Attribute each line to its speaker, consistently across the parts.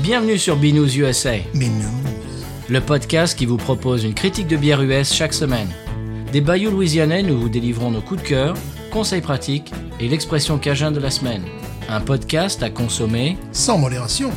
Speaker 1: Bienvenue sur Binous USA,
Speaker 2: Mais non.
Speaker 1: le podcast qui vous propose une critique de bière US chaque semaine. Des bayous louisianais, nous vous délivrons nos coups de cœur, conseils pratiques et l'expression cajun de la semaine. Un podcast à consommer.
Speaker 2: Sans modération.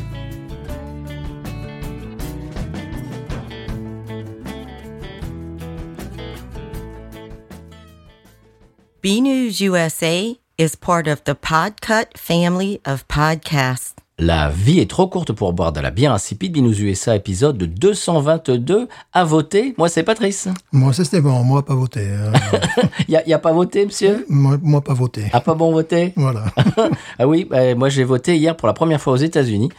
Speaker 3: B News USA is part of the Podcut family of podcasts.
Speaker 1: La vie est trop courte pour boire de la bière insipide. Binous USA épisode 222 à voter. Moi, c'est Patrice.
Speaker 2: Moi, ça c'était bon. Moi, pas voté. Euh,
Speaker 1: Il n'y a, pas voté, monsieur
Speaker 2: moi, moi, pas voté.
Speaker 1: Ah, pas bon voter
Speaker 2: Voilà.
Speaker 1: Ah oui, bah, moi j'ai voté hier pour la première fois aux États-Unis.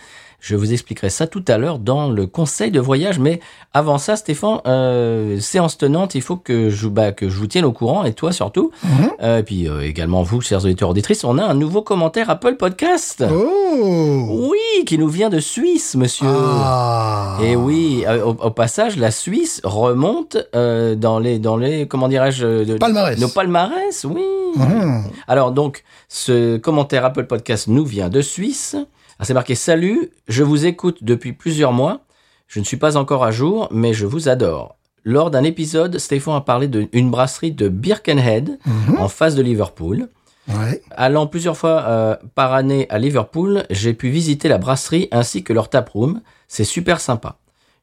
Speaker 1: Je vous expliquerai ça tout à l'heure dans le conseil de voyage. Mais avant ça, Stéphane, euh, séance tenante, il faut que je, bah, que je vous tienne au courant, et toi surtout.
Speaker 2: Mhm.
Speaker 1: Euh, et puis euh, également vous, chers auditeurs auditrices, on a un nouveau commentaire Apple Podcast.
Speaker 2: Oh
Speaker 1: Oui, qui nous vient de Suisse, monsieur.
Speaker 2: Ah
Speaker 1: Et oui, euh, au, au passage, la Suisse remonte euh, dans les, dans les, comment dirais-je, euh, de-
Speaker 2: Palmarès.
Speaker 1: nos palmarès, oui.
Speaker 2: Mhm.
Speaker 1: Alors donc, ce commentaire Apple Podcast nous vient de Suisse. Ah, C'est marqué Salut, je vous écoute depuis plusieurs mois. Je ne suis pas encore à jour, mais je vous adore. Lors d'un épisode, Stéphane a parlé d'une brasserie de Birkenhead
Speaker 2: Mhm.
Speaker 1: en face de Liverpool.
Speaker 2: Ouais.
Speaker 1: Allant plusieurs fois euh, par année à Liverpool, j'ai pu visiter la brasserie ainsi que leur taproom. C'est super sympa.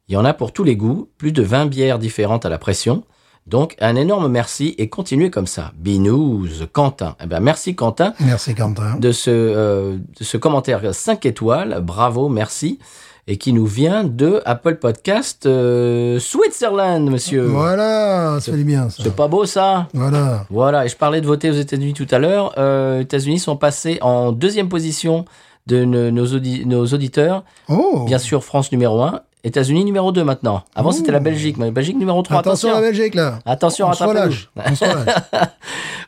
Speaker 1: Il y en a pour tous les goûts, plus de 20 bières différentes à la pression. Donc un énorme merci et continuez comme ça. Binous, Quentin. Eh ben, merci Quentin
Speaker 2: Merci, Quentin.
Speaker 1: de ce, euh, de ce commentaire 5 étoiles. Bravo, merci. Et qui nous vient de Apple Podcast euh, Switzerland, monsieur.
Speaker 2: Voilà, ça fait du bien, ça.
Speaker 1: C'est pas beau ça
Speaker 2: Voilà.
Speaker 1: voilà, et je parlais de voter aux États-Unis tout à l'heure. Euh, les États-Unis sont passés en deuxième position de ne- nos, audi- nos auditeurs.
Speaker 2: Oh
Speaker 1: Bien sûr, France numéro 1, États-Unis numéro 2 maintenant. Avant, c'était la Belgique, mais la Belgique numéro 3.
Speaker 2: Attention à la Belgique, là.
Speaker 1: Attention,
Speaker 2: on se relâche.
Speaker 1: rattrapez-vous.
Speaker 2: On se relâche.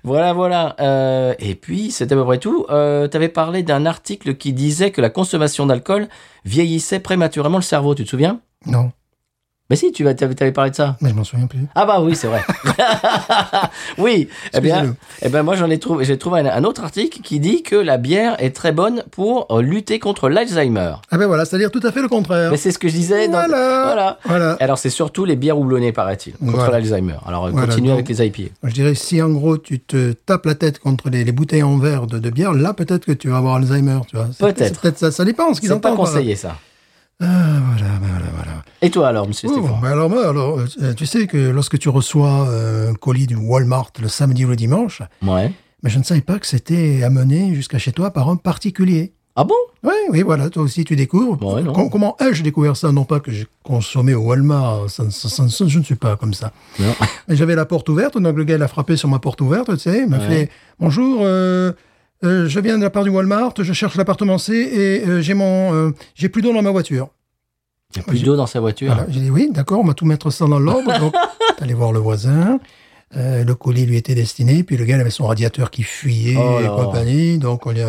Speaker 1: Voilà, voilà. Euh, et puis, c'est à peu près tout. Euh, tu avais parlé d'un article qui disait que la consommation d'alcool vieillissait prématurément le cerveau, tu te souviens
Speaker 2: non,
Speaker 1: Mais si, tu avais, avais parlé de ça.
Speaker 2: mais je m'en souviens plus.
Speaker 1: Ah bah oui, c'est vrai. oui, eh bien,
Speaker 2: Excusez-le.
Speaker 1: eh bien moi j'en ai trouvé, j'ai trouvé un, un autre article qui dit que la bière est très bonne pour euh, lutter contre l'Alzheimer.
Speaker 2: Ah ben voilà, c'est-à-dire tout à fait le contraire.
Speaker 1: Mais c'est ce que je disais. dans-
Speaker 2: Ah. Voilà.
Speaker 1: voilà.
Speaker 2: Voilà.
Speaker 1: Alors c'est surtout les bières houblonnées paraît-il contre
Speaker 2: Voilà.
Speaker 1: l'Alzheimer. Alors euh,
Speaker 2: Voilà,
Speaker 1: continue avec
Speaker 2: donc-
Speaker 1: les IPA.
Speaker 2: Je dirais, si en gros, tu te tapes la tête contre les, les bouteilles en verre de, de bière, là, peut-être que tu vas avoir Alzheimer, tu vois. C'est-
Speaker 1: Peut-être.
Speaker 2: c'est Peut-être ça, ça dépend ce qu'ils
Speaker 1: C'est
Speaker 2: entendent.
Speaker 1: pas
Speaker 2: par là.
Speaker 1: conseillé ça.
Speaker 2: Ah, voilà, ben voilà, voilà.
Speaker 1: Et toi alors, Monsieur
Speaker 2: Oh,
Speaker 1: Stéphane
Speaker 2: bah alors, moi, alors, euh, tu sais que lorsque tu reçois euh, un colis du Walmart le samedi ou le dimanche,
Speaker 1: Ouais.
Speaker 2: mais je ne savais pas que c'était amené jusqu'à chez toi par un particulier.
Speaker 1: Ah bon
Speaker 2: Oui, oui, voilà, toi aussi tu découvres.
Speaker 1: Ouais, non.
Speaker 2: Com- comment ai-je découvert ça Non pas que j'ai consommé au Walmart, ça- ça- ça- ça- je ne suis pas comme ça.
Speaker 1: Non.
Speaker 2: Mais j'avais la porte ouverte, donc le gars il a frappé sur ma porte ouverte, tu sais, il m'a
Speaker 1: Ouais.
Speaker 2: fait « Bonjour, euh, euh, je viens de la part du Walmart, je cherche l'appartement C et euh, j'ai mon, euh, j'ai plus d'eau dans ma voiture. »
Speaker 1: Il y a plus d'eau dans sa voiture.
Speaker 2: Voilà. J'ai dit oui, d'accord, on va tout mettre ça dans l'ordre. Donc, allez voir le voisin. Euh, le colis lui était destiné, puis le gars il avait son radiateur qui fuyait
Speaker 1: Oh là
Speaker 2: et
Speaker 1: là.
Speaker 2: compagnie. Donc on lui, a,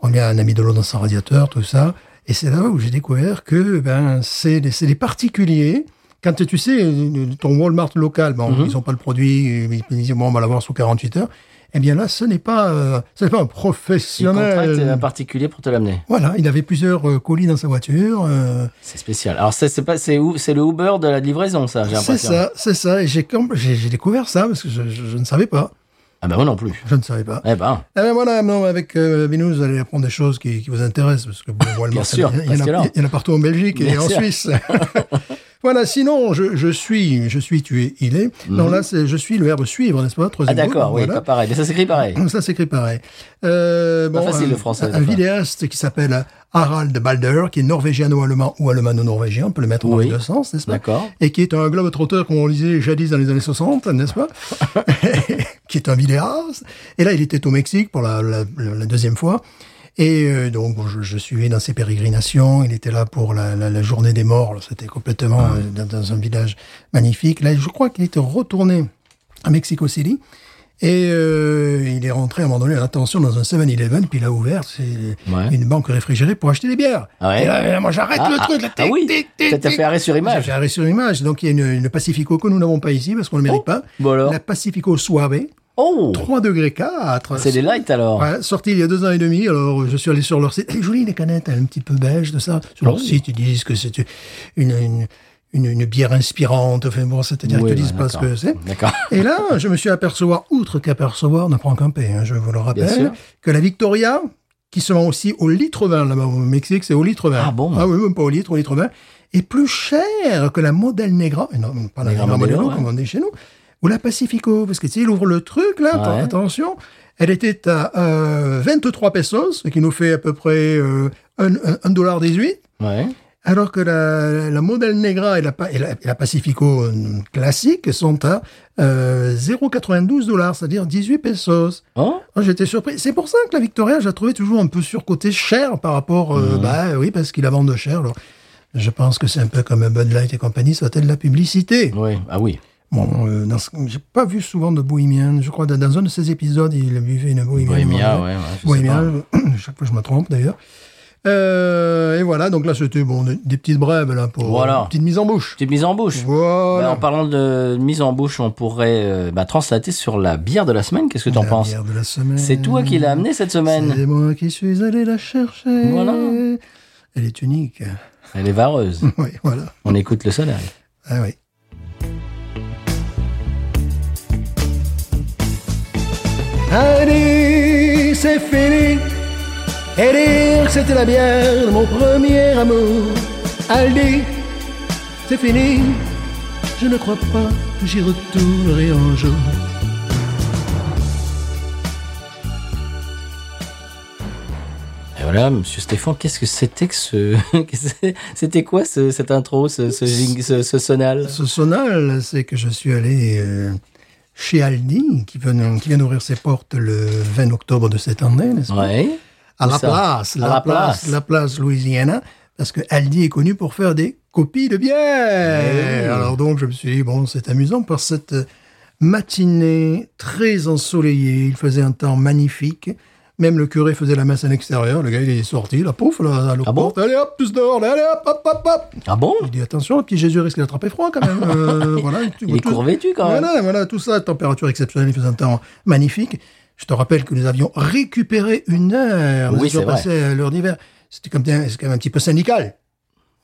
Speaker 2: on lui a un ami de l'eau dans son radiateur, tout ça. Et c'est là où j'ai découvert que ben c'est des, c'est des particuliers. Quand tu sais, ton Walmart local, bon,
Speaker 1: Mhm.
Speaker 2: ils n'ont pas le produit, ils disent bon, on va l'avoir sous 48 heures. Eh bien là, ce n'est pas, euh, ce n'est pas un
Speaker 1: Il contracte
Speaker 2: professionnel.
Speaker 1: un particulier pour te l'amener.
Speaker 2: Voilà, il avait plusieurs euh, colis dans sa voiture. euh,
Speaker 1: C'est spécial. Alors c'est c'est pas c'est où c'est le Uber de la livraison ça. J'ai
Speaker 2: C'est
Speaker 1: l'impression.
Speaker 2: ça, c'est ça. Et j'ai com- j'ai j'ai découvert ça parce que je, je- je ne savais pas.
Speaker 1: Ah ben moi non plus.
Speaker 2: Je ne savais pas.
Speaker 1: Eh ben.
Speaker 2: Eh ben voilà, maintenant, avec euh, Binous, vous allez apprendre des choses qui, qui vous intéressent parce que bon, Walmart,
Speaker 1: sûr,
Speaker 2: il y en a-
Speaker 1: parce
Speaker 2: il
Speaker 1: que
Speaker 2: y, en
Speaker 1: là-
Speaker 2: a- il y en a partout en Belgique et
Speaker 1: Bien
Speaker 2: en
Speaker 1: sûr.
Speaker 2: Suisse. voilà, sinon, je, je suis, je suis, tu es, il est. Non, là, c'est je suis le verbe suivre, n'est-ce pas
Speaker 1: Mhm. Ah
Speaker 2: Troisième mot,
Speaker 1: d'accord, oui,
Speaker 2: voilà.
Speaker 1: pas pareil. Mais ça s'écrit pareil.
Speaker 2: Donc ça s'écrit pareil. Euh,
Speaker 1: Pas facile,
Speaker 2: un,
Speaker 1: le français,
Speaker 2: Un
Speaker 1: des fois.
Speaker 2: vidéaste qui s'appelle Harald Balder, qui est norvégiano-allemand ou allemand-norvégien, on peut le mettre dans
Speaker 1: Oui.
Speaker 2: les deux sens, n'est-ce pas
Speaker 1: D'accord.
Speaker 2: Et qui est un globe-trotteur, comme on le disait jadis dans les années 60, n'est-ce pas Qui est un vidéaste. Et là, il était au Mexique pour la, la- la- la deuxième fois. Et euh, donc, bon, je, je suivais dans ses pérégrinations. Il était là pour la, la- la journée des morts. Alors, C'était complètement
Speaker 1: Ah.
Speaker 2: euh, dans, dans un village magnifique. Là, je crois qu'il était retourné à Mexico City. Et euh, il est rentré à un moment donné, attention, dans un 7-Eleven, puis il a ouvert c'est
Speaker 1: Ouais.
Speaker 2: une banque réfrigérée pour acheter des bières.
Speaker 1: Ah ouais.
Speaker 2: Et là, moi, j'arrête
Speaker 1: Ah,
Speaker 2: le
Speaker 1: ah,
Speaker 2: truc. Là,
Speaker 1: ah
Speaker 2: tic,
Speaker 1: oui.
Speaker 2: tic, tic,
Speaker 1: T'as t'as
Speaker 2: tic.
Speaker 1: fait arrêt sur image.
Speaker 2: J'ai arrêt sur image. Donc, il y a une, une Pacifico que nous n'avons pas ici parce qu'on ne le mérite
Speaker 1: Oh,
Speaker 2: pas.
Speaker 1: bon alors.
Speaker 2: La Pacifico Suave.
Speaker 1: Oh
Speaker 2: 3 degrés 4.
Speaker 1: C'est des lights alors
Speaker 2: Ouais, sorti il y a deux ans et demi, alors je suis allé sur leur site. Eh, jolie les canettes, un petit peu beige, de ça. Sur leur
Speaker 1: Oh.
Speaker 2: site, ils disent que c'est une, une, une, une bière inspirante. Enfin bon, c'est-à-dire
Speaker 1: Oui,
Speaker 2: qu'ils
Speaker 1: bah,
Speaker 2: disent pas ce que
Speaker 1: d'accord.
Speaker 2: c'est.
Speaker 1: D'accord.
Speaker 2: Et là, je me suis apercevoir, outre qu'apercevoir ne prend qu'un paix, hein, je vous le rappelle,
Speaker 1: sûr.
Speaker 2: que la Victoria, qui se vend aussi au litre 20 là-bas au Mexique, c'est au litre 20.
Speaker 1: Ah bon
Speaker 2: Ah oui, même pas au litre, au litre 20, est plus chère que la Modèle Negra, euh, non, pas la
Speaker 1: Negra
Speaker 2: Negra Modelo
Speaker 1: Modelo,
Speaker 2: qu'on vendait chez nous, ou la Pacifico, parce que tu sais, il ouvre le truc là, atten-
Speaker 1: Ouais.
Speaker 2: attention, elle était à euh, 23 pesos, ce qui nous fait à peu près euh, un- un- 1,18$.
Speaker 1: Ouais.
Speaker 2: Alors que la, la Model Negra et la, Pa- et la, et la Pacifico euh, classique sont à euh, 0,92 dollars, c'est-à-dire 18 pesos.
Speaker 1: Oh
Speaker 2: Oh, J'étais surpris. C'est pour ça que la Victoria, je la trouvais toujours un peu surcotée cher par rapport. euh,
Speaker 1: Mmh.
Speaker 2: Bah oui, parce qu'ils la vendent cher. Alors, je pense que c'est un peu comme Bud Light et compagnie, ça de la publicité.
Speaker 1: Ouais. Ah oui.
Speaker 2: Bon, euh, dans ce- j'ai pas vu souvent de Bohémienne. Je crois dans- dans un de ces épisodes, il buvait une Bohémienne.
Speaker 1: Bohemia, ouais. ouais, je sais
Speaker 2: Bohémia,
Speaker 1: pas.
Speaker 2: chaque fois je me trompe d'ailleurs. Euh, et voilà, donc là c'était bon, des, des petites brèves là pour
Speaker 1: Voilà.
Speaker 2: une petite mise en bouche.
Speaker 1: Petite mise en bouche.
Speaker 2: Voilà.
Speaker 1: Bah, en parlant de mise en bouche, on pourrait euh, bah, translater sur la bière de la semaine. Qu'est-ce que t'en
Speaker 2: La
Speaker 1: penses
Speaker 2: bière de la semaine.
Speaker 1: C'est toi qui l'as amenée cette semaine.
Speaker 2: C'est moi qui suis allé la chercher.
Speaker 1: Voilà.
Speaker 2: Elle est unique.
Speaker 1: Elle est vareuse.
Speaker 2: oui, voilà.
Speaker 1: on écoute le soleil.
Speaker 2: Ah oui. Allez, c'est fini. Et dire que c'était la bière de mon premier amour. Aldi, c'est fini. Je ne crois pas que j'y retournerai un jour.
Speaker 1: Et voilà, monsieur Stéphane, qu'est-ce que c'était que ce. qu'est-ce que- c'était quoi ce- cette intro, ce, ce, jing- ce, ce sonal
Speaker 2: Ce sonal, c'est que je suis allé euh, chez Aldi, qui vient, qui vient d'ouvrir ses portes le 20 octobre de cette année, n'est-ce pas?
Speaker 1: Ouais.
Speaker 2: À la
Speaker 1: Ça.
Speaker 2: place,
Speaker 1: À
Speaker 2: la,
Speaker 1: la
Speaker 2: place,
Speaker 1: place.
Speaker 2: la place Louisiana, parce que Aldi est connu pour faire des copies de bière.
Speaker 1: Eh oui.
Speaker 2: Alors donc, je me suis dit, bon, c'est amusant par cette euh, matinée très ensoleillée. Il faisait un temps magnifique. Même le curé faisait la messe à l'extérieur. Le gars, il est sorti, la pouf, là, à l'autre
Speaker 1: Ah bon
Speaker 2: porte. Allez hop, tous dehors, là, allez hop, hop, hop, hop.
Speaker 1: Ah bon
Speaker 2: Il dit, attention, le petit Jésus risque d'attraper froid quand même. Euh, voilà, tu
Speaker 1: Il est court vêtu quand même.
Speaker 2: voilà, voilà, tout ça, température exceptionnelle, il faisait un temps magnifique. Je te rappelle que nous avions récupéré une heure. Nous
Speaker 1: Oui,
Speaker 2: étions
Speaker 1: c'est vrai.
Speaker 2: passés à l'heure d'hiver. C'était comme bien- c'est quand même un petit peu syndical.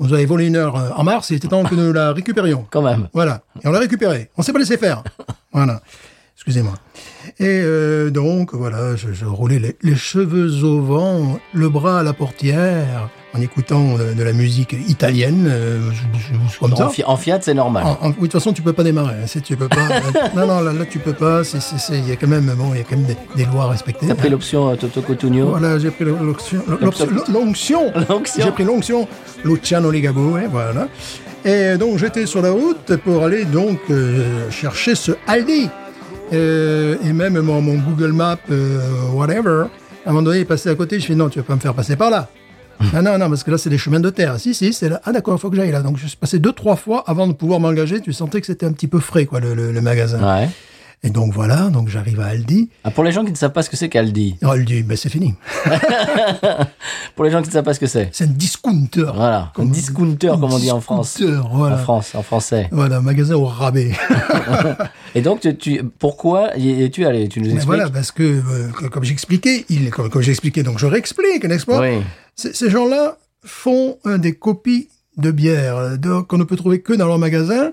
Speaker 2: On nous avait volé une heure euh, en mars, il était temps que nous la récupérions.
Speaker 1: Quand même.
Speaker 2: Voilà. Et on l'a récupéré. On s'est pas laissé faire. Voilà. Excusez-moi. Et euh, donc, voilà, je, je roulais les, les cheveux au vent, le bras à la portière, en écoutant euh, de la musique italienne, euh, je- je- je- comme ça.
Speaker 1: En, fi- en Fiat, c'est normal.
Speaker 2: En- en- oui, de toute façon, tu peux pas démarrer. hein, si tu peux pas. euh, non, non, là, là, tu peux pas. c'est- c'est- c'est- Il y a quand même, bon, il y a quand même des, des lois à respecter.
Speaker 1: T'as pris l'option euh, Toto Cotugno
Speaker 2: Voilà, j'ai pris le- l'option. l'option- L'onction.
Speaker 1: L'onction.
Speaker 2: J'ai pris l'onction. Luciano Ligabo, hein, voilà. Et donc, j'étais sur la route pour aller donc euh, chercher ce Aldi. Euh, et même mon, mon Google Maps, euh, whatever. À un moment donné, il passait à côté. Je fais non, tu vas pas me faire passer par là. Ah non, non, parce que là, c'est des chemins de terre. Si, si, c'est là. Ah d'accord, il faut que j'aille là. Donc, je suis passé deux, trois fois avant de pouvoir m'engager. Tu sentais que c'était un petit peu frais, quoi, le, le- le magasin.
Speaker 1: Ouais.
Speaker 2: Et donc, voilà. Donc, j'arrive à Aldi.
Speaker 1: Ah, pour les gens qui ne savent pas ce que c'est qu'Aldi,
Speaker 2: Aldi, ben, c'est fini.
Speaker 1: pour les gens qui ne savent pas ce que c'est,
Speaker 2: C'est un discounter.
Speaker 1: voilà, un
Speaker 2: Comme-
Speaker 1: discounter comme on dit en France,
Speaker 2: Discounter,
Speaker 1: en
Speaker 2: voilà.
Speaker 1: France, en français.
Speaker 2: Voilà, magasin au rabais.
Speaker 1: Et donc, tu, tu- pourquoi y es-tu allé Tu nous
Speaker 2: Mais
Speaker 1: expliques
Speaker 2: voilà, parce que, euh, que- comme j'expliquais, il, comme, comme j'expliquais, donc je réexplique, n'est-ce pas
Speaker 1: Oui.
Speaker 2: C- Ces gens-là font euh, des copies de bière euh, de- qu'on ne peut trouver que dans leur magasin.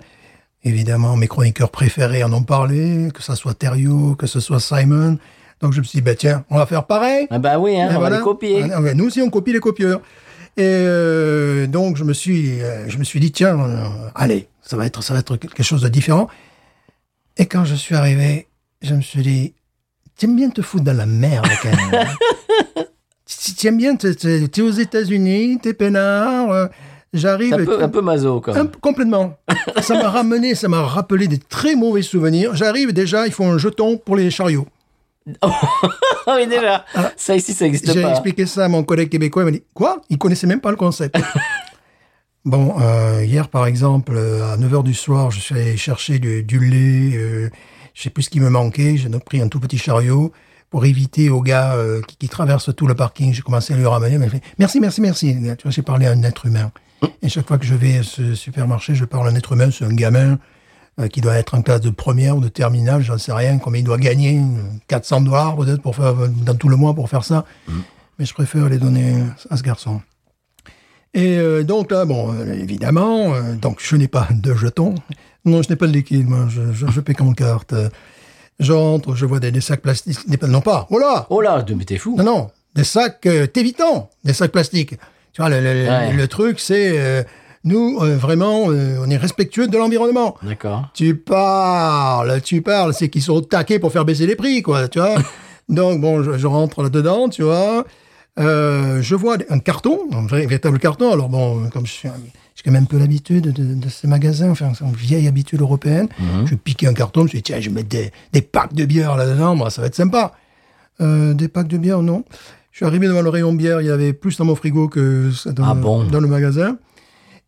Speaker 2: Évidemment, mes chroniqueurs préférés en ont parlé, que ça soit Thériault, que ce soit Simon. Donc je me suis dit, bah tiens, on va faire pareil.
Speaker 1: Ah bah oui, hein,
Speaker 2: Et
Speaker 1: on
Speaker 2: voilà.
Speaker 1: va les copier.
Speaker 2: Ah, ouais, nous aussi, on copie les copieurs. Et euh, donc, je me suis, euh, je me suis dit, tiens, euh, allez, ça va être, ça va être quelque chose de différent. Et quand je suis arrivé, je me suis dit, t'aimes bien te foutre dans la merde, quand même. hein. Tu- T'aimes bien, te- te- t'es aux États-Unis, t'es peinard. euh, J'arrive.
Speaker 1: C'est un
Speaker 2: et
Speaker 1: peu,
Speaker 2: tu-
Speaker 1: un peu maso, quand
Speaker 2: un-
Speaker 1: même.
Speaker 2: complètement. ça m'a ramené, ça m'a rappelé des très mauvais souvenirs. J'arrive déjà, il faut un jeton pour les chariots.
Speaker 1: Ah oui, déjà, ça ici, ça n'existe
Speaker 2: J'ai
Speaker 1: pas.
Speaker 2: expliqué ça à mon collègue québécois, il m'a dit Quoi Il connaissait même pas le concept. bon, euh, hier par exemple, euh, à 9h du soir, je suis allé chercher du, du lait, euh, je sais plus ce qui me manquait, j'ai donc pris un tout petit chariot. Pour éviter aux gars euh, qui, qui traversent tout le parking, j'ai commencé à lui ramener. Mais je fais, merci, merci, merci. Tu vois, j'ai parlé à un être humain. Et chaque fois que je vais à ce supermarché, je parle à un être humain, c'est un gamin. euh, qui doit être en classe de première ou de terminale, j'en sais rien, combien il doit gagner, 400 dollars peut-être pour faire, euh, dans tout le mois pour faire ça. Mais je préfère les donner à ce garçon. Et euh, donc là, bon, euh, évidemment, euh, donc je n'ai pas de jetons. Non, je n'ai pas de liquide, moi, je, je, je paie en carte. Euh, J'entre, je vois des, des sacs plastiques, des, non pas, voilà,
Speaker 1: Oh là, mais t'es fou.
Speaker 2: non, non, des sacs euh, t'évitant, des sacs plastiques. Tu vois, le, le-
Speaker 1: Ouais.
Speaker 2: le truc, c'est euh, nous, euh, vraiment, euh, on est respectueux de l'environnement.
Speaker 1: D'accord.
Speaker 2: Tu parles, tu parles, c'est qu'ils sont au taquet pour faire baisser les prix, quoi, tu vois. Donc, bon, je, je rentre là-dedans, tu vois. Euh, je vois un carton, un vrai, véritable carton. Alors, bon, comme je suis. un- J'ai quand même un peu l'habitude de, de ces magasins, enfin, c'est une vieille habitude européenne.
Speaker 1: Mhm.
Speaker 2: Je piquais un carton, je me suis dit, tiens, je vais mettre des, des packs de bière là-dedans, moi, ça va être sympa. Euh, des packs de bière, non. Je suis arrivé devant le rayon bière, il y avait plus dans mon frigo que ça dans,
Speaker 1: Ah
Speaker 2: le-
Speaker 1: bon
Speaker 2: dans le magasin.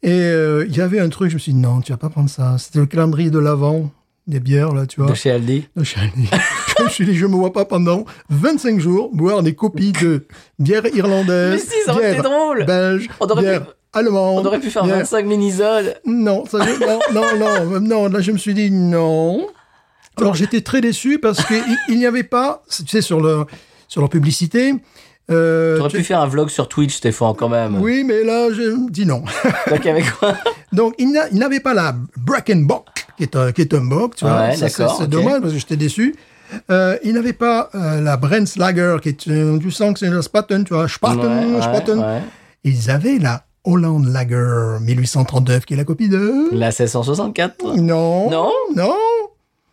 Speaker 2: Et euh, il y avait un truc, je me suis dit, non, tu vas pas prendre ça. C'était le calendrier de l'avant des bières, là, tu vois.
Speaker 1: De chez Aldi.
Speaker 2: De chez Aldi. je me suis dit, je me vois pas pendant 25 jours boire des copies de bière irlandaise,
Speaker 1: Mais si, ça aurait
Speaker 2: bière
Speaker 1: été drôle.
Speaker 2: belge,
Speaker 1: On aurait
Speaker 2: bière
Speaker 1: pu-
Speaker 2: allemande.
Speaker 1: On aurait pu faire
Speaker 2: bière-
Speaker 1: 25 mini-zones.
Speaker 2: non, ça, je- non, non, non, euh, non, là je me suis dit non. Alors j'étais très déçu parce qu'il il n'y avait pas, tu sais, sur leur, sur leur publicité. euh,
Speaker 1: T'aurais
Speaker 2: tu-
Speaker 1: pu faire un vlog sur Twitch, Stéphane, quand même.
Speaker 2: Oui, mais là je me dis non.
Speaker 1: Donc avec quoi
Speaker 2: Donc il n'a- il n'avait pas la Brackenbock, qui est un, qui est un bock, tu vois.
Speaker 1: Ouais,
Speaker 2: Ça, c'est
Speaker 1: d'accord,
Speaker 2: c'est
Speaker 1: ok.
Speaker 2: dommage parce que j'étais déçu. Euh, il n'avait pas euh, la Brenslager, qui est, euh, tu sens que c'est la Spaten, tu vois, Spaten,
Speaker 1: Ouais,
Speaker 2: Spaten.
Speaker 1: ouais, ouais.
Speaker 2: Ils avaient la Holland Lager 1839, qui est la copie de...
Speaker 1: La 1664
Speaker 2: Non.
Speaker 1: Non
Speaker 2: Non.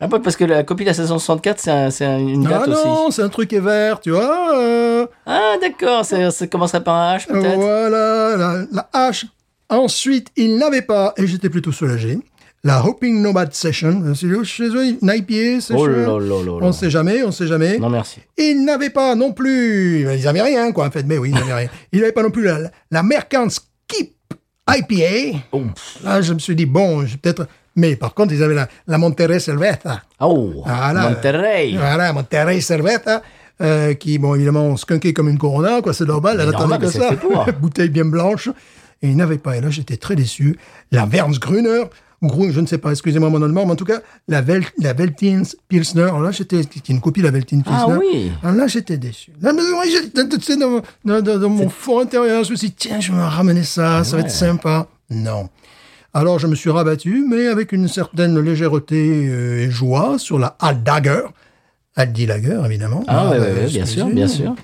Speaker 1: Ah, pas parce que la copie de la 1664, c'est un- c'est un- une
Speaker 2: Ah
Speaker 1: date aussi.
Speaker 2: non, c'est un truc qui est vert, tu vois. euh,
Speaker 1: Ah, d'accord, ça, ça commencerait par un H peut-être
Speaker 2: voilà, la, la hache. Ensuite, il n'avait pas, et j'étais plutôt soulagé, la Hoping Nomad Session. C'est chez eux, une IPA session.
Speaker 1: Oh là là là là.
Speaker 2: On sait jamais, on sait jamais.
Speaker 1: Non, merci.
Speaker 2: Il n'avait pas non plus, ils n'avaient rien, quoi, en fait, mais oui, ils n'avaient rien. Il n'avait pas non plus la, la Mercant Skip IPA. Là, je me suis dit, bon, je- peut-être. Mais par contre, ils avaient la, la Monterrey Cerveza.
Speaker 1: Oh,
Speaker 2: Voilà.
Speaker 1: Monterrey.
Speaker 2: Voilà, Monterrey Cerveza, euh, qui, bon, évidemment, skunké comme une Corona, quoi, c'est normal, elle
Speaker 1: Mais
Speaker 2: attendait
Speaker 1: normal,
Speaker 2: que
Speaker 1: mais c'est
Speaker 2: ça.
Speaker 1: fait pour.
Speaker 2: Bouteille bien blanche. Et il n'avait pas. Et là, j'étais très déçu. La Wernsgrüner, ou Grun- je ne sais pas, excusez-moi mon allemand, mais en tout cas, la, Vel- la Veltins Pilsner. Alors là, j'étais, qui est une copie de la Veltins Pilsner.
Speaker 1: Ah oui.
Speaker 2: Alors là, j'étais déçu. Là, mais moi, j'étais, tu sais, dans, dans- dans- dans mon fort intérieur, je me suis dit, tiens, je vais ramener ça,
Speaker 1: Ah
Speaker 2: ça va être sympa. Non. Alors je me suis rabattu, mais avec une certaine légèreté euh, et joie, sur la Aldager. Aldi Lager, évidemment.
Speaker 1: Ah, ouais,
Speaker 2: bah,
Speaker 1: ouais, ouais, bien sûr, bien sûr.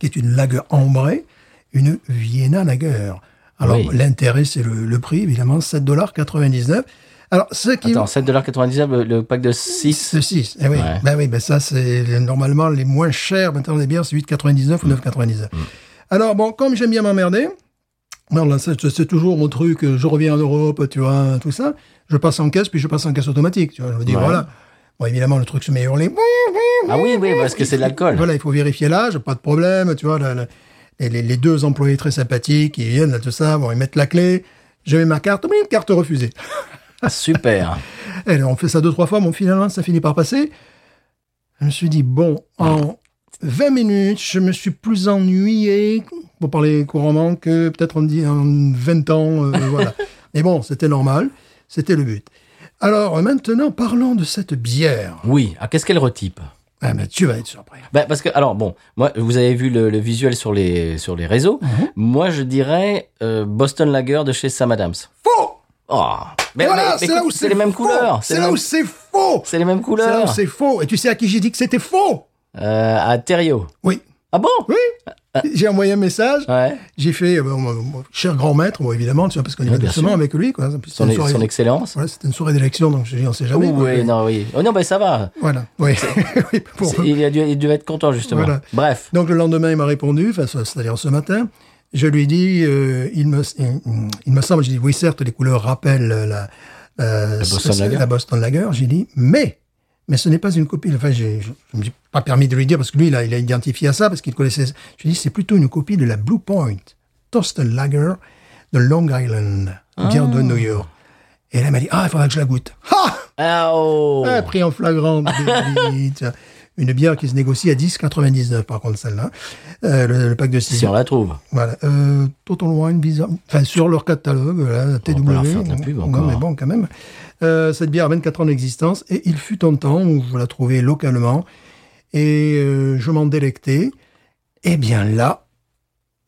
Speaker 2: Qui est une lager ambrée, une Vienna Lager. Alors
Speaker 1: Oui.
Speaker 2: l'intérêt, c'est le, le prix, évidemment, 7,99$. Alors ce qui...
Speaker 1: Attends, 7,99$ le, le pack de 6.
Speaker 2: C'est 6, eh oui.
Speaker 1: Ouais.
Speaker 2: Ben oui, ben ça, c'est normalement les moins chers maintenant des bières, c'est 8,99
Speaker 1: Mm.
Speaker 2: ou 9,99. Alors, bon, comme j'aime bien m'emmerder, non, là, c'est c'est toujours mon truc, euh, je reviens en Europe, tu vois, tout ça, je passe en caisse, puis je passe en caisse automatique, tu vois, je me dis,
Speaker 1: Ouais.
Speaker 2: voilà. Bon, évidemment, le truc se met à hurler.
Speaker 1: Ah oui, oui, parce que c'est de l'alcool.
Speaker 2: Voilà, il faut vérifier l'âge, pas de problème, tu vois. la- la- les, les- les deux employés très sympathiques, ils viennent, là, tout ça, bon, ils mettent la clé, je mets ma carte, mais une carte refusée.
Speaker 1: Super.
Speaker 2: Eh, on fait ça deux, trois fois, bon, finalement, ça finit par passer. Je me suis dit, bon, en 20 minutes, je me suis plus ennuyé, pour parler couramment, que peut-être on dit en 20 ans, euh, voilà. Mais bon, c'était normal, c'était le but. Alors, maintenant, parlons de cette bière.
Speaker 1: Oui. Ah, qu'est-ce qu'elle retype
Speaker 2: Ah, mais tu vas être surpris.
Speaker 1: Bah, parce que, alors bon, moi, vous avez vu le, le visuel sur les, sur les réseaux.
Speaker 2: Mhm.
Speaker 1: Moi, je dirais euh, Boston Lager de chez Sam Adams.
Speaker 2: Faux
Speaker 1: Oh Mais, mais-
Speaker 2: Voilà,
Speaker 1: mais
Speaker 2: c'est là
Speaker 1: écoute,
Speaker 2: où
Speaker 1: c'est les mêmes
Speaker 2: faux.
Speaker 1: couleurs.
Speaker 2: C'est
Speaker 1: les
Speaker 2: là
Speaker 1: mêmes-
Speaker 2: où c'est faux
Speaker 1: c'est les mêmes
Speaker 2: C'est là où
Speaker 1: couleurs.
Speaker 2: c'est faux Et tu sais à qui j'ai dit que c'était faux
Speaker 1: Euh, à Terrio.
Speaker 2: Oui.
Speaker 1: Ah bon
Speaker 2: Oui J'ai envoyé un message.
Speaker 1: Ouais.
Speaker 2: J'ai fait, euh, bon, mon- mon cher grand maître, bon, évidemment, tu vois, parce qu'on y va
Speaker 1: bien
Speaker 2: doucement
Speaker 1: sûr.
Speaker 2: avec lui, quoi. hein. Puis c'était
Speaker 1: Son,
Speaker 2: une
Speaker 1: son
Speaker 2: soirée-
Speaker 1: excellence.
Speaker 2: Voilà, c'était une soirée d'élection, donc je dis, on sait jamais.
Speaker 1: Ouh,
Speaker 2: quoi.
Speaker 1: oui, non, oui. Oh non, bah ça va.
Speaker 2: Voilà, oui. Oui, pour-
Speaker 1: C'est- Il, a dû, il devait être content, justement.
Speaker 2: Voilà.
Speaker 1: Bref.
Speaker 2: Donc le lendemain, il m'a répondu, enfin, ça- c'est-à-dire ce matin, je lui dis, euh, il, me, il, il me semble, j'ai dit, oui, certes, les couleurs rappellent euh, la, euh, ce-
Speaker 1: Boston
Speaker 2: ce-
Speaker 1: Lager.
Speaker 2: la Boston Lager. J'ai dit, mais, mais ce n'est pas une copie. Enfin, j'ai- je ne me suis pas permis de lui dire, parce que lui, il a, il a identifié à ça, parce qu'il connaissait. Je lui ai dit, c'est plutôt une copie de la Blue Point, Toasted Lager de Long Island,
Speaker 1: Ah.
Speaker 2: bière de New York. Et là, elle m'a dit, ah, il faudra que je la goûte. Ah
Speaker 1: Ah, oh.
Speaker 2: ah, pris en flagrant. délit. Une bière qui se négocie à 10,99 par contre celle-là. Euh, le, le pack de 6
Speaker 1: Si on la trouve.
Speaker 2: Voilà. Euh, Total Wine, bizarre. Enfin, sur leur catalogue, là, TW.
Speaker 1: va leur faire de la pub
Speaker 2: Ouais,
Speaker 1: encore. hein.
Speaker 2: mais bon, quand même. Euh, cette bière a 24 ans d'existence et il fut un temps où je la trouvais localement et euh, je m'en délectais. Eh bien là,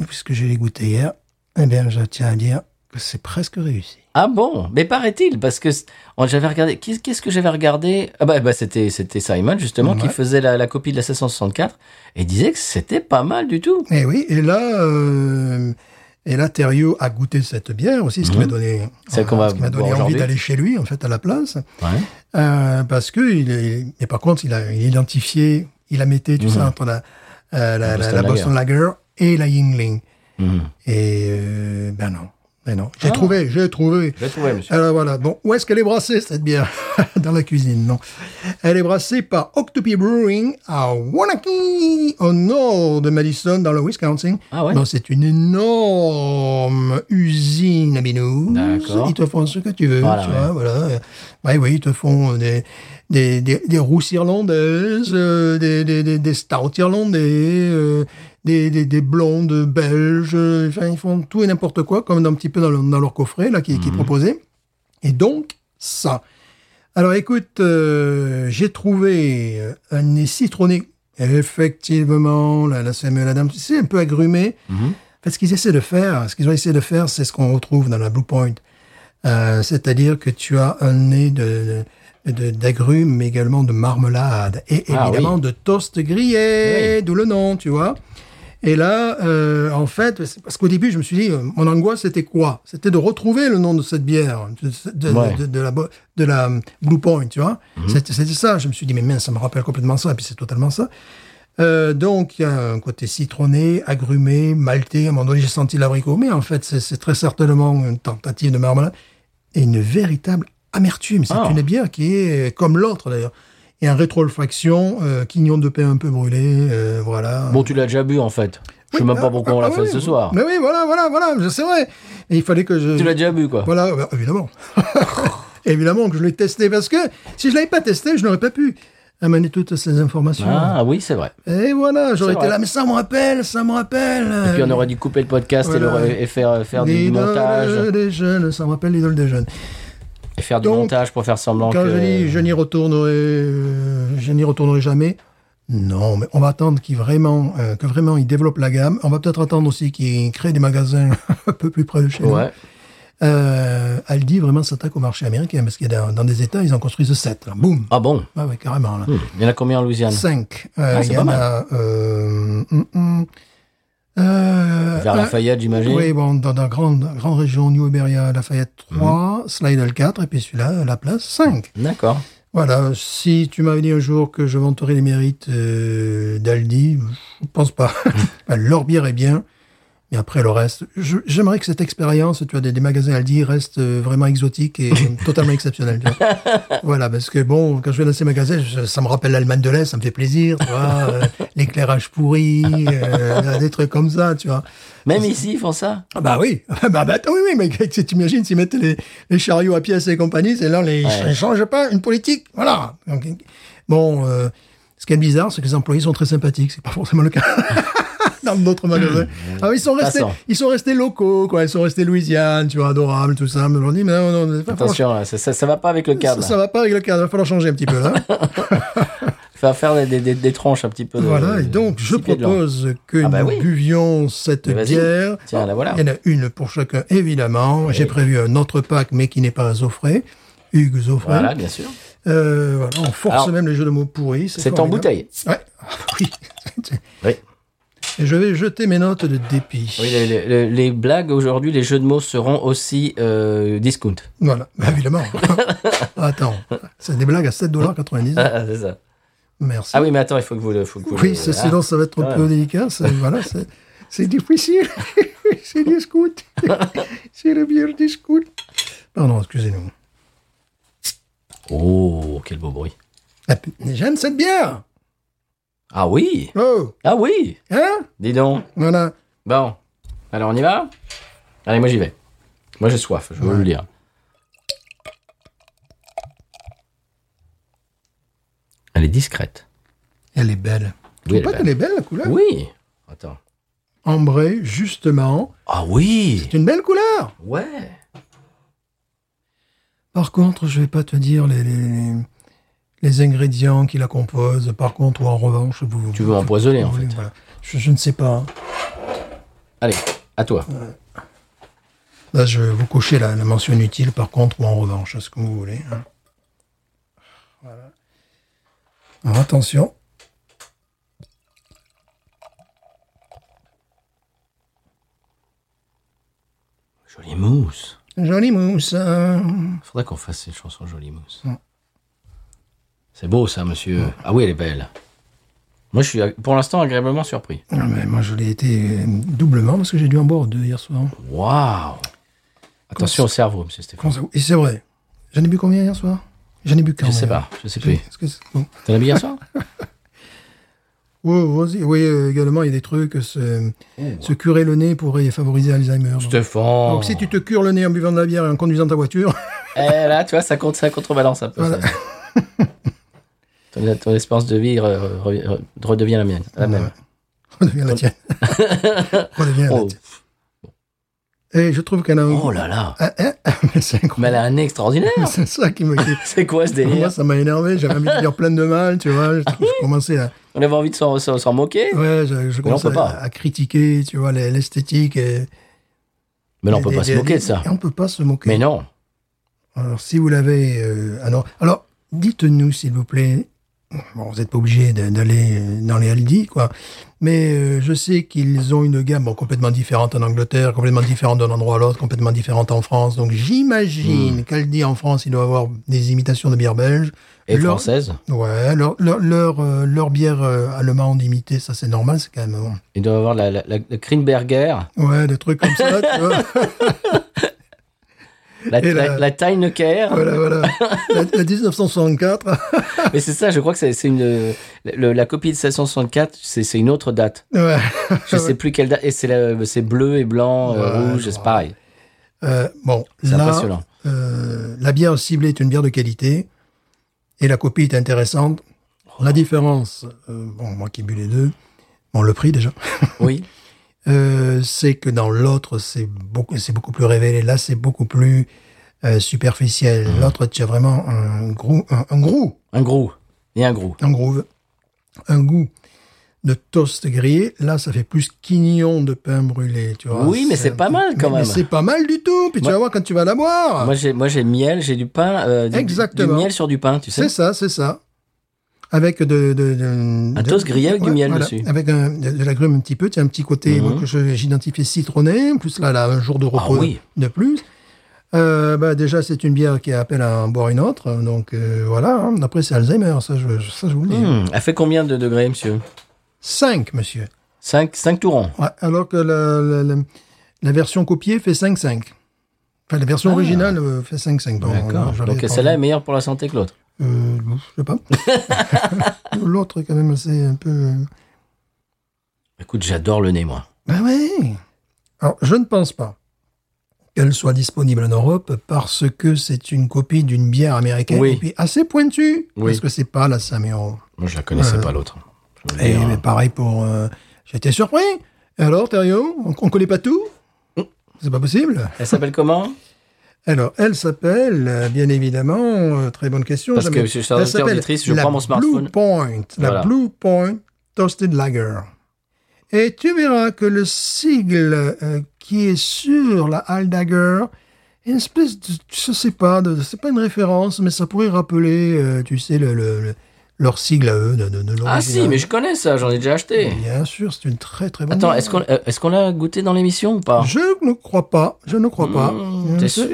Speaker 2: puisque j'ai goûté hier, eh bien, je tiens à dire que c'est presque réussi.
Speaker 1: Ah bon Mais paraît-il, parce que c- oh, j'avais regardé. Qu'est-ce qu'est-ce que j'avais regardé Ah bah, bah, c'était c'était Simon justement qui
Speaker 2: Ouais.
Speaker 1: faisait la, la copie de la 764 et disait que c'était pas mal du tout.
Speaker 2: Et Eh oui, et là, euh, et là, Thériault a goûté cette bière aussi, ce qui
Speaker 1: Mhm.
Speaker 2: m'a donné,
Speaker 1: Celle qu'on
Speaker 2: ce
Speaker 1: va
Speaker 2: qui m'a donné
Speaker 1: boire
Speaker 2: envie
Speaker 1: aujourd'hui.
Speaker 2: d'aller chez lui, en fait, à la place.
Speaker 1: Ouais.
Speaker 2: Euh, parce que il est, mais par contre, il a identifié, il a metté tout
Speaker 1: Mhm.
Speaker 2: ça entre la, euh, la, la- la Boston,
Speaker 1: Boston Lager.
Speaker 2: Lager et la Yingling.
Speaker 1: Mhm.
Speaker 2: Et euh, ben non, ben non. J'ai
Speaker 1: Ah.
Speaker 2: trouvé, j'ai trouvé.
Speaker 1: Je l'ai trouvé, monsieur.
Speaker 2: Alors voilà, bon, où est-ce qu'elle est brassée cette bière Dans la cuisine, non. Elle est brassée par Octopi Brewing à Wanakee, au nord de Madison, dans le Wisconsin.
Speaker 1: Ah ouais
Speaker 2: Non, c'est une énorme usine à binous.
Speaker 1: D'accord.
Speaker 2: Ils te font ce que tu veux,
Speaker 1: Voilà,
Speaker 2: tu
Speaker 1: ouais.
Speaker 2: vois, voilà. Ouais, oui, ils te font des, des, des, des rousses irlandaises, euh, des, des, des, des stouts irlandais, euh, des, des, des blondes belges. euh, Enfin, ils font tout et n'importe quoi, comme un petit peu dans, le- dans leur coffret, là, qui, qui est
Speaker 1: Mhm.
Speaker 2: proposé. Et donc, ça. Alors, écoute, euh, j'ai trouvé euh, un nez citronné. Effectivement, la, la Samuel Adams, c'est un peu agrumé. Parce ce qu'ils essaient de faire, ce qu'ils ont essayé de faire, c'est ce qu'on retrouve dans la Blue Point. Euh, c'est-à-dire que tu as un nez de, de- d'agrumes, mais également de marmelade. Et
Speaker 1: Ah,
Speaker 2: évidemment, de toast grillé, d'où le nom, tu vois. Et là, euh, en fait, c'est- parce qu'au début, je me suis dit, euh, mon angoisse, c'était quoi C'était de retrouver le nom de cette bière, de, de-
Speaker 1: Ouais. Mhm.
Speaker 2: de- de la, bo- de la euh, Blue Point, tu vois. C'était, c'était ça. Je me suis dit, mais mince, ça me rappelle complètement ça, et puis c'est totalement ça. Euh, donc, il y a un côté citronné, agrumé, maltais. À un moment donné, j'ai senti l'abricot, mais en fait, c'est, c'est très certainement une tentative de marmelade et une véritable amertume. C'est
Speaker 1: Ah.
Speaker 2: une bière qui est euh, comme l'autre, d'ailleurs. Et un rétro-olfaction, euh, quignon de pain un peu brûlé, euh, voilà.
Speaker 1: Bon, tu l'as déjà bu en fait. Je sais
Speaker 2: Oui,
Speaker 1: même
Speaker 2: ah,
Speaker 1: pas pourquoi on
Speaker 2: ah,
Speaker 1: l'a
Speaker 2: ah,
Speaker 1: fait
Speaker 2: oui,
Speaker 1: ce soir.
Speaker 2: Mais oui, voilà, voilà, voilà, c'est vrai. Et il fallait que je...
Speaker 1: Tu l'as déjà bu quoi
Speaker 2: Voilà, bah, évidemment. évidemment que je l'ai testé, parce que si je l'avais pas testé, je n'aurais pas pu amener toutes ces informations.
Speaker 1: Ah oui, c'est vrai.
Speaker 2: Et voilà, j'aurais
Speaker 1: C'est
Speaker 2: été
Speaker 1: vrai.
Speaker 2: là, mais ça me rappelle, ça me rappelle.
Speaker 1: Et puis on aurait dû couper le podcast et, le
Speaker 2: Voilà.
Speaker 1: re- et faire, euh, faire
Speaker 2: L'idole
Speaker 1: du montage.
Speaker 2: des jeunes, ça me rappelle l'idole des jeunes.
Speaker 1: Et faire du
Speaker 2: Donc,
Speaker 1: montage pour faire semblant
Speaker 2: Quand
Speaker 1: que.
Speaker 2: je dis je n'y retournerai, euh, je n'y retournerai jamais. Non, mais on va attendre qu'ils vraiment, euh, que vraiment ils développent la gamme. On va peut-être attendre aussi qu'ils créent des magasins un peu plus près de chez nous.
Speaker 1: Ouais.
Speaker 2: Euh, Aldi vraiment s'attaque au marché américain parce qu'il y a dans, dans des États ils en construisent sept. là. Boum.
Speaker 1: Ah bon
Speaker 2: Ah ouais, carrément là.
Speaker 1: Hmm. Il y en a combien en Louisiane
Speaker 2: 5. Euh,
Speaker 1: Ah,
Speaker 2: il
Speaker 1: c'est
Speaker 2: y
Speaker 1: pas
Speaker 2: en
Speaker 1: mal.
Speaker 2: a. Euh, mm, mm, euh,
Speaker 1: Vers
Speaker 2: un-
Speaker 1: Lafayette, j'imagine
Speaker 2: Oui, bon, dans la grande, grande région, New Iberia, Lafayette 3,
Speaker 1: Hmm.
Speaker 2: Slidell 4, et puis celui-là, La Place 5.
Speaker 1: D'accord.
Speaker 2: Voilà, si tu m'avais dit un jour que je vanterais les mérites euh, d'Aldi, je pense pas. Ben, Leur bière est bien, mais après le reste, je- j'aimerais que cette expérience, tu vois, des, des magasins Aldi reste euh, vraiment exotique et totalement exceptionnelle. tu vois. voilà, parce que bon, quand je vais dans ces magasins, je- ça me rappelle l'Allemagne de l'Est, ça me fait plaisir, tu vois, euh, l'éclairage pourri, euh, des trucs comme ça, tu vois.
Speaker 1: Même ici, ils font ça
Speaker 2: Ah bah oui, bah, bah attends, oui, oui, mais tu t'imagines s'ils mettent les, les chariots à pièces et compagnie, c'est là, les,
Speaker 1: Ouais.
Speaker 2: ils changent pas une politique, voilà. Donc, bon, euh, ce qui est bizarre, c'est que les employés sont très sympathiques, c'est pas forcément le cas dans d'autres magasins.
Speaker 1: Mmh.
Speaker 2: Ah, ils sont restés,
Speaker 1: Passons.
Speaker 2: ils sont restés locaux, quoi, ils sont restés Louisiane, tu vois, adorables, tout ça, mais on leur dit, mais non, non, pas
Speaker 1: Attention, là, ça, ça, ça va pas avec le cadre.
Speaker 2: ça, ça va pas avec le cadre, il va falloir changer un petit peu hein. là.
Speaker 1: Faire faire des, des, des- des tranches un petit peu. de-
Speaker 2: voilà, et donc
Speaker 1: de
Speaker 2: je
Speaker 1: pied de l'an.
Speaker 2: propose que
Speaker 1: Ah bah
Speaker 2: nous
Speaker 1: oui.
Speaker 2: buvions cette
Speaker 1: Mais vas-y.
Speaker 2: bière.
Speaker 1: Tiens, la voilà.
Speaker 2: Il y en a une pour chacun, évidemment. J'ai prévu un autre pack, mais qui n'est pas au frais. Hugues Zoffray.
Speaker 1: Voilà, bien sûr.
Speaker 2: Euh, voilà, on force
Speaker 1: Alors,
Speaker 2: même les jeux de mots pourris.
Speaker 1: C'est en
Speaker 2: formidable.
Speaker 1: bouteille.
Speaker 2: Ouais. Oui.
Speaker 1: Oui.
Speaker 2: Et je vais jeter mes notes de dépit.
Speaker 1: Oui, les, les- les blagues aujourd'hui, les jeux de mots seront aussi euh, discount.
Speaker 2: Voilà, Bah, évidemment. Attends, c'est des blagues à 7,99$.
Speaker 1: Ah, c'est ça.
Speaker 2: Merci.
Speaker 1: Ah oui, mais attends, il faut que vous le. Faut que vous le-
Speaker 2: Oui, c'est-
Speaker 1: ah.
Speaker 2: sinon ça va être un peu
Speaker 1: Ouais.
Speaker 2: délicat. c'est- Voilà, c'est- c'est difficile. c'est des scouts. c'est le bière des scouts. Pardon, excusez-nous.
Speaker 1: Oh, quel beau bruit.
Speaker 2: Ah, pu- J'aime cette bière.
Speaker 1: Ah oui
Speaker 2: Oh,
Speaker 1: Ah oui
Speaker 2: hein
Speaker 1: Dis donc.
Speaker 2: Voilà.
Speaker 1: Bon. Alors, on y va Allez, moi j'y vais. Moi j'ai soif, je veux vous le dire. Elle est discrète.
Speaker 2: Elle est belle. Tu
Speaker 1: Oui, elle
Speaker 2: trouves
Speaker 1: est
Speaker 2: pas qu'elle est belle la couleur
Speaker 1: Oui. Attends.
Speaker 2: Ambrée, justement.
Speaker 1: Ah oui.
Speaker 2: C'est une belle couleur.
Speaker 1: Ouais.
Speaker 2: Par contre, je vais pas te dire les, les, les ingrédients qui la composent. Par contre, ou en revanche, vous.
Speaker 1: Tu veux empoisonner, en
Speaker 2: vous-
Speaker 1: fait.
Speaker 2: voilà. Je, je ne sais pas. hein.
Speaker 1: Allez, à toi.
Speaker 2: Là, je vous coucher la, la mention inutile, par contre, ou en revanche, ce que vous voulez. hein. Voilà. Alors, attention.
Speaker 1: Jolie mousse.
Speaker 2: Jolie mousse. hein.
Speaker 1: Faudrait qu'on fasse une chanson Jolie mousse. C'est beau ça, monsieur. Ah oui, elle est belle. Moi, je suis ag- pour l'instant agréablement surpris.
Speaker 2: Ah, mais moi, je l'ai été euh, doublement parce que j'ai dû en boire deux hier soir.
Speaker 1: Waouh. Attention au cerveau, monsieur Stéphane.
Speaker 2: Comment ça- Et c'est vrai. J'en ai bu combien hier soir J'en ai bu qu'un.
Speaker 1: Je sais
Speaker 2: d'ailleurs.
Speaker 1: pas, je sais plus.
Speaker 2: Est-ce que c'est bon
Speaker 1: T'en as bu hier soir
Speaker 2: Oui, vas-y. Oui, euh, également, il y a des trucs. Se,
Speaker 1: Oh.
Speaker 2: se curer le nez pourrait favoriser Alzheimer. Donc.
Speaker 1: Stéphane.
Speaker 2: Donc, si tu te cures le nez en buvant de la bière et en conduisant ta voiture,
Speaker 1: Eh, là, tu vois, ça, compte, ça contrebalance un peu. ça. ton, ton espérance de vie re- re- redevient la mienne. La même.
Speaker 2: redevient la tienne. redevient la
Speaker 1: Oh,
Speaker 2: tienne. Et Eh, je trouve qu'elle a un
Speaker 1: oh là là.
Speaker 2: Ah, ah, mais c'est
Speaker 1: Mais elle
Speaker 2: incroyable.
Speaker 1: a un nez extraordinaire.
Speaker 2: C'est ça qui me dit.
Speaker 1: C'est quoi ce
Speaker 2: Moi,
Speaker 1: délire
Speaker 2: ça m'a énervé. J'avais envie de dire plein de mal, tu vois. Je, je commençais à,
Speaker 1: On avait envie de s'en s'en- s'en moquer
Speaker 2: ouais, je, je
Speaker 1: Mais on
Speaker 2: commençais
Speaker 1: peut pas.
Speaker 2: à, à critiquer, tu vois, les- l'esthétique. et-
Speaker 1: Mais là, on peut
Speaker 2: des-
Speaker 1: pas se
Speaker 2: des-
Speaker 1: moquer de ça.
Speaker 2: et On peut pas se moquer.
Speaker 1: Mais non.
Speaker 2: Alors, si vous l'avez, euh, alors, alors, dites-nous, s'il vous plaît. Bon, vous n'êtes pas obligé de- d'aller euh, dans les Aldi, quoi. Mais euh, je sais qu'ils ont une gamme bon, complètement différente en Angleterre, complètement différente d'un endroit à l'autre, complètement différente en France. Donc, j'imagine qu'Aldi en France, il doit avoir des imitations de bière belge.
Speaker 1: Et
Speaker 2: Leur-
Speaker 1: française
Speaker 2: Ouais, leur, leur, leur, euh, leur bière euh, allemande imitée, ça c'est normal, c'est quand même.
Speaker 1: Il doit avoir la, la, la, la Krinberger,
Speaker 2: bon. Ouais, des trucs comme ça, tu vois.
Speaker 1: la,
Speaker 2: Et
Speaker 1: la,
Speaker 2: la-
Speaker 1: la Tineker.
Speaker 2: Voilà, voilà. La, la 1964.
Speaker 1: Mais c'est ça, je crois que c'est c'est une. le- la copie de 1664, c'est c'est une autre date.
Speaker 2: Ouais.
Speaker 1: Je sais plus quelle date. Et c'est la- c'est bleu et blanc, euh,
Speaker 2: Ouais,
Speaker 1: rouge,
Speaker 2: je
Speaker 1: c'est
Speaker 2: vois.
Speaker 1: pareil.
Speaker 2: Euh, bon,
Speaker 1: C'est
Speaker 2: là,
Speaker 1: impressionnant.
Speaker 2: euh, la bière ciblée est une bière de qualité et la copie est intéressante.
Speaker 1: Oh.
Speaker 2: La différence, euh, bon, moi qui bu les deux, bon, le prix déjà,
Speaker 1: Oui.
Speaker 2: euh, c'est que dans l'autre, c'est beaucoup, c'est beaucoup plus révélé. Là, c'est beaucoup plus euh, superficiel.
Speaker 1: Mmh.
Speaker 2: L'autre, tu as vraiment un gros, un, un gros
Speaker 1: Un gros. Et un gros.
Speaker 2: un groove, un goût de toast grillé. Là, ça fait plus quignon de pain brûlé, tu vois.
Speaker 1: Oui, mais c'est pas mal, quand
Speaker 2: mais-
Speaker 1: même.
Speaker 2: Mais c'est pas mal du tout. Puis
Speaker 1: Moi-
Speaker 2: tu vas voir quand tu vas la boire.
Speaker 1: Moi, j'ai moi, j'ai miel, j'ai du pain. euh, du,
Speaker 2: Ah. Exactement.
Speaker 1: Du miel sur du pain, tu sais.
Speaker 2: c'est ça, c'est ça. Avec de, de, de-
Speaker 1: Un
Speaker 2: de-
Speaker 1: toast grillé avec du miel
Speaker 2: voilà.
Speaker 1: dessus.
Speaker 2: Avec un, de, de la grume un petit peu. Tu as un petit
Speaker 1: Mhm.
Speaker 2: côté
Speaker 1: Ah
Speaker 2: moi, que je- j'identifiais citronné. En Plus là, là, un jour de repos
Speaker 1: oui.
Speaker 2: de plus. Euh, bah, déjà, c'est une bière qui appelle à en boire une autre. Donc euh, voilà. hein. Après, c'est Alzheimer. Ça, je, ça, je vous le dis.
Speaker 1: Hmm, Elle fait combien de degrés, monsieur
Speaker 2: 5, monsieur.
Speaker 1: 5 cinq tourons.
Speaker 2: Ouais, alors que la, la- la- la version copiée fait 5,5. Enfin, la version originale euh, fait 5,5. Bon,
Speaker 1: Ah. D'accord.
Speaker 2: euh, j'avais
Speaker 1: Donc
Speaker 2: pas-
Speaker 1: celle-là est meilleure pour la santé que l'autre.
Speaker 2: Euh, bon, je sais pas. L'autre est quand même assez un peu... euh,
Speaker 1: Écoute, j'adore le nez, moi.
Speaker 2: Ah ouais Alors, je ne pense pas qu'elle soit disponible en Europe parce que c'est une copie d'une bière américaine
Speaker 1: Oui.
Speaker 2: et puis assez pointue.
Speaker 1: Oui.
Speaker 2: Parce que c'est pas la 5 euros.
Speaker 1: Moi, je la connaissais
Speaker 2: Ouais.
Speaker 1: pas, l'autre. Je veux
Speaker 2: Et
Speaker 1: dire,
Speaker 2: mais pareil pour... euh, J'étais surpris. Et alors, Thériault, on, on connaît pas tout C'est pas possible
Speaker 1: Elle s'appelle comment
Speaker 2: Alors, elle s'appelle, euh, bien évidemment, euh, très bonne question.
Speaker 1: Parce
Speaker 2: jamais-
Speaker 1: que, chers auditeurs,
Speaker 2: elle s'appelle
Speaker 1: auditrices, je
Speaker 2: la
Speaker 1: prends mon smartphone.
Speaker 2: Blue Point, la
Speaker 1: Voilà.
Speaker 2: Blue Point Toasted Lager. Et tu verras que le sigle euh, qui est sur la Haldager est une espèce de, je sais pas, de, c'est pas une référence, mais ça pourrait rappeler, euh, tu sais, le, le- le- leur sigle à eux, de, de, de
Speaker 1: Ah si,
Speaker 2: l'original.
Speaker 1: mais je connais ça, j'en ai déjà acheté.
Speaker 2: Bien sûr, c'est une très très bonne.
Speaker 1: Attends, est-ce qu'on euh, est-ce qu'on l'a goûté dans l'émission ou pas
Speaker 2: Je ne crois pas, je ne crois pas.
Speaker 1: Mmh, T'es
Speaker 2: Je-
Speaker 1: sûr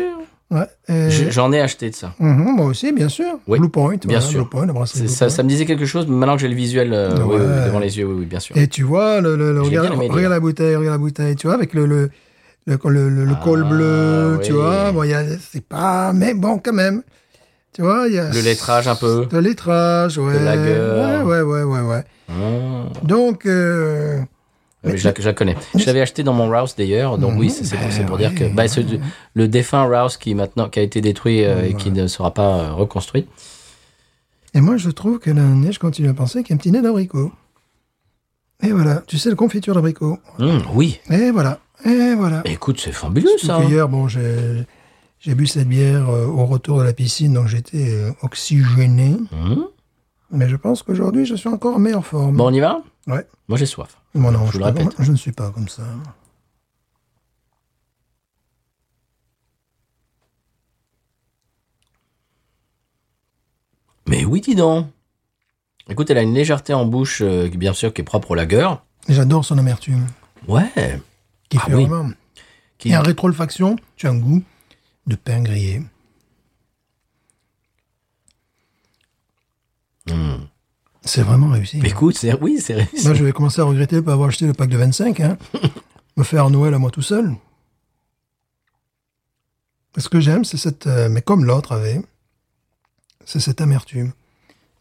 Speaker 2: Ouais, et-
Speaker 1: Je- J'en ai acheté de ça.
Speaker 2: Mhm, moi aussi, bien sûr.
Speaker 1: Oui,
Speaker 2: Blue Point,
Speaker 1: bien sûr.
Speaker 2: Blue Point, la brasserie
Speaker 1: C'est-
Speaker 2: Blue
Speaker 1: Ça,
Speaker 2: Point.
Speaker 1: ça me disait quelque chose, mais maintenant que j'ai le visuel euh, oui, oui,
Speaker 2: Ouais.
Speaker 1: devant les yeux, oui, oui, bien sûr.
Speaker 2: Et tu vois, le, le- le-
Speaker 1: Je l'ai
Speaker 2: regarde,
Speaker 1: bien aimé,
Speaker 2: regarde la bouteille, regarde la bouteille, tu vois, avec le, le, le, le- le- le col
Speaker 1: Ah,
Speaker 2: bleu, tu
Speaker 1: oui.
Speaker 2: vois. Bon, il y a- c'est pas, mais bon, quand même. Tu vois, il y a.
Speaker 1: Le laitrage un peu.
Speaker 2: Le laitrage, ouais.
Speaker 1: lager.
Speaker 2: Ouais, ouais, ouais, ouais, ouais.
Speaker 1: Mmh.
Speaker 2: Donc, euh,
Speaker 1: Mais je, la, je la connais. Je l'avais acheté dans mon Rouse d'ailleurs, donc oui, c'est c'est pour, c'est pour dire que bah, ce- le défunt Rouse qui maintenant qui a été détruit euh, et qui ne sera pas euh, reconstruit.
Speaker 2: Et moi, je trouve que la neige continue à penser qu'il y a un petit nez d'abricot. Et voilà. Tu sais, la confiture d'abricot.
Speaker 1: Hum, oui.
Speaker 2: Et voilà. Et voilà.
Speaker 1: Écoute, c'est fabuleux ça. hein.
Speaker 2: Surtout qu'hier, bon, j'ai, j'ai bu cette bière euh, au retour de la piscine, donc j'étais euh, oxygéné.
Speaker 1: Hum.
Speaker 2: Mais je pense qu'aujourd'hui, je suis encore en meilleure forme.
Speaker 1: Bon, on y va
Speaker 2: Ouais.
Speaker 1: Moi, j'ai soif.
Speaker 2: Bon, non,
Speaker 1: Je
Speaker 2: je,
Speaker 1: le
Speaker 2: peux-
Speaker 1: répète.
Speaker 2: je ne suis pas comme ça.
Speaker 1: Mais oui, dis donc. Écoute, elle a une légèreté en bouche, euh, qui, bien sûr, qui est propre au lager.
Speaker 2: J'adore son amertume.
Speaker 1: Ouais.
Speaker 2: Qui
Speaker 1: Ah
Speaker 2: fait
Speaker 1: oui.
Speaker 2: vraiment-
Speaker 1: Qui-
Speaker 2: Et en rétrofaction, tu as un goût de pain grillé.
Speaker 1: Hum.
Speaker 2: C'est vraiment réussi.
Speaker 1: Mais Écoute, c'est... oui, c'est réussi.
Speaker 2: Moi, je vais commencer à regretter de ne pas avoir acheté le pack de 25. Hein. Me faire Noël à moi tout seul. Ce que j'aime, c'est cette. euh, mais comme l'autre avait, c'est cette amertume.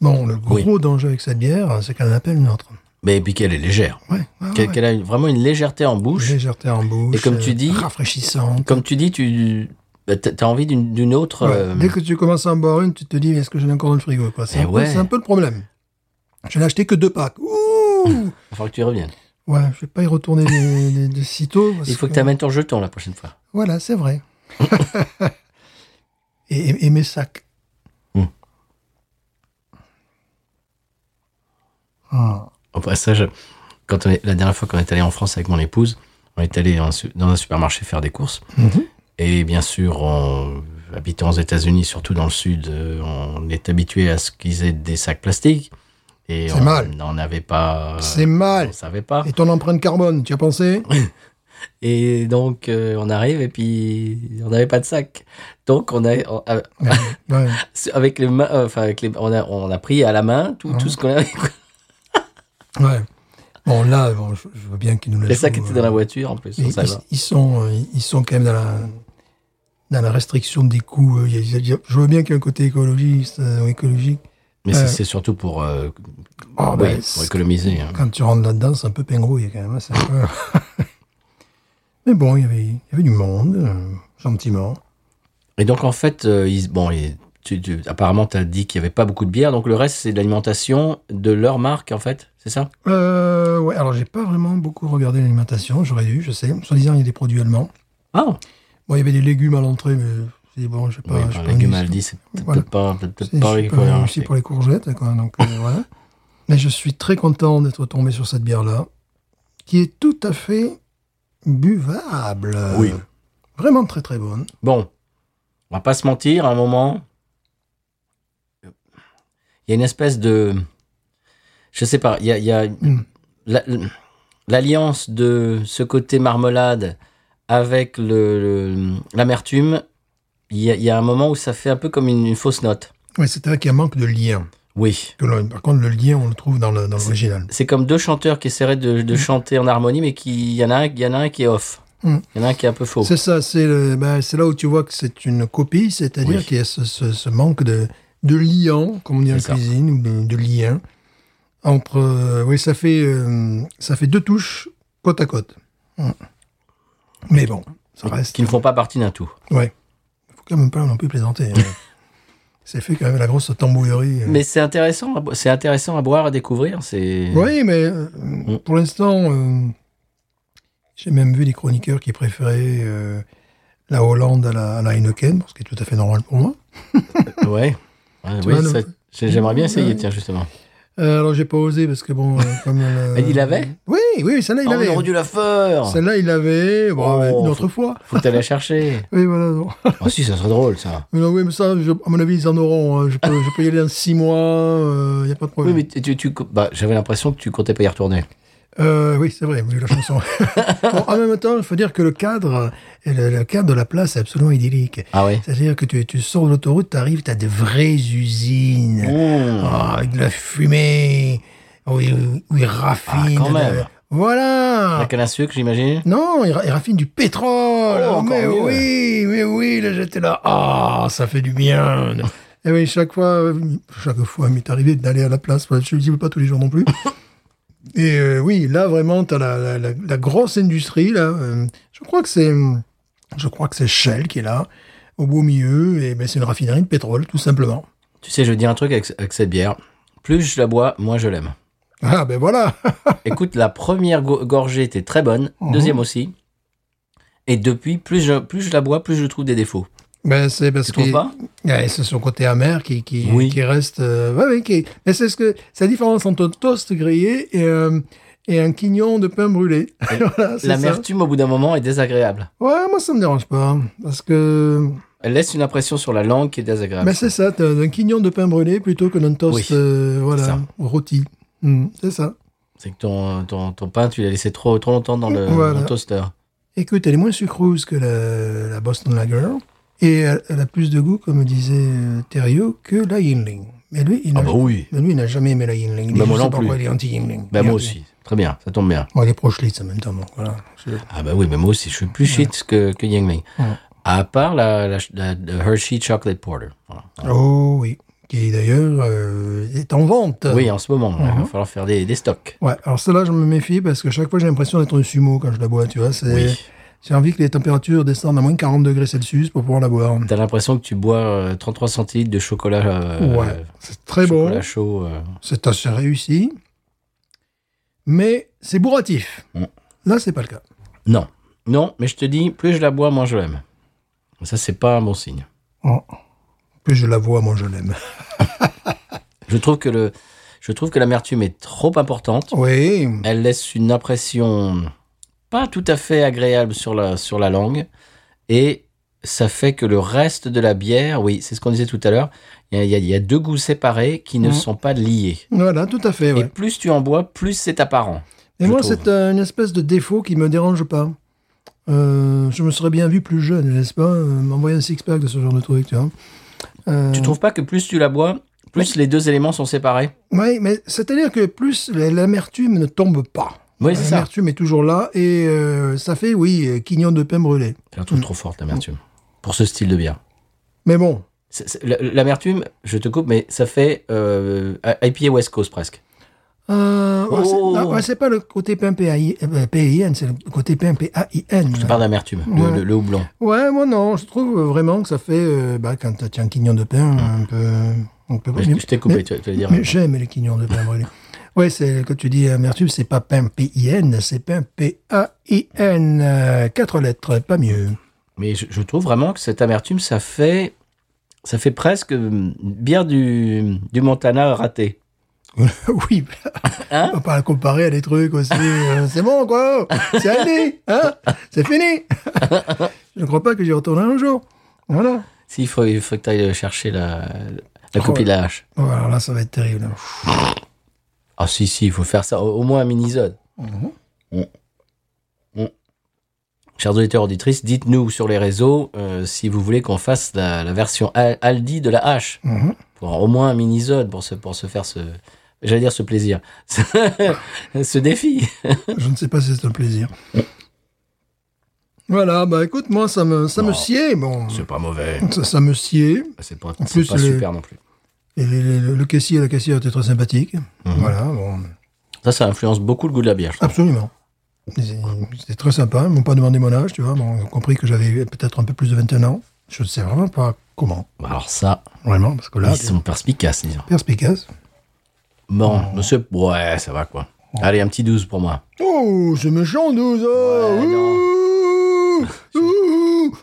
Speaker 2: Bon, le gros
Speaker 1: Oui.
Speaker 2: danger avec cette bière, c'est qu'elle en appelle une autre.
Speaker 1: Mais puis qu'elle est légère.
Speaker 2: Ouais, ouais,
Speaker 1: Qu'elle,
Speaker 2: Ah ouais.
Speaker 1: qu'elle a une- vraiment une légèreté en bouche.
Speaker 2: Légèreté en bouche.
Speaker 1: Et comme tu
Speaker 2: euh,
Speaker 1: dis-
Speaker 2: Rafraîchissante.
Speaker 1: Comme tu dis, tu bah, t'as t'as envie d'une, d'une autre.
Speaker 2: Ouais,
Speaker 1: euh,
Speaker 2: Dès que tu commences à en boire une, tu te dis, est-ce que j'en ai encore dans le frigo quoi. C'est
Speaker 1: Eh
Speaker 2: un, peu-
Speaker 1: ouais.
Speaker 2: c'est un peu le problème. Je n'ai acheté que deux packs. Ouh
Speaker 1: Il faudra que tu y reviennes.
Speaker 2: Ouais, je vais pas y retourner de, de- de sitôt. parce
Speaker 1: Il faut que tu amènes ton jeton la prochaine fois.
Speaker 2: Voilà, c'est vrai. et, et- et mes sacs.
Speaker 1: Hmm.
Speaker 2: Ah.
Speaker 1: Au passage, quand on est- la dernière fois qu'on est allé en France avec mon épouse, on est allé en su- dans un supermarché faire des courses.
Speaker 2: Mhm.
Speaker 1: Et bien sûr, en habitant aux États-Unis, surtout dans le sud, euh, on est habitué à ce qu'ils aient des sacs plastiques. Et
Speaker 2: C'est
Speaker 1: on
Speaker 2: mal.
Speaker 1: n'en avait pas.
Speaker 2: C'est mal.
Speaker 1: On savait pas.
Speaker 2: Et ton empreinte carbone, tu y as pensé
Speaker 1: Et donc, euh, on arrive et puis on n'avait pas de sac. Donc, on a, on a-
Speaker 2: Ouais, ouais.
Speaker 1: avec les mains, euh, enfin, avec les, on, a, on a pris à la main tout,
Speaker 2: Hein.
Speaker 1: tout ce qu'on avait.
Speaker 2: ouais. Bon, là, bon, je, je vois bien qu'ils nous laissent.
Speaker 1: Les sacs étaient dans la voiture en plus.
Speaker 2: Et
Speaker 1: on savait
Speaker 2: ils,
Speaker 1: pas.
Speaker 2: ils sont, euh, ils sont quand même dans la, dans la restriction des coûts. euh, il y a- il y a- je vois bien qu'il y a un côté écologiste euh, ou écologique.
Speaker 1: Mais c'est-
Speaker 2: Euh.
Speaker 1: c'est surtout pour, euh,
Speaker 2: Ah,
Speaker 1: oui,
Speaker 2: ben,
Speaker 1: pour
Speaker 2: c'est-
Speaker 1: économiser. hein.
Speaker 2: quand tu rentres là-dedans, c'est un peu pingrouille quand même. hein, c'est un peu- Mais bon, il y avait, il y avait du monde, euh, gentiment.
Speaker 1: Et donc, en fait, euh, ils, bon, et tu, tu- apparemment, tu as dit qu'il n'y avait pas beaucoup de bière. Donc, le reste, c'est de l'alimentation de leur marque, en fait. C'est ça
Speaker 2: Euh, ouais, alors j'ai pas vraiment beaucoup regardé l'alimentation, j'aurais dû, je sais. Soit disant, il y a des produits allemands.
Speaker 1: Ah
Speaker 2: Bon, il y avait des légumes à l'entrée, mais c'est bon, je sais pas.
Speaker 1: Oui,
Speaker 2: je
Speaker 1: par
Speaker 2: sais pas,
Speaker 1: légumes,
Speaker 2: une-
Speaker 1: elle dit, c'est peut-être
Speaker 2: Voilà.
Speaker 1: pas. Peut-être
Speaker 2: C'est
Speaker 1: pas
Speaker 2: je suis
Speaker 1: pour
Speaker 2: pas-
Speaker 1: leur
Speaker 2: aussi
Speaker 1: marque.
Speaker 2: pour les courgettes, quoi. Donc, euh, voilà. Mais je suis très content d'être tombé sur cette bière-là, qui est tout à fait buvable.
Speaker 1: Oui.
Speaker 2: Vraiment très très bonne.
Speaker 1: Bon, on va pas se mentir, à un moment, il y a une espèce de. Je sais pas, il y a, il y a
Speaker 2: Mm.
Speaker 1: la- l'alliance de ce côté marmelade avec le- le- l'amertume. Il y, a, il y a un moment où ça fait un peu comme une, une fausse note.
Speaker 2: Oui, c'est vrai qu'il y a un manque de lien.
Speaker 1: Oui.
Speaker 2: Que l'on- Par contre, le lien, on le trouve dans le- dans l'original.
Speaker 1: C'est comme deux chanteurs qui essaieraient de, de chanter en harmonie, mais qui- il y, en a un- il y en a un qui est off.
Speaker 2: Mm.
Speaker 1: Il y en a un qui est un peu faux.
Speaker 2: C'est ça, c'est le- ben, c'est là où tu vois que c'est une copie, c'est-à-dire
Speaker 1: Oui.
Speaker 2: qu'il y a ce, ce- ce manque de, de liant, comme on dit en
Speaker 1: C'est ça.
Speaker 2: cuisine, ou de, de lien entre. euh, oui, ça fait euh, ça fait deux touches côte à côte. Hum. Mais bon, ça reste.
Speaker 1: Qui ne font pas partie d'un tout.
Speaker 2: Ouais, faut quand même pas non plus plaisanter. hein. c'est fait quand même la grosse tambouillerie. euh.
Speaker 1: Mais c'est intéressant, à bo- c'est intéressant à boire, à découvrir. C'est.
Speaker 2: Oui, mais
Speaker 1: Mm.
Speaker 2: euh, pour l'instant, euh, j'ai même vu des chroniqueurs qui préféraient euh, la Hollande à la, à la Heineken, ce qui est tout à fait normal pour moi.
Speaker 1: Ouais. Ouais,
Speaker 2: Tu
Speaker 1: oui,
Speaker 2: vois,
Speaker 1: ça-
Speaker 2: donc-
Speaker 1: j'ai- j'aimerais bien essayer,
Speaker 2: Ouais.
Speaker 1: tiens, justement.
Speaker 2: Euh, alors j'ai pas osé parce que bon, euh, comme euh,
Speaker 1: Mais il l'avait
Speaker 2: Oui, oui, celle-là il
Speaker 1: Oh,
Speaker 2: l'avait.
Speaker 1: on aurait dû la faire
Speaker 2: Celle-là il l'avait. Bon,
Speaker 1: Oh,
Speaker 2: une autre fois.
Speaker 1: Faut que t'ailles la chercher.
Speaker 2: Oui, voilà. non.
Speaker 1: Ah si, ça serait drôle, ça.
Speaker 2: Mais non, oui, mais ça, je- à mon avis, ils en auront. hein. Je peux, je peux y aller dans six mois. Il y a pas
Speaker 1: Oui,
Speaker 2: de problème.
Speaker 1: mais tu, tu- tu- bah, j'avais l'impression que tu comptais pas y retourner.
Speaker 2: Euh, oui, c'est vrai, vous avez la chanson. Bon, en même temps, il faut dire que le cadre, le, le cadre de la place est absolument idyllique.
Speaker 1: Ah ouais
Speaker 2: C'est-à-dire que tu, tu sors de l'autoroute, tu arrives, tu as des vraies usines,
Speaker 1: Mmh.
Speaker 2: Ah, avec de la fumée, où, ils- où ils raffinent.
Speaker 1: Ah, quand même.
Speaker 2: de- Voilà.
Speaker 1: La canne à sucre, j'imagine
Speaker 2: Non, il, ra- il raffine du pétrole.
Speaker 1: Oh, encore
Speaker 2: mais
Speaker 1: mieux.
Speaker 2: oui, mais oui, là j'étais là. Ah, ça fait du bien. Et oui, chaque fois, euh, chaque fois, il m'est arrivé d'aller à la place. Je ne dis pas tous les jours non plus. Et euh, oui, là vraiment, t'as la, la, la- la grosse industrie là. euh, je crois que c'est, je crois que c'est Shell qui est là, au beau milieu. Et ben c'est une raffinerie de pétrole, tout simplement.
Speaker 1: Tu sais, je dis un truc avec, avec cette bière. Plus je la bois, moins je l'aime.
Speaker 2: Ah ben voilà.
Speaker 1: Écoute, la première go- gorgée était très bonne,
Speaker 2: Mhm.
Speaker 1: deuxième aussi. Et depuis, plus je, plus je la bois, plus je trouve des défauts.
Speaker 2: Ben c'est parce
Speaker 1: Tu
Speaker 2: que
Speaker 1: trouves pas
Speaker 2: Ouais, c'est son côté amer qui qui,
Speaker 1: Oui.
Speaker 2: qui reste. euh, ouais, ouais, qui- mais c'est ce que c'est la différence entre un toast grillé et euh, et un quignon de pain brûlé. Voilà, c'est ça.
Speaker 1: L'amertume, au bout d'un moment, est désagréable.
Speaker 2: Ouais, moi ça me dérange pas parce que
Speaker 1: Elle laisse une impression sur la langue qui est désagréable.
Speaker 2: ben c'est ça, t'as un quignon de pain brûlé plutôt que d'un toast
Speaker 1: Ah, Oui,
Speaker 2: euh,
Speaker 1: c'est
Speaker 2: voilà
Speaker 1: ça.
Speaker 2: rôti. Hmm, c'est ça.
Speaker 1: C'est que ton, ton, ton pain, tu l'as laissé trop, trop longtemps dans le,
Speaker 2: Voilà.
Speaker 1: dans le toaster.
Speaker 2: Écoute, elle est moins sucrose que la, la Boston Lager et elle, elle a plus de goût, comme disait euh, Thériault, que la Yingling. Mais lui, il n'a
Speaker 1: Ah bah oui. Bah
Speaker 2: mais lui, il n'a jamais aimé la Yingling. Il dit,
Speaker 1: moi
Speaker 2: je sais
Speaker 1: non
Speaker 2: pas
Speaker 1: plus.
Speaker 2: pourquoi il est anti-Yingling.
Speaker 1: Bah,
Speaker 2: Il est
Speaker 1: moi
Speaker 2: anti-
Speaker 1: aussi. Très bien, ça tombe bien.
Speaker 2: Bon, elle est proche Litz en même temps, donc voilà. Je-
Speaker 1: Ah bah oui, mais moi aussi, je suis plus shit que, que Yingling.
Speaker 2: Ouais.
Speaker 1: À part la, la, la- la Hershey Chocolate Porter. Voilà.
Speaker 2: Oh oui, qui d'ailleurs euh, Mhm. est en vente.
Speaker 1: Oui, en ce moment, il va falloir faire des, des stocks.
Speaker 2: Ouais, alors celle-là, je me méfie parce que chaque fois, j'ai l'impression d'être un sumo quand je la bois, tu vois. c'est-
Speaker 1: Oui.
Speaker 2: J'ai envie que les températures descendent à moins de 40 degrés Celsius pour pouvoir la boire.
Speaker 1: T'as l'impression que tu bois euh, 33 centilitres de chocolat, euh,
Speaker 2: ouais,
Speaker 1: euh,
Speaker 2: c'est très
Speaker 1: chocolat
Speaker 2: bon,
Speaker 1: chaud. euh.
Speaker 2: c'est assez réussi, mais c'est bourratif.
Speaker 1: Mm.
Speaker 2: Là, c'est pas le cas.
Speaker 1: Non, non, mais je te dis, plus je la bois, moins je l'aime. Ça, c'est pas un bon signe.
Speaker 2: Plus je la vois, moins je l'aime.
Speaker 1: Je trouve que le, je trouve que l'amertume est trop importante.
Speaker 2: Oui,
Speaker 1: Elle laisse une impression pas tout à fait agréable sur la, sur la langue. Et ça fait que le reste de la bière, oui, c'est ce qu'on disait tout à l'heure, il y a, il y a- il y a deux goûts séparés qui ne
Speaker 2: Mhm.
Speaker 1: sont pas liés.
Speaker 2: voilà, tout à fait.
Speaker 1: Et
Speaker 2: Ouais.
Speaker 1: plus tu en bois, plus c'est apparent.
Speaker 2: Et
Speaker 1: je
Speaker 2: moi,
Speaker 1: trouve.
Speaker 2: c'est euh, une espèce de défaut qui me dérange pas. Euh, je me serais bien vu plus jeune, n'est-ce pas euh, M'envoyer un six-pack de ce genre de truc, tu vois. Euh,
Speaker 1: Tu trouves pas que plus tu la bois, plus les deux éléments sont séparés
Speaker 2: Oui, mais c'est-à-dire que plus la- l'amertume ne tombe pas.
Speaker 1: Oui, c'est ça.
Speaker 2: L'amertume est toujours là et euh, ça fait, oui, euh, quignon de pain brûlé.
Speaker 1: Je la trouve trop forte, l'amertume, Mhm. pour ce style de bière.
Speaker 2: Mais bon,
Speaker 1: C'est- c'est- l- L'amertume, je te coupe, mais ça fait euh, IPA West Coast presque.
Speaker 2: euh, ouais, c'est-
Speaker 1: Oh.
Speaker 2: ah, ouais, c'est pas le côté pain PAI euh, ben, PAIN, c'est le côté pain PAIN.
Speaker 1: Je te parle d'amertume, le-
Speaker 2: Ouais.
Speaker 1: le, le houblon.
Speaker 2: Ouais, moi non, je trouve vraiment que ça fait, euh, bah, quand tu as un quignon de pain, un peu... Un peu
Speaker 1: Mais je- je t'ai coupé, tu vas- tu vas dire.
Speaker 2: Mais j'aime les quignons de pain brûlé. Oui, c'est quand tu dis amertume, c'est pas pain P-I-N, c'est pain P-A-I-N. euh, Quatre lettres, pas mieux.
Speaker 1: Mais je, je trouve vraiment que cette amertume, ça fait, ça fait presque hum, bière du, du Montana raté.
Speaker 2: oui,
Speaker 1: Hein
Speaker 2: on va pas la comparer à des trucs aussi. euh, c'est bon, quoi. C'est allé, hein. C'est fini. Je ne crois pas que j'y retourne un jour. Voilà.
Speaker 1: S'il faut, il faut que tu ailles chercher la, la copie de la hache.
Speaker 2: Bon, alors là, ça va être terrible.
Speaker 1: Ah si, si, il faut faire ça, au, au moins un mini-zone.
Speaker 2: Mhm.
Speaker 1: Mm. Mm. Chers auditeurs, auditrices, dites-nous sur les réseaux euh, si vous voulez qu'on fasse la, la version Al- Aldi de la hache.
Speaker 2: Mhm.
Speaker 1: Pour au moins un mini-zone pour se, pour se faire ce... J'allais dire ce plaisir. ce défi.
Speaker 2: Je ne sais pas si c'est un plaisir. Voilà, bah écoute, moi, ça me, ça me
Speaker 1: Non.
Speaker 2: sied. Bon,
Speaker 1: pas mauvais.
Speaker 2: ça, ça me sied.
Speaker 1: Bah, C'est pas,
Speaker 2: En
Speaker 1: c'est
Speaker 2: plus,
Speaker 1: pas
Speaker 2: le-
Speaker 1: super non plus.
Speaker 2: Et le, le- le caissier et la caissière étaient très sympathiques.
Speaker 1: Mhm.
Speaker 2: Voilà, bon,
Speaker 1: Ça, ça influence beaucoup le goût de la bière. je trouve.
Speaker 2: absolument. C'était très sympa, ils m'ont pas demandé mon âge, tu vois. Bon, ils ont compris que j'avais peut-être un peu plus de 21 ans. Je ne sais vraiment pas comment,
Speaker 1: Bah, Alors ça,
Speaker 2: vraiment, parce que là,
Speaker 1: ils sont perspicaces, disons.
Speaker 2: perspicace.
Speaker 1: Bon,
Speaker 2: Ah.
Speaker 1: monsieur... Ouais, ça va quoi. Allez, un petit 12 pour moi.
Speaker 2: Oh, c'est méchant, 12 ans
Speaker 1: Ouais, non.
Speaker 2: Ouh,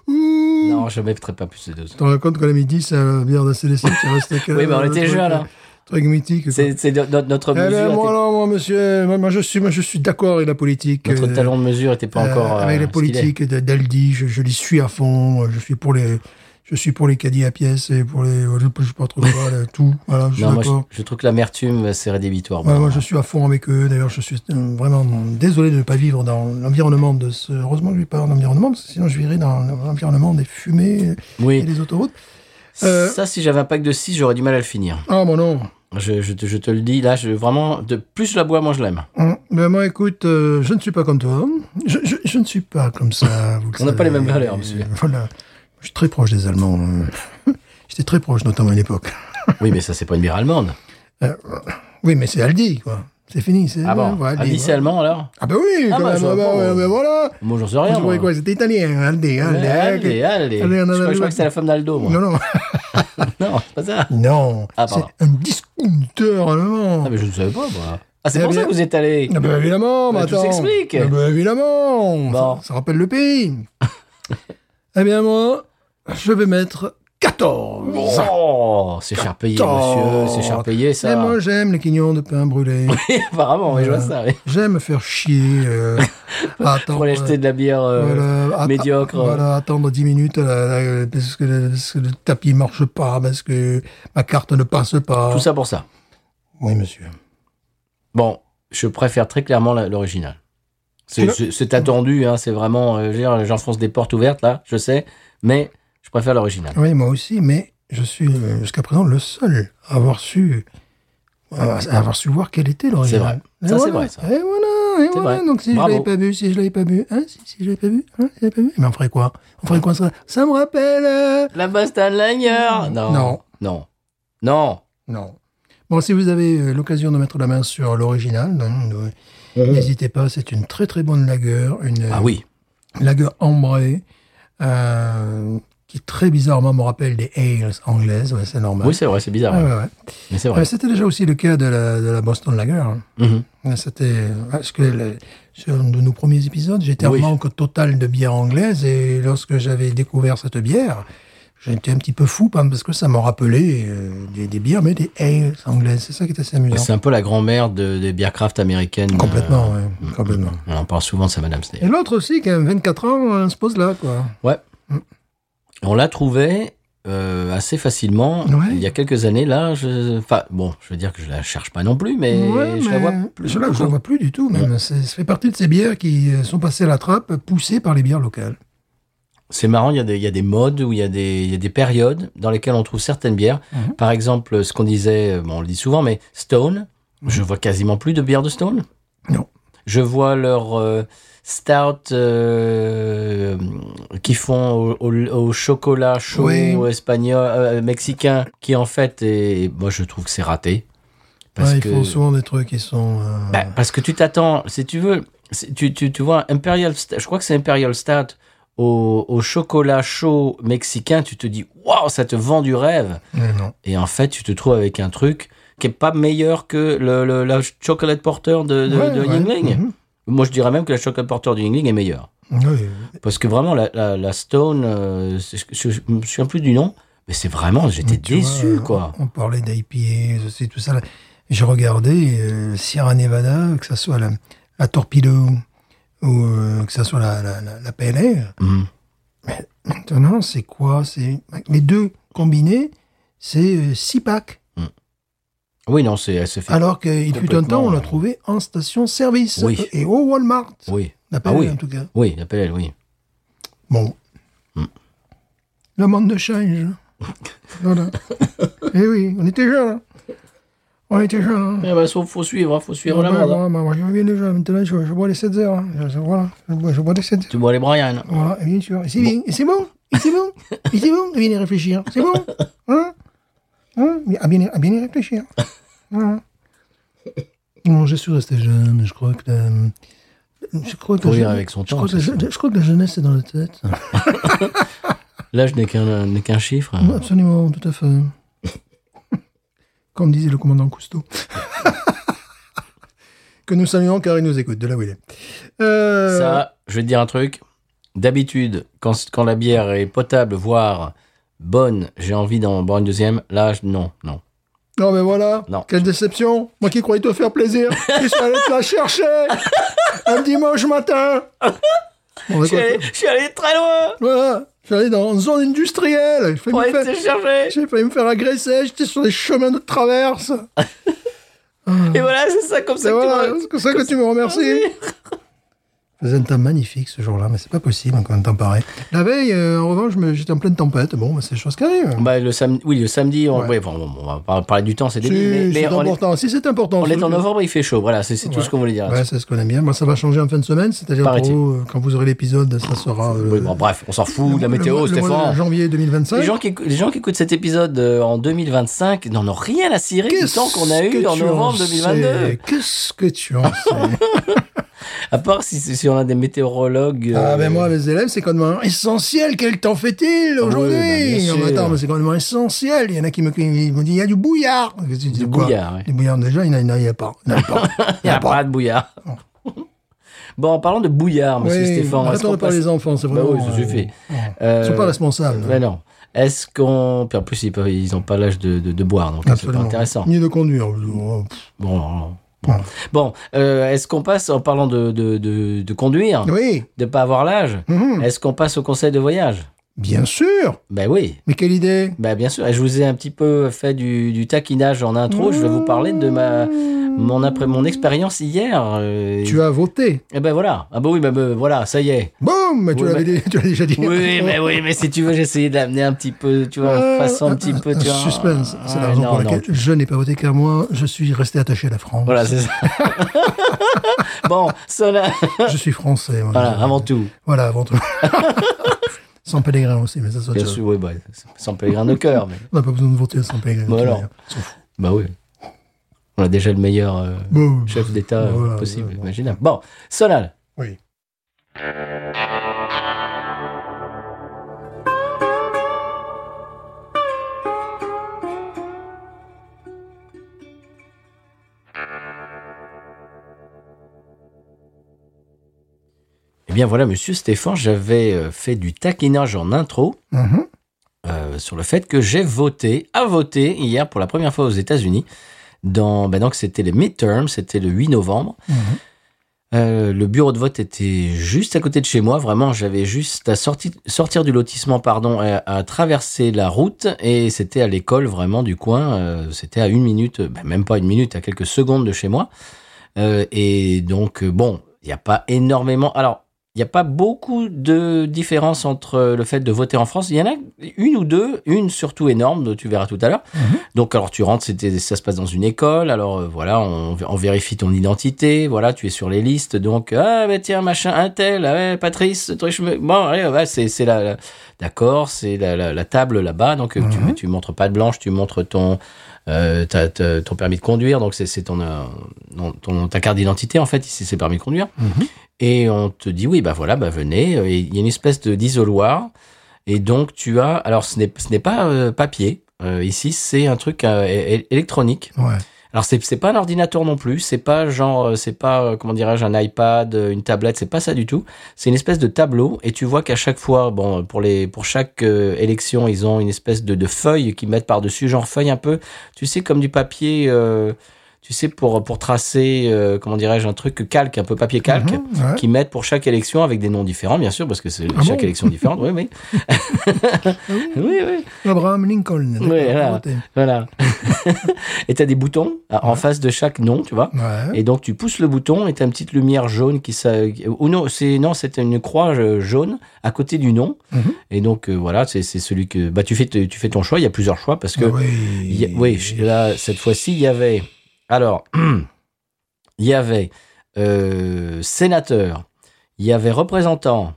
Speaker 2: ouh, ouh.
Speaker 1: Non, je ne mettrai pas plus de 12.
Speaker 2: Tu te rends compte qu'à la midi, c'est la bière d'ACDC, ça reste que...
Speaker 1: Oui, mais on
Speaker 2: le
Speaker 1: était
Speaker 2: truc-
Speaker 1: jeunes, hein.
Speaker 2: Truc mythique. quoi.
Speaker 1: C'est c'est no- no- notre
Speaker 2: Eh ben,
Speaker 1: mesure.
Speaker 2: moi,
Speaker 1: était-
Speaker 2: non, moi, monsieur, moi, moi, je suis, moi, je suis d'accord avec la politique.
Speaker 1: notre
Speaker 2: euh,
Speaker 1: talon de mesure n'était pas
Speaker 2: Euh,
Speaker 1: encore. euh,
Speaker 2: avec la
Speaker 1: ce qu'il est.
Speaker 2: politique de- d'Aldi, je, je les suis à fond. euh, Je suis pour les, je suis pour les caddies à pièces et pour les, je, je sais pas trop quoi, là, tout. Voilà, je suis
Speaker 1: Non, moi, je,
Speaker 2: d'accord.
Speaker 1: je trouve que l'amertume, euh, c'est rédhibitoire.
Speaker 2: Ouais,
Speaker 1: Bon,
Speaker 2: moi, je suis à fond avec eux. D'ailleurs, je suis euh, vraiment désolé de ne pas vivre dans l'environnement de ce. Heureusement que je vis pas en environnement, parce que sinon je virais dans l'environnement des fumées et
Speaker 1: oui.
Speaker 2: des autoroutes. euh,
Speaker 1: Ça, si j'avais un pack de 6, j'aurais du mal à le finir.
Speaker 2: Ah, bon, non.
Speaker 1: Je, je te- je te le dis, là, je, vraiment, de plus je la bois, moins je l'aime.
Speaker 2: Hum, Ben, moi, écoute, euh, je ne suis pas comme toi. Je, je- je ne suis pas comme ça. vous le
Speaker 1: On n'a pas
Speaker 2: savez.
Speaker 1: les mêmes valeurs, monsieur.
Speaker 2: Voilà. Je suis très proche des Allemands. euh. J'étais très proche, notamment à l'époque.
Speaker 1: Oui, mais ça, c'est pas une bière allemande.
Speaker 2: Euh, Oui, mais c'est Aldi, quoi. C'est fini. C'est
Speaker 1: Ah bon
Speaker 2: Eh ben, ouais, Aldi,
Speaker 1: Aldi,
Speaker 2: ouais.
Speaker 1: c'est allemand alors
Speaker 2: Ah ben oui,
Speaker 1: Ah
Speaker 2: quand
Speaker 1: bah,
Speaker 2: même.
Speaker 1: je vois
Speaker 2: Ah bah,
Speaker 1: pas,
Speaker 2: ouais,
Speaker 1: euh,
Speaker 2: ben voilà.
Speaker 1: Moi, j'en sais
Speaker 2: Je
Speaker 1: rien. moi.
Speaker 2: croyais quoi C'était italien. Aldi, Aldi.
Speaker 1: Mais Allez, allez.
Speaker 2: Allez, on en
Speaker 1: Je
Speaker 2: a
Speaker 1: crois- je
Speaker 2: le-
Speaker 1: crois que c'est la femme d'Aldo, ah, moi.
Speaker 2: Non, non.
Speaker 1: non, c'est pas ça.
Speaker 2: Non,
Speaker 1: Ah, pardon.
Speaker 2: c'est un discounter allemand.
Speaker 1: Ah, mais je ne savais pas, moi. Ah, c'est
Speaker 2: Eh
Speaker 1: pour ça
Speaker 2: bien-
Speaker 1: que vous êtes allé.
Speaker 2: Ah bah évidemment,
Speaker 1: Bah,
Speaker 2: mais
Speaker 1: tout
Speaker 2: attends.
Speaker 1: s'explique.
Speaker 2: Ah bah évidemment,
Speaker 1: Bon.
Speaker 2: ça, ça rappelle le pays. eh bien moi, je vais mettre 14.
Speaker 1: Oh, c'est cher payé,
Speaker 2: Attends.
Speaker 1: monsieur. C'est cher payé,
Speaker 2: Et
Speaker 1: ça.
Speaker 2: Eh, moi j'aime les quignons de pain brûlé.
Speaker 1: Apparemment, mais je vois ça. oui.
Speaker 2: j'aime me faire chier. euh, à attendre,
Speaker 1: Pour aller acheter de la bière. euh,
Speaker 2: voilà, att-
Speaker 1: médiocre.
Speaker 2: Voilà, attendre 10 minutes euh, euh, parce, que le, parce que le tapis marche pas, parce que ma carte ne passe pas.
Speaker 1: Tout ça pour ça.
Speaker 2: Oui monsieur.
Speaker 1: Bon, je préfère très clairement la- l'original. C'est-
Speaker 2: Tu
Speaker 1: C'est c'est attendu, hein, c'est vraiment. euh, je veux dire, J'enfonce des portes ouvertes, là, je sais, mais je préfère l'original.
Speaker 2: Oui, moi aussi, mais je suis euh, jusqu'à présent le seul à avoir su, à à avoir su voir quelle était l'original.
Speaker 1: C'est vrai. Ça,
Speaker 2: Et
Speaker 1: c'est
Speaker 2: voilà,
Speaker 1: vrai, ça.
Speaker 2: Et voilà, et
Speaker 1: C'est
Speaker 2: voilà.
Speaker 1: vrai.
Speaker 2: Donc si
Speaker 1: Bravo.
Speaker 2: je l'avais pas vu, si je l'avais pas vu, hein, si, si je l'avais pas vu, hein, si je l'avais pas vu, mais on ferait quoi On ferait quoi ça Ça me rappelle. euh,
Speaker 1: La Boston Lanier Non.
Speaker 2: Non.
Speaker 1: Non. Non.
Speaker 2: Non. Bon, si vous avez euh, l'occasion de mettre la main sur l'original, hein, euh, n'hésitez pas. C'est une très très bonne lagueur, une euh,
Speaker 1: Ah oui.
Speaker 2: lagueur ambrée. euh, qui très bizarrement me rappelle des ales anglaises, ouais, c'est normal.
Speaker 1: Oui, c'est vrai, c'est bizarre.
Speaker 2: Ouais,
Speaker 1: ouais.
Speaker 2: ouais, ouais.
Speaker 1: Mais c'est
Speaker 2: Ouais,
Speaker 1: vrai.
Speaker 2: C'était déjà aussi le cas de la, de la Boston Lager. hein.
Speaker 1: Mhm.
Speaker 2: Ouais, C'était parce que le- sur un de nos premiers épisodes, j'étais
Speaker 1: Oui.
Speaker 2: en manque total de bière anglaise et lorsque j'avais découvert cette bière, j'étais un petit peu fou hein, parce que ça m'a rappelé euh, des, des bières mais des ales anglaises. C'est ça qui était assez amusant.
Speaker 1: C'est un peu la grand-mère de, des bières craft américaines.
Speaker 2: Complètement, ouais, complètement.
Speaker 1: Euh, on en parle souvent de ça, Madame Snail.
Speaker 2: Et l'autre aussi, qui a 24 ans, euh, se pose là, quoi.
Speaker 1: Ouais. On l'a trouvé euh, assez facilement
Speaker 2: Ouais.
Speaker 1: il y a quelques années. Là, je... enfin, bon, je veux dire que je la cherche pas non plus, mais
Speaker 2: Ouais,
Speaker 1: je la
Speaker 2: mais
Speaker 1: vois plus.
Speaker 2: je la- je la vois plus du tout, même. C'est- Ça fait partie de ces bières qui euh, sont passées à la trappe, poussées par les bières locales.
Speaker 1: C'est marrant, il y, a des, il y a des modes où il y, a des, il y a des périodes dans lesquelles on trouve certaines bières.
Speaker 2: Mhm.
Speaker 1: Par exemple, ce qu'on disait, euh, bon, on le dit souvent, mais Stone, je vois quasiment plus de bières de Stone.
Speaker 2: Mhm. Non.
Speaker 1: Je vois leurs euh, stout euh, qui font au, au- au chocolat chaud
Speaker 2: Oui.
Speaker 1: espagnol, euh, mexicain, qui en fait, est, moi je trouve que c'est raté. Parce
Speaker 2: Ouais,
Speaker 1: que-
Speaker 2: Ils font souvent des trucs qui sont. euh,
Speaker 1: bah, parce que tu t'attends, si tu veux, si tu, tu, tu vois, Imperial Stout, je crois que c'est Imperial Stout au, au chocolat chaud mexicain, tu te dis, waouh, ça te vend du rêve.
Speaker 2: mais non.
Speaker 1: Et en fait, tu te trouves avec un truc qui est pas meilleur que le, le- la chocolate porter de, de,
Speaker 2: Ouais,
Speaker 1: de
Speaker 2: ouais.
Speaker 1: Yingling.
Speaker 2: Mhm.
Speaker 1: Moi, je dirais même que la chocolate porter du Yingling est meilleure.
Speaker 2: Oui.
Speaker 1: Parce que vraiment, la, la, la Stone, euh, c'est- je, je me souviens plus du nom, mais euh, c'est vraiment, j'étais
Speaker 2: Tu
Speaker 1: déçu,
Speaker 2: vois,
Speaker 1: quoi.
Speaker 2: On, on parlait d'IPA, c'est tout ça. là. J'ai regardé euh, Sierra Nevada, que ça soit la, la Torpedo ou euh, que ça soit la, la, la, la PLR.
Speaker 1: Mhm.
Speaker 2: Maintenant, c'est quoi C'est les deux combinés, c'est 6 packs.
Speaker 1: Oui, non, c'est elle se fait.
Speaker 2: Alors qu'il fut un temps, on l'a trouvé en station-service
Speaker 1: Oui.
Speaker 2: et au Walmart.
Speaker 1: oui,
Speaker 2: La
Speaker 1: Ah
Speaker 2: PLR,
Speaker 1: oui.
Speaker 2: en tout cas.
Speaker 1: oui, la PLL, oui.
Speaker 2: Bon.
Speaker 1: Hmm.
Speaker 2: Le monde de change. voilà. Eh oui, on était jeunes. hein. On était jeunes. hein.
Speaker 1: Eh ben, faut, faut suivre, hein, faut suivre la
Speaker 2: Ouais,
Speaker 1: mode. hein.
Speaker 2: ouais, Bah, moi, moi, je viens déjà, maintenant je, je bois les 7 heures. hein. Je, je- voilà, je, bois- je bois les 7 heures.
Speaker 1: Tu bois les Brian. hein.
Speaker 2: Voilà, et bien sûr. Et c'est bien, et c'est bon, et c'est bon, et c'est bon de bien y réfléchir. C'est bon, hein, hein Mais à, bien, y- à bien y réfléchir. Voilà. Non, je suis resté jeune, je crois que la... Je crois que
Speaker 1: Faut
Speaker 2: la
Speaker 1: rire
Speaker 2: jeune-
Speaker 1: avec son
Speaker 2: je
Speaker 1: temps,
Speaker 2: crois que la
Speaker 1: c'est
Speaker 2: je- je crois que la jeunesse est dans la tête.
Speaker 1: Là, je n'ai qu'un n'est qu'un chiffre.
Speaker 2: Absolument, tout à fait. Comme disait le commandant Cousteau. que nous saluons car il nous écoute, de là où il est. Euh,
Speaker 1: Ça, je vais te dire un truc. D'habitude, quand, quand la bière est potable, voire bonne, j'ai envie d'en boire une deuxième. Là, je- non, non.
Speaker 2: Non mais voilà,
Speaker 1: Non.
Speaker 2: quelle déception. Moi qui croyais te faire plaisir, je suis allé te la chercher un dimanche matin. Bon, d'accord.
Speaker 1: allé très loin
Speaker 2: voilà, je suis allé dans une zone industrielle. J'ai failli, me faire-
Speaker 1: chercher
Speaker 2: j'ai failli me faire agresser, j'étais sur des chemins de traverse.
Speaker 1: Et voilà, Ah, c'est ça, comme
Speaker 2: C'est voilà, c'est comme ça hein que tu me remercies. Vous un temps magnifique ce jour-là, mais c'est pas possible en un temps pareil. La veille, euh, en revanche, me- j'étais en pleine tempête. Bon, bah, c'est des choses qui arrivent.
Speaker 1: Bah, le samedi, oui, le samedi, on,
Speaker 2: Ouais.
Speaker 1: ouais, bon, on va par- parler du temps, c'est
Speaker 2: Si,
Speaker 1: début, mais, mais
Speaker 2: c'est
Speaker 1: on, est,
Speaker 2: important. Si c'est important.
Speaker 1: on
Speaker 2: c'est
Speaker 1: est en
Speaker 2: le-
Speaker 1: novembre, il fait chaud, voilà, c'est c'est tout
Speaker 2: Ouais.
Speaker 1: ce qu'on voulait dire.
Speaker 2: Ouais, c'est ce qu'on aime bien. Moi, ça va changer en fin de semaine. C'est-à-dire pour
Speaker 1: Paraît-il.
Speaker 2: vous, euh, quand vous aurez l'épisode, ça sera. euh,
Speaker 1: Oui, bon, bref, on s'en fout de la
Speaker 2: le-
Speaker 1: météo,
Speaker 2: le- le mois de
Speaker 1: Stéphane.
Speaker 2: janvier 2025.
Speaker 1: Les gens, qui, écou- les gens qui écoutent cet épisode euh, en 2025 n'en ont rien à cirer du
Speaker 2: Qu'est-ce
Speaker 1: temps qu'on a eu
Speaker 2: que
Speaker 1: en
Speaker 2: tu en
Speaker 1: novembre 2022.
Speaker 2: sais Qu'est-ce que tu en sais
Speaker 1: À part si, si on a des météorologues.
Speaker 2: Ah,
Speaker 1: euh,
Speaker 2: ben moi, mes élèves, c'est complètement essentiel. Quel temps fait-il aujourd'hui
Speaker 1: ben, bien
Speaker 2: Ah, ben,
Speaker 1: sûr.
Speaker 2: Attends, mais c'est complètement essentiel. Il y en a qui me qui me disent, il y a du bouillard. Du
Speaker 1: bouillard, ouais.
Speaker 2: Du bouillard, déjà, il n'y en a, il y a pas. Il n'y en a pas.
Speaker 1: Il n'y a pas de bouillard. Ah, bah. Bon, en parlant de bouillard, monsieur
Speaker 2: Oui,
Speaker 1: Stéphane. est-ce
Speaker 2: arrêtons
Speaker 1: qu'on
Speaker 2: de parler
Speaker 1: passe-
Speaker 2: des enfants, c'est
Speaker 1: Bah
Speaker 2: vraiment...
Speaker 1: oui, ça suffit.
Speaker 2: Ils sont
Speaker 1: Euh,
Speaker 2: pas responsables.
Speaker 1: Mais non. Est-ce qu'on. Puis en plus, ils peuvent- ils n'ont pas l'âge de, de- de boire, donc c'est pas
Speaker 2: Absolument.
Speaker 1: intéressant.
Speaker 2: Ni de conduire. Oh, pff.
Speaker 1: Bon, non, bon.
Speaker 2: Non.
Speaker 1: Bon, euh, est-ce qu'on passe, en parlant de, de, de- de conduire,
Speaker 2: Oui,
Speaker 1: de pas avoir l'âge,
Speaker 2: Mhm.
Speaker 1: est-ce qu'on passe au conseil de voyage
Speaker 2: bien sûr.
Speaker 1: Ben oui.
Speaker 2: Mais quelle idée
Speaker 1: Ben bien sûr. Et je vous ai un petit peu fait du, du taquinage en intro. Je vais vous parler de ma mon après mon expérience hier. euh,
Speaker 2: Mm. Tu as voté.
Speaker 1: Et ben voilà. Ah ben oui, ben, ben, voilà, ça y est.
Speaker 2: Boum mais Tu
Speaker 1: Oui,
Speaker 2: l'avais dit- tu l'as déjà dit.
Speaker 1: Oui, mais oui, mais si tu veux, j'essayais d'amener un petit peu, tu vois,
Speaker 2: Euh,
Speaker 1: façon un petit peu, tu vois.
Speaker 2: Suspense. C'est
Speaker 1: Ouais,
Speaker 2: la raison
Speaker 1: non,
Speaker 2: pour
Speaker 1: non,
Speaker 2: laquelle je n'ai pas voté car moi, je suis resté attaché à la France.
Speaker 1: Voilà, c'est ça. bon, cela.
Speaker 2: Je suis français. moi.
Speaker 1: Voilà, avant tout.
Speaker 2: Voilà, avant tout. sans pèlerin aussi, mais ça, c'est autre
Speaker 1: Bien
Speaker 2: chose.
Speaker 1: sûr, oui, bah, sans pèlerin de cœur. Mais...
Speaker 2: On n'a pas besoin de voter sans pèlerin.
Speaker 1: Bah
Speaker 2: de toute
Speaker 1: alors.
Speaker 2: manière. S'en fout.
Speaker 1: Bah oui. On a déjà le meilleur euh,
Speaker 2: Bon,
Speaker 1: chef d'État euh,
Speaker 2: voilà,
Speaker 1: possible,
Speaker 2: voilà.
Speaker 1: imaginable. Bon, Solal.
Speaker 2: Oui.
Speaker 1: Eh bien voilà, monsieur Stéphane, j'avais euh, fait du taquinage en intro
Speaker 2: Mhm.
Speaker 1: euh, sur le fait que j'ai voté, a voté hier pour la première fois aux États-Unis. Dans, ben donc c'était les midterms, c'était le 8 novembre.
Speaker 2: Mhm.
Speaker 1: Euh, le bureau de vote était juste à côté de chez moi. Vraiment, j'avais juste à sorti- sortir du lotissement, pardon, à, à traverser la route. Et c'était à l'école vraiment du coin. euh, c'était à une minute, ben, même pas une minute, à quelques secondes de chez moi. Euh, et donc, euh, bon, il n'y a pas énormément. Alors, il n'y a pas beaucoup de différence entre euh, le fait de voter en France. Il y en a une ou deux, une surtout énorme, tu verras tout à l'heure. Donc, alors tu rentres, c'était, ça se passe dans une école. Alors euh, voilà, on, on vérifie ton identité. Voilà, tu es sur les listes. Donc ah ben tiens machin, un tel, ah ouais, Patrice, ce truc, je me- bon, allez, ouais, c'est c'est la, la- d'accord, c'est la, la, la table là-bas. Donc euh, tu, tu montres pas de blanche, tu montres ton euh, ta- ta- ton permis de conduire. Donc c'est c'est ton, euh, non, ton ta carte d'identité en fait. Ici c'est permis de conduire. Et on te dit oui, bah voilà, bah venez. Et il y a une espèce de d'isoloir. Et donc tu as, alors ce n'est ce n'est pas euh, papier. Euh, ici, c'est un truc euh, é- é- électronique.
Speaker 2: Ouais.
Speaker 1: Alors c'est c'est pas un ordinateur non plus. C'est pas genre, euh, c'est pas euh, comment dirais-je, un iPad, euh, une tablette. C'est pas ça du tout. C'est une espèce de tableau. Et tu vois qu'à chaque fois, bon, pour les pour chaque euh, élection, ils ont une espèce de, de feuille qu'ils mettent par dessus, genre feuille un peu, tu sais, comme du papier. euh, tu sais, pour, pour tracer, euh, comment dirais-je, un truc calque, un peu papier calque
Speaker 2: Mhm, ouais.
Speaker 1: qui mettent pour chaque élection avec des noms différents, bien sûr, parce que c'est
Speaker 2: Ah
Speaker 1: chaque
Speaker 2: bon Ah
Speaker 1: élection différente. Oui, oui. oui, oui.
Speaker 2: Abraham Lincoln. d'accord,
Speaker 1: Ouais, voilà.
Speaker 2: voté.
Speaker 1: Voilà. et t'as des boutons à- en face de chaque nom, tu vois.
Speaker 2: Ouais.
Speaker 1: Et donc tu pousses le bouton et t'as une petite lumière jaune qui ça ou non c'est non c'était une croix euh, jaune à côté du nom
Speaker 2: Mhm.
Speaker 1: et donc euh, voilà c'est c'est celui que bah tu fais tu fais ton choix il y a plusieurs choix parce que
Speaker 2: Ah oui.
Speaker 1: il y a- oui, je- là, cette fois-ci, il y avait. Alors, il y avait euh, sénateur, il y avait représentant,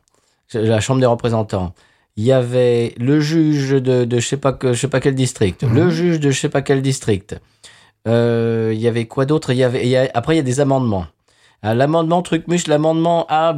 Speaker 1: la Chambre des représentants, il y avait le juge de, de je sais pas que je sais pas quel district, le juge de je sais pas quel district. Euh, Il y avait quoi d'autre Il y avait il y a- après il y a des amendements. Ah, L'amendement Trucmuche, l'amendement euh,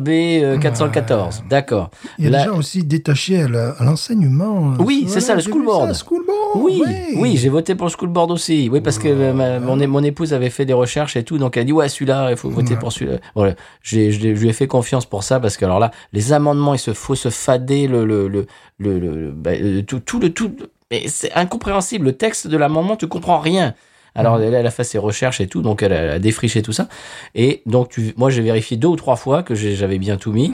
Speaker 1: AB 414. D'accord.
Speaker 2: Il y a
Speaker 1: La-
Speaker 2: des gens aussi détachés à la- à l'enseignement. hein.
Speaker 1: Oui, c'est ça, le
Speaker 2: j'ai
Speaker 1: school
Speaker 2: vu
Speaker 1: board.
Speaker 2: ça, school board,
Speaker 1: Oui,
Speaker 2: Oh, ouais.
Speaker 1: oui, j'ai voté pour le school board aussi. Oui, parce que euh, ma- mon, é- mon épouse avait fait des recherches et tout, donc elle a dit ouais celui-là, il faut voter
Speaker 2: Ouais.
Speaker 1: pour celui-là. Voilà, j'ai, je, l'ai- je lui ai fait confiance pour ça parce que alors là, les amendements, il se faut se fader le le le le, le- le- bah, euh, tout tout le tout. Mais c'est incompréhensible. Le texte de l'amendement, tu comprends rien. Alors
Speaker 2: Mhm.
Speaker 1: elle, elle a fait ses recherches et tout, donc elle a, elle a défriché tout ça. Et donc tu, moi j'ai vérifié deux ou trois fois que j'ai- j'avais bien tout mis.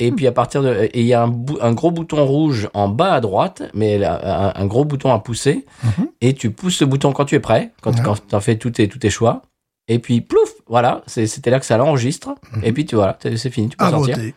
Speaker 1: Et puis à partir de, et il y a un, bou- un gros bouton rouge en bas à droite, mais là, un, un gros bouton à pousser.
Speaker 2: Mhm.
Speaker 1: Et tu pousses ce bouton quand tu es prêt, quand,
Speaker 2: Ouais.
Speaker 1: quand tu as fait tous tes, tous tes choix. Et puis plouf, voilà, c'est- c'était là que ça l'enregistre.
Speaker 2: Mhm.
Speaker 1: Et puis tu voilà, c'est c'est fini, tu peux
Speaker 2: À
Speaker 1: sortir.
Speaker 2: voter.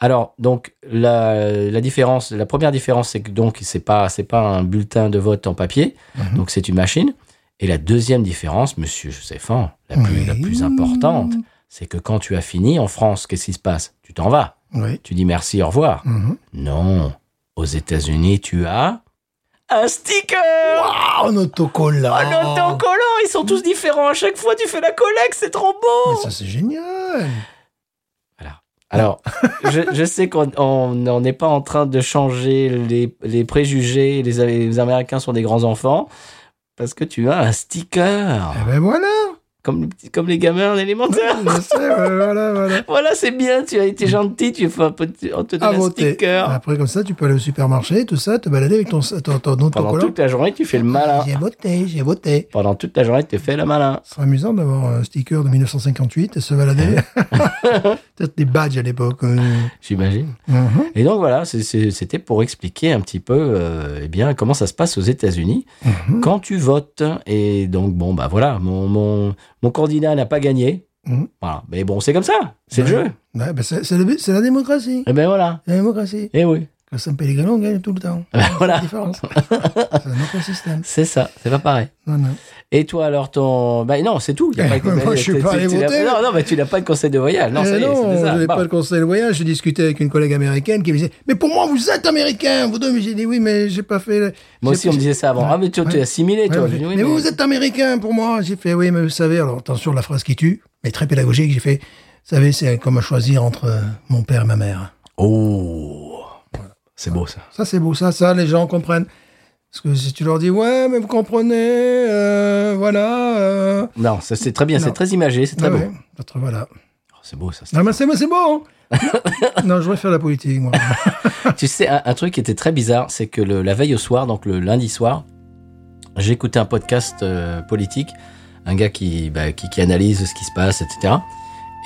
Speaker 1: Alors donc la, la différence, la première différence, c'est que donc c'est pas c'est pas un bulletin de vote en papier,
Speaker 2: Mhm.
Speaker 1: donc c'est une machine. Et la deuxième différence, Monsieur Joséphan, la plus la
Speaker 2: Oui.
Speaker 1: plus importante, c'est que quand tu as fini en France, qu'est-ce qui se passe Tu t'en vas.
Speaker 2: Oui.
Speaker 1: Tu dis merci, au revoir.
Speaker 2: Mhm.
Speaker 1: Non, aux États-Unis, tu as un sticker. Oh,
Speaker 2: Ah, un autocollant.
Speaker 1: Un autocollant, ils sont tous différents. À chaque fois, tu fais la collecte, c'est trop beau.
Speaker 2: Mais ça, c'est génial.
Speaker 1: Alors, je, je sais qu'on on- on n'est pas en train de changer les, les préjugés. Les, les Américains sont des grands enfants parce que tu as un sticker,
Speaker 2: Eh ben voilà,
Speaker 1: comme, le petit- comme les gamins en élémentaire.
Speaker 2: je sais, ouais, voilà, voilà.
Speaker 1: Voilà, c'est bien. Tu as été gentil. Tu fais un petit- on te
Speaker 2: À
Speaker 1: donne un
Speaker 2: voter.
Speaker 1: sticker
Speaker 2: Après, comme ça, tu peux aller au supermarché, tout ça, te balader avec ton, ton, ton
Speaker 1: pendant
Speaker 2: autocollant.
Speaker 1: toute la journée. Tu fais le malin.
Speaker 2: J'ai voté, j'ai voté.
Speaker 1: Pendant toute la journée, tu te fais le malin.
Speaker 2: Ce serait amusant d'avoir un sticker de 1958 et se balader. Peut-être des badges à l'époque. euh.
Speaker 1: J'imagine.
Speaker 2: Mhm.
Speaker 1: Et donc voilà, c'est- c'est- c'était pour expliquer un petit peu euh, eh bien, comment ça se passe aux États-Unis
Speaker 2: Mhm.
Speaker 1: quand tu votes. Et donc, bon, bah voilà, mon, mon, mon candidat n'a pas gagné.
Speaker 2: Mhm.
Speaker 1: Voilà. Mais bon, c'est comme ça, c'est le
Speaker 2: Ouais.
Speaker 1: jeu.
Speaker 2: Ouais, ben, c'est c'est le- c'est la démocratie.
Speaker 1: Et ben voilà,
Speaker 2: La démocratie.
Speaker 1: et oui,
Speaker 2: Quand San Pellegrino gagne tout le temps.
Speaker 1: ben
Speaker 2: La
Speaker 1: voilà,
Speaker 2: différence. c'est un autre système.
Speaker 1: c'est ça, c'est pas pareil.
Speaker 2: Non, non.
Speaker 1: Et toi alors, ton. Ben non, c'est tout. Y a
Speaker 2: Eh,
Speaker 1: pas que-
Speaker 2: moi,
Speaker 1: ben,
Speaker 2: je suis
Speaker 1: t'es-
Speaker 2: pas
Speaker 1: t'es-
Speaker 2: allé
Speaker 1: t'es-
Speaker 2: voter.
Speaker 1: Non, non, mais tu n'as pas de conseil de voyage. Non,
Speaker 2: Eh
Speaker 1: ça y est,
Speaker 2: non,
Speaker 1: c'était ça.
Speaker 2: je n'ai
Speaker 1: Bon.
Speaker 2: pas le conseil de voyage. J'ai discuté avec une collègue américaine qui me disait Mais pour moi, vous êtes américain, vous deux. Mais j'ai dit Oui, mais j'ai pas fait. le-
Speaker 1: Moi
Speaker 2: j'ai-
Speaker 1: aussi, on me disait ça avant.
Speaker 2: Ouais.
Speaker 1: Ah, mais tu tu es
Speaker 2: Ouais.
Speaker 1: assimilé,
Speaker 2: Ouais,
Speaker 1: toi.
Speaker 2: on
Speaker 1: Je
Speaker 2: fait,
Speaker 1: dis, oui,
Speaker 2: mais,
Speaker 1: mais-
Speaker 2: vous êtes américain pour moi. J'ai fait, oui, mais vous savez, alors attention, la phrase qui tue, mais très pédagogique, j'ai fait, vous savez, c'est comme choisir entre euh, mon père et ma mère.
Speaker 1: Oh, c'est beau ça.
Speaker 2: Ça, c'est beau, ça, ça, les gens comprennent. Parce que si tu leur dis, ouais, mais vous comprenez, euh, voilà. euh,
Speaker 1: Non, ça, c'est très bien,
Speaker 2: Non.
Speaker 1: c'est très imagé, c'est très
Speaker 2: ouais,
Speaker 1: beau.
Speaker 2: ouais, notre- voilà.
Speaker 1: Oh, c'est beau ça. c'est-
Speaker 2: Non, mais c'est c'est beau. hein. non, je vais faire la politique, moi.
Speaker 1: tu sais, un, un truc qui était très bizarre, c'est que le- la veille au soir, donc le lundi soir, j'écoutais un podcast euh, politique, un gars qui, bah, qui, qui analyse ce qui se passe, etc.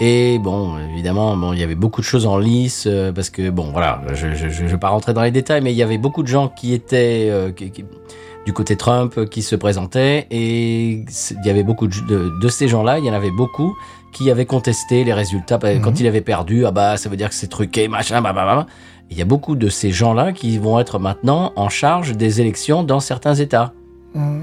Speaker 1: Et bon, évidemment, bon, il y avait beaucoup de choses en lice euh, parce que bon, voilà, je ne vais pas rentrer dans les détails, mais il y avait beaucoup de gens qui étaient euh, qui- qui- du côté Trump euh, qui se présentaient et c'est- il y avait beaucoup de, de- de ces gens-là, il y en avait beaucoup qui avaient contesté les résultats Bah, quand
Speaker 2: Mhm.
Speaker 1: il avait perdu. Ah bah, ça veut dire que c'est truqué, machin, bah bah bah. bah. Il y a beaucoup de ces gens-là qui vont être maintenant en charge des élections dans certains États. Mmh.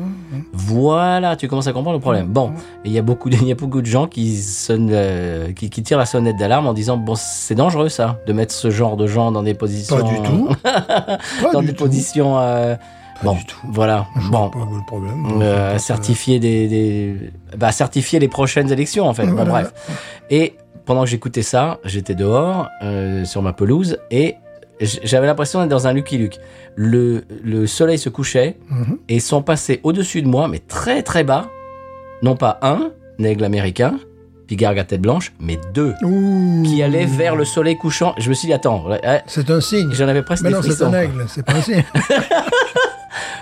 Speaker 1: Voilà, tu commences à comprendre le problème. Bon, et il y a beaucoup de, il y a beaucoup de gens qui sonnent, euh, qui, qui tirent la sonnette d'alarme en disant bon, c'est dangereux ça, de mettre ce genre de gens dans des positions,
Speaker 2: Pas du tout. Pas
Speaker 1: dans
Speaker 2: du
Speaker 1: des
Speaker 2: tout.
Speaker 1: positions, euh,
Speaker 2: Pas
Speaker 1: bon,
Speaker 2: du tout.
Speaker 1: voilà,
Speaker 2: Je
Speaker 1: bon,
Speaker 2: vois pas où est le problème.
Speaker 1: euh,
Speaker 2: Peut-être,
Speaker 1: certifier des, des- bah, certifier les prochaines élections en fait. Bon,
Speaker 2: Voilà.
Speaker 1: bref. Et pendant que j'écoutais ça, j'étais dehors euh, sur ma pelouse et j- j'avais l'impression d'être dans un Lucky Luke. Le, le soleil se couchait
Speaker 2: euh, mhm.
Speaker 1: et sont passés au-dessus de moi, mais très très bas, non pas un aigle américain, pigargue à tête blanche, mais deux
Speaker 2: Mmh. Ouh.
Speaker 1: qui allaient vers le soleil couchant. Je me suis dit attends, là, là,
Speaker 2: C'est un signe.
Speaker 1: j'en avais presque
Speaker 2: Mais
Speaker 1: des
Speaker 2: non, c'est
Speaker 1: frissons.
Speaker 2: un
Speaker 1: quoi.
Speaker 2: aigle, c'est pas un signe.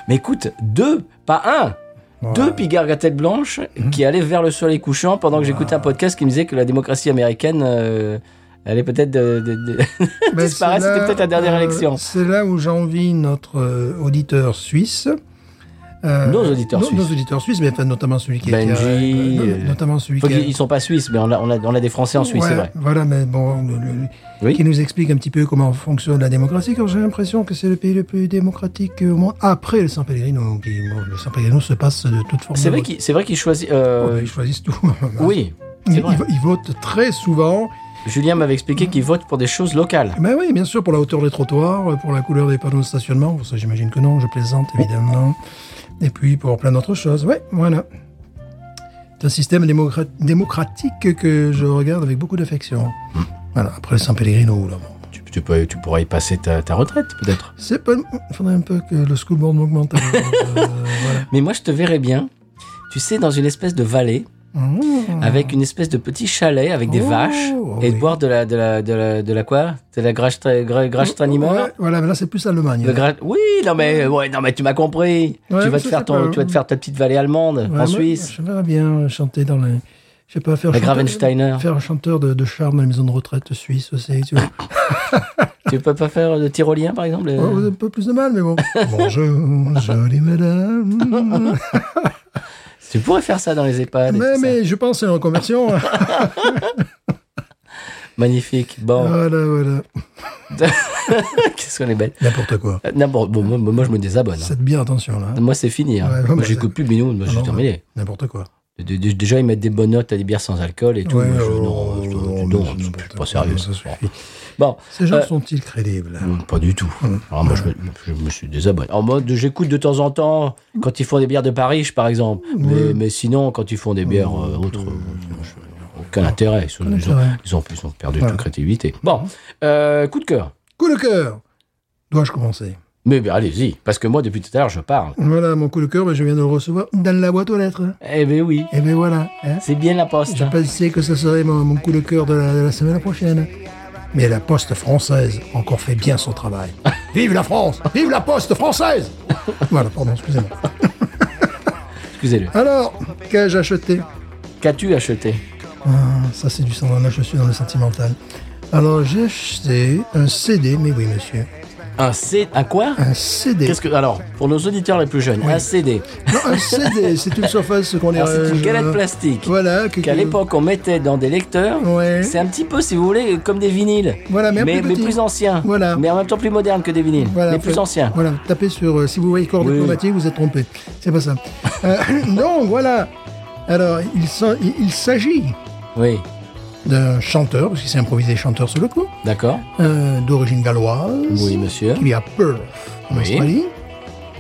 Speaker 1: Mais écoute, deux, pas un.
Speaker 2: Voilà.
Speaker 1: Deux pigargues à tête blanche qui allaient vers le soleil couchant pendant que j'écoutais un podcast qui me disait que la démocratie américaine euh, allait peut-être de- de- de-
Speaker 2: Ben,
Speaker 1: disparaît,
Speaker 2: c'est là-
Speaker 1: c'était peut-être la dernière
Speaker 2: euh,
Speaker 1: élection.
Speaker 2: C'est là où j'envie notre euh, auditeur suisse. Euh,
Speaker 1: Nos auditeurs suisses.
Speaker 2: Nos auditeurs suisses, mais enfin, notamment celui qui
Speaker 1: Benji,
Speaker 2: est.
Speaker 1: euh,
Speaker 2: notamment celui
Speaker 1: Faut
Speaker 2: qui a-
Speaker 1: qu'ils- Ils sont pas suisses, mais on a, on a- on a des Français en Suisse,
Speaker 2: Ouais,
Speaker 1: c'est vrai.
Speaker 2: Voilà, mais bon, le- le-
Speaker 1: Oui.
Speaker 2: qui nous explique un petit peu comment fonctionne la démocratie, car j'ai l'impression que c'est le pays le plus démocratique euh, au monde, après le San Pellegrino. Qui, bon, le San Pellegrino se passe de toute forme.
Speaker 1: C'est
Speaker 2: de
Speaker 1: vrai
Speaker 2: vote.
Speaker 1: qu'ils c'est vrai qu'ils choisissent. euh,
Speaker 2: Oh, Ils choisissent tout.
Speaker 1: oui.
Speaker 2: Ils,
Speaker 1: c'est vrai.
Speaker 2: ils- ils votent très souvent.
Speaker 1: Julien m'avait expliqué qu'ils votent pour des choses locales.
Speaker 2: Ben oui, bien sûr, pour la hauteur des trottoirs, pour la couleur des panneaux de stationnement, ça j'imagine que non, je plaisante évidemment. Et puis pour plein d'autres choses, ouais, voilà. C'est un système démocra- démocratique que je regarde avec beaucoup d'affection. Voilà, après San Pellegrino, là, bon.
Speaker 1: Tu, tu peux, tu pourras y passer ta, ta retraite, peut-être.
Speaker 2: C'est pas. Il faudrait un peu que le school board m'augmente. alors, euh, voilà.
Speaker 1: Mais moi, je te verrais bien, tu sais, dans une espèce de vallée,
Speaker 2: Mmh.
Speaker 1: avec une espèce de petit chalet, avec des
Speaker 2: Oh,
Speaker 1: vaches, et de
Speaker 2: oui.
Speaker 1: boire de la, de la, de la, de la quoi De la grache, tra- gra- grache tranimeur
Speaker 2: Ouais, Voilà, mais là c'est plus Allemagne.
Speaker 1: Le gra- Oui, non mais, ouais, non, mais tu m'as compris.
Speaker 2: Ouais,
Speaker 1: tu,
Speaker 2: mais
Speaker 1: vas te
Speaker 2: ça,
Speaker 1: faire
Speaker 2: c'est
Speaker 1: ton,
Speaker 2: pas-
Speaker 1: tu vas te faire ta petite vallée allemande,
Speaker 2: Ouais,
Speaker 1: en
Speaker 2: moi,
Speaker 1: Suisse.
Speaker 2: Je verrais bien chanter dans les. Je sais pas, faire
Speaker 1: La
Speaker 2: chanteur-
Speaker 1: Gravensteiner.
Speaker 2: Faire un chanteur de, de charme dans les maisons de retraite suisse aussi, tu vois.
Speaker 1: tu peux pas faire de tyrolien, par exemple
Speaker 2: Ouais, vous avez un peu plus de mal, mais bon. Bonjour, jolie madame.
Speaker 1: Tu pourrais faire ça dans les EHPAD. et
Speaker 2: mais,
Speaker 1: tout ça.
Speaker 2: mais je pense que c'est une reconversion.
Speaker 1: Magnifique. Bon,
Speaker 2: voilà, voilà.
Speaker 1: qu'est-ce qu'on est belle.
Speaker 2: N'importe quoi.
Speaker 1: Euh, N'importe. Bon, moi, moi, je me désabonne. hein.
Speaker 2: Faites bien attention, là.
Speaker 1: Moi, c'est fini. hein.
Speaker 2: Ouais, ouais,
Speaker 1: Moi,
Speaker 2: mais-
Speaker 1: j'écoute plus Binoun. Moi,
Speaker 2: Ah
Speaker 1: j'ai
Speaker 2: non,
Speaker 1: terminé.
Speaker 2: N'importe quoi.
Speaker 1: De- de- Déjà, ils mettent des bonnes notes à des bières sans alcool et tout.
Speaker 2: Ouais,
Speaker 1: Moi, je-
Speaker 2: oh,
Speaker 1: non, je-
Speaker 2: non,
Speaker 1: non, je-
Speaker 2: mais c'est
Speaker 1: je suis
Speaker 2: n'importe
Speaker 1: pas
Speaker 2: quoi,
Speaker 1: sérieux.
Speaker 2: ça suffit.
Speaker 1: Bon,
Speaker 2: Ces gens
Speaker 1: Euh,
Speaker 2: sont-ils crédibles
Speaker 1: non, pas du tout. Alors, Ah, moi, je me, je me suis désabonné. En mode, j'écoute de temps en temps quand ils font des bières de Paris, par exemple. Mais,
Speaker 2: Ouais.
Speaker 1: mais sinon, quand ils font des bières euh, autres. euh, je- aucun intérêt. Ils, ont-
Speaker 2: Aucun
Speaker 1: ils ont,
Speaker 2: intérêt.
Speaker 1: ils ont- ils ont perdu
Speaker 2: Voilà.
Speaker 1: toute créativité. Bon, euh, coup de cœur.
Speaker 2: Coup de cœur Dois-je commencer
Speaker 1: Mais ben, allez-y, parce que moi, depuis tout à l'heure, je parle.
Speaker 2: Voilà, mon coup de cœur, ben, je viens de le recevoir dans la boîte aux lettres.
Speaker 1: Eh ben oui,
Speaker 2: Et ben voilà. hein.
Speaker 1: c'est bien la poste.
Speaker 2: Je pensais que ce serait mon, mon coup de cœur de la, de la semaine prochaine. Mais la poste française a encore fait bien son travail. Vive la France Vive la poste française Voilà, pardon, excusez-moi.
Speaker 1: Excusez-le.
Speaker 2: Alors, qu'ai-je acheté
Speaker 1: Qu'as-tu acheté
Speaker 2: Ah, ça c'est du sang, là je suis dans le sentimental. Alors j'ai acheté un CD, mais oui monsieur,
Speaker 1: Un C. Un quoi
Speaker 2: un CD.
Speaker 1: Qu'est-ce que. Alors, pour nos auditeurs les plus jeunes, un CD.
Speaker 2: Non, un CD, c'est une surface qu'on est...
Speaker 1: Alors, Ah, c'est une galette plastique.
Speaker 2: Voilà, que-
Speaker 1: Qu'à
Speaker 2: que-
Speaker 1: l'époque, on mettait dans des lecteurs.
Speaker 2: Mhm. Ouais.
Speaker 1: C'est un petit peu, si vous voulez, comme des vinyles.
Speaker 2: Voilà, mais un
Speaker 1: mais,
Speaker 2: plus
Speaker 1: mais
Speaker 2: petit.
Speaker 1: plus anciens.
Speaker 2: Voilà.
Speaker 1: Mais en même temps plus modernes que des vinyles.
Speaker 2: Voilà,
Speaker 1: mais plus
Speaker 2: fait-
Speaker 1: anciens.
Speaker 2: Voilà, tapez sur. euh, si vous voyez corps
Speaker 1: Oui.
Speaker 2: diplomatique, vous êtes trompé. C'est pas ça. Euh, donc voilà. Alors, il, s'en- il- il s'agit
Speaker 1: Oui,
Speaker 2: d'un chanteur, parce qu'il s'est improvisé chanteur sur le coup,
Speaker 1: d'accord.
Speaker 2: euh, d'origine galloise,
Speaker 1: Oui, monsieur.
Speaker 2: qui vit à Perth, en
Speaker 1: Oui.
Speaker 2: Australie.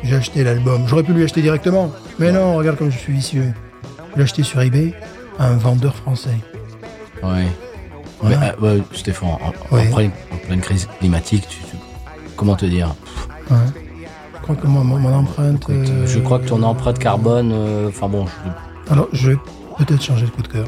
Speaker 2: J'ai acheté l'album. J'aurais pu lui acheter directement. Mais non, regarde comme je suis vicieux. Je l'ai acheté sur eBay à un vendeur français.
Speaker 1: Oui.
Speaker 2: Voilà.
Speaker 1: Mais, euh, ouais, Stéphane, en, en
Speaker 2: Ouais.
Speaker 1: pleine, en pleine crise climatique, tu- tu- comment te dire
Speaker 2: Ouais. hein. Je crois que mon, mon- mon empreinte.
Speaker 1: Écoute,
Speaker 2: euh,
Speaker 1: Je crois que ton empreinte carbone. euh, Enfin bon, je-
Speaker 2: Alors, je vais peut-être changer de coup de cœur.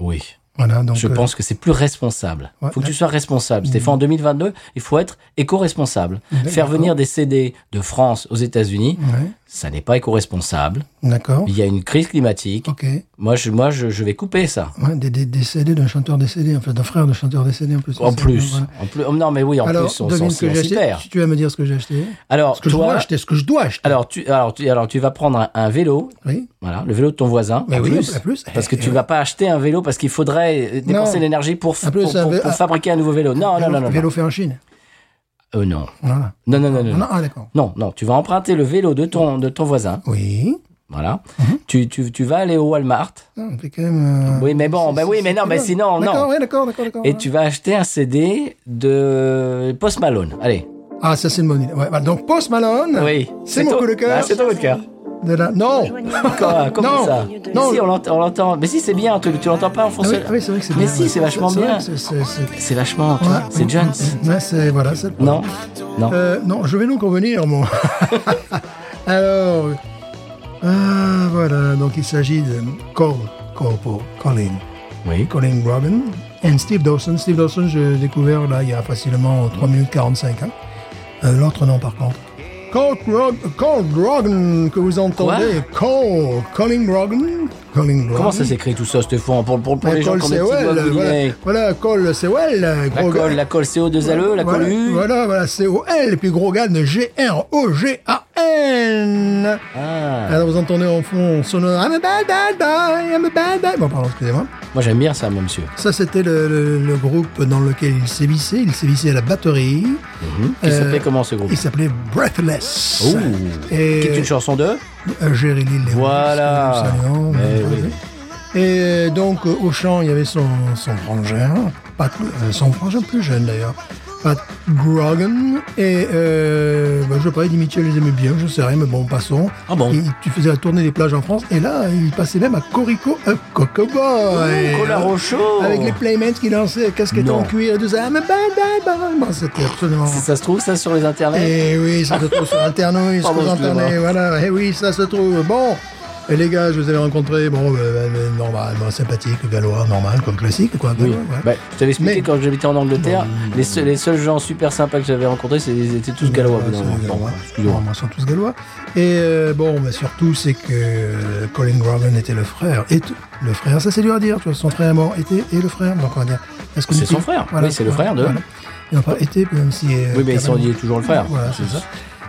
Speaker 1: oui.
Speaker 2: Voilà, donc.
Speaker 1: je
Speaker 2: euh,
Speaker 1: pense que c'est plus responsable. Il
Speaker 2: Ouais,
Speaker 1: faut que
Speaker 2: là-
Speaker 1: tu sois responsable. Stéphane, en 2022, il faut être éco-responsable.
Speaker 2: Ouais,
Speaker 1: Faire
Speaker 2: d'accord.
Speaker 1: venir des CD de France aux États-Unis,
Speaker 2: ouais.
Speaker 1: ça n'est pas éco-responsable.
Speaker 2: D'accord.
Speaker 1: Il y a une crise climatique.
Speaker 2: Ok. Ouais,
Speaker 1: Moi, je, moi, je, je vais couper ça.
Speaker 2: des, des, des CD d'un chanteur décédé, en fait, d'un frère de chanteur décédé en plus.
Speaker 1: En
Speaker 2: C'est-
Speaker 1: plus,
Speaker 2: voilà.
Speaker 1: en plus, oh, non mais oui, en
Speaker 2: Alors,
Speaker 1: plus, on,
Speaker 2: devine
Speaker 1: s'en-
Speaker 2: ce que
Speaker 1: on
Speaker 2: j'ai
Speaker 1: s'y
Speaker 2: acheté.
Speaker 1: perd.
Speaker 2: Si tu vas me dire ce que j'ai acheté.
Speaker 1: Alors
Speaker 2: Ce que je dois
Speaker 1: toi,
Speaker 2: acheter, ce que je dois acheter.
Speaker 1: alors tu, alors tu, alors tu vas prendre un, un vélo,
Speaker 2: oui.
Speaker 1: voilà, le vélo de ton voisin.
Speaker 2: Mais
Speaker 1: en
Speaker 2: oui,
Speaker 1: plus,
Speaker 2: en plus.
Speaker 1: parce que
Speaker 2: Eh,
Speaker 1: tu
Speaker 2: eh.
Speaker 1: vas pas acheter un vélo parce qu'il faudrait euh, dépenser
Speaker 2: Non.
Speaker 1: l'énergie pour, f-
Speaker 2: En plus,
Speaker 1: pour,
Speaker 2: un
Speaker 1: pour-
Speaker 2: vé-
Speaker 1: pour
Speaker 2: un-
Speaker 1: fabriquer un nouveau vélo. Non, non,
Speaker 2: Vélo-
Speaker 1: non, Hmm. non, non.
Speaker 2: Vélo fait en Chine.
Speaker 1: Euh, non.
Speaker 2: Voilà.
Speaker 1: Non, non, non, non,
Speaker 2: Ah,
Speaker 1: non.
Speaker 2: non, ah, d'accord.
Speaker 1: Non, non, tu vas emprunter le vélo de ton, de ton voisin.
Speaker 2: Oui.
Speaker 1: Voilà. tu, tu, tu vas aller au Walmart
Speaker 2: Mhm. Ah, On fait quand même. euh,
Speaker 1: Oui, mais bon,
Speaker 2: c'est-
Speaker 1: bah
Speaker 2: c'est-
Speaker 1: oui, mais
Speaker 2: c'est
Speaker 1: non,
Speaker 2: très
Speaker 1: mais
Speaker 2: bien.
Speaker 1: sinon, non.
Speaker 2: D'accord, ouais, d'accord, d'accord, d'accord.
Speaker 1: et
Speaker 2: ouais.
Speaker 1: tu vas acheter un CD de Post Malone. Allez.
Speaker 2: Ah, ça, c'est une bonne idée. Ouais, bah, donc, Post Malone.
Speaker 1: Oui.
Speaker 2: C'est mon
Speaker 1: ton-
Speaker 2: coup de cœur.
Speaker 1: Ah, c'est ton coup de cœur.
Speaker 2: De la... Non. Ah
Speaker 1: Quoi, Ah, comment
Speaker 2: Non.
Speaker 1: ça
Speaker 2: Non.
Speaker 1: Si, on l'ent- on l'entend. Mais si, c'est bien, tu, tu l'entends pas en
Speaker 2: Ah oui,
Speaker 1: français.
Speaker 2: ah oui, c'est vrai que c'est
Speaker 1: Mais
Speaker 2: bien.
Speaker 1: si,
Speaker 2: ouais.
Speaker 1: c'est vachement
Speaker 2: vrai
Speaker 1: bien.
Speaker 2: que c'est- c'est- c'est-
Speaker 1: C'est vachement, tu
Speaker 2: Ouais.
Speaker 1: vois, c'est Jones.
Speaker 2: Ouais, c'est voilà, c'est le
Speaker 1: Non, non.
Speaker 2: Euh, non, je vais donc revenir, moi. Alors, ah, voilà, donc il s'agit de Cole, Cole pour Colin,
Speaker 1: Oui.
Speaker 2: Colin Robin et Steve Dawson. Steve Dawson, je l'ai découvert là il y a facilement 3 minutes 45. hein. Euh, L'autre non, par contre. Cole, Rog- Cole Rogan, que vous entendez. Cole, Colin Rogan. Colin Rogan.
Speaker 1: Comment ça s'écrit tout ça, Stéphane Pour, pour, pour
Speaker 2: La
Speaker 1: les gens
Speaker 2: Cole
Speaker 1: qui ont des petits
Speaker 2: Sewell,
Speaker 1: doigts
Speaker 2: voilà,
Speaker 1: boulinés.
Speaker 2: voilà, Cole Sewell,
Speaker 1: La
Speaker 2: Grogan.
Speaker 1: colle, la colle CO2LE, E, la colle
Speaker 2: Voilà,
Speaker 1: U.
Speaker 2: Voilà, voilà, c'est O-L, puis Grogan, G-R-O-G-A-N.
Speaker 1: Ah.
Speaker 2: Alors vous entendez en fond sonore I'm a bad bad boy, I'm a bad bad. Bon, pardon, excusez-moi.
Speaker 1: Moi, j'aime bien ça, moi, monsieur.
Speaker 2: Ça, c'était le, le- le groupe dans lequel il sévissait. Il sévissait à la batterie.
Speaker 1: Mhm. Qui
Speaker 2: Euh,
Speaker 1: s'appelait comment ce groupe
Speaker 2: Il s'appelait Breathless.
Speaker 1: Ouh.
Speaker 2: Et
Speaker 1: Qui est une chanson de
Speaker 2: euh, Jerry Lee Lewis,
Speaker 1: Voilà.
Speaker 2: que nous saluons.
Speaker 1: Eh oui.
Speaker 2: Et donc, euh, au chant, il y avait son, son frangin, Pat- euh, son frangin plus jeune d'ailleurs, Pat Grogan. Et euh, bah, je parlais d'imiter les aimait bien, je sais rien, mais bon, passons.
Speaker 1: Ah bon
Speaker 2: Il- tu faisais la tournée des plages en France, et là, il passait même à Corico, un coco boy.
Speaker 1: Cola Rochaud
Speaker 2: euh, Avec les playmates qui lançaient casquette
Speaker 1: Non.
Speaker 2: en cuir et tout ça. Ah, Mais ben, bye bye bye. Bon, C'était absolument.
Speaker 1: Si ça se trouve, ça, sur les internets
Speaker 2: Eh oui, ça se trouve sur Internet, sur
Speaker 1: Pardon,
Speaker 2: Internet,
Speaker 1: excusez-moi.
Speaker 2: voilà. Eh oui, ça se trouve. Bon, et les gars, je vous avais rencontré, bon, euh, euh, normal, bon, sympathique, gallois, normal, comme classique, quoi.
Speaker 1: Oui.
Speaker 2: gallois, ouais.
Speaker 1: Bah, je t'avais expliqué
Speaker 2: Mais- Bah,
Speaker 1: quand j'habitais en Angleterre, les, seuls- les seuls gens super sympas que j'avais rencontrés, c'est- ils étaient tous gallois.
Speaker 2: Voilà,
Speaker 1: au bout d'un
Speaker 2: c'est
Speaker 1: moment.
Speaker 2: les
Speaker 1: Bon,
Speaker 2: Gallois.
Speaker 1: excusez-moi.
Speaker 2: Normalement, ils sont tous gallois. Et euh, bon, mais surtout, c'est que euh, Colin Grogan était le frère. Et t- le frère, ça c'est dur à dire, tu vois, son frère est mort, était et le frère. Donc on va dire. est-ce qu'on
Speaker 1: C'est
Speaker 2: dit-
Speaker 1: son frère. Oui, c'est le frère de-
Speaker 2: Ils n'ont pas été, même si. euh,
Speaker 1: Oui, mais ils sont
Speaker 2: carrément-
Speaker 1: liés toujours le frère.
Speaker 2: Voilà, c'est ça.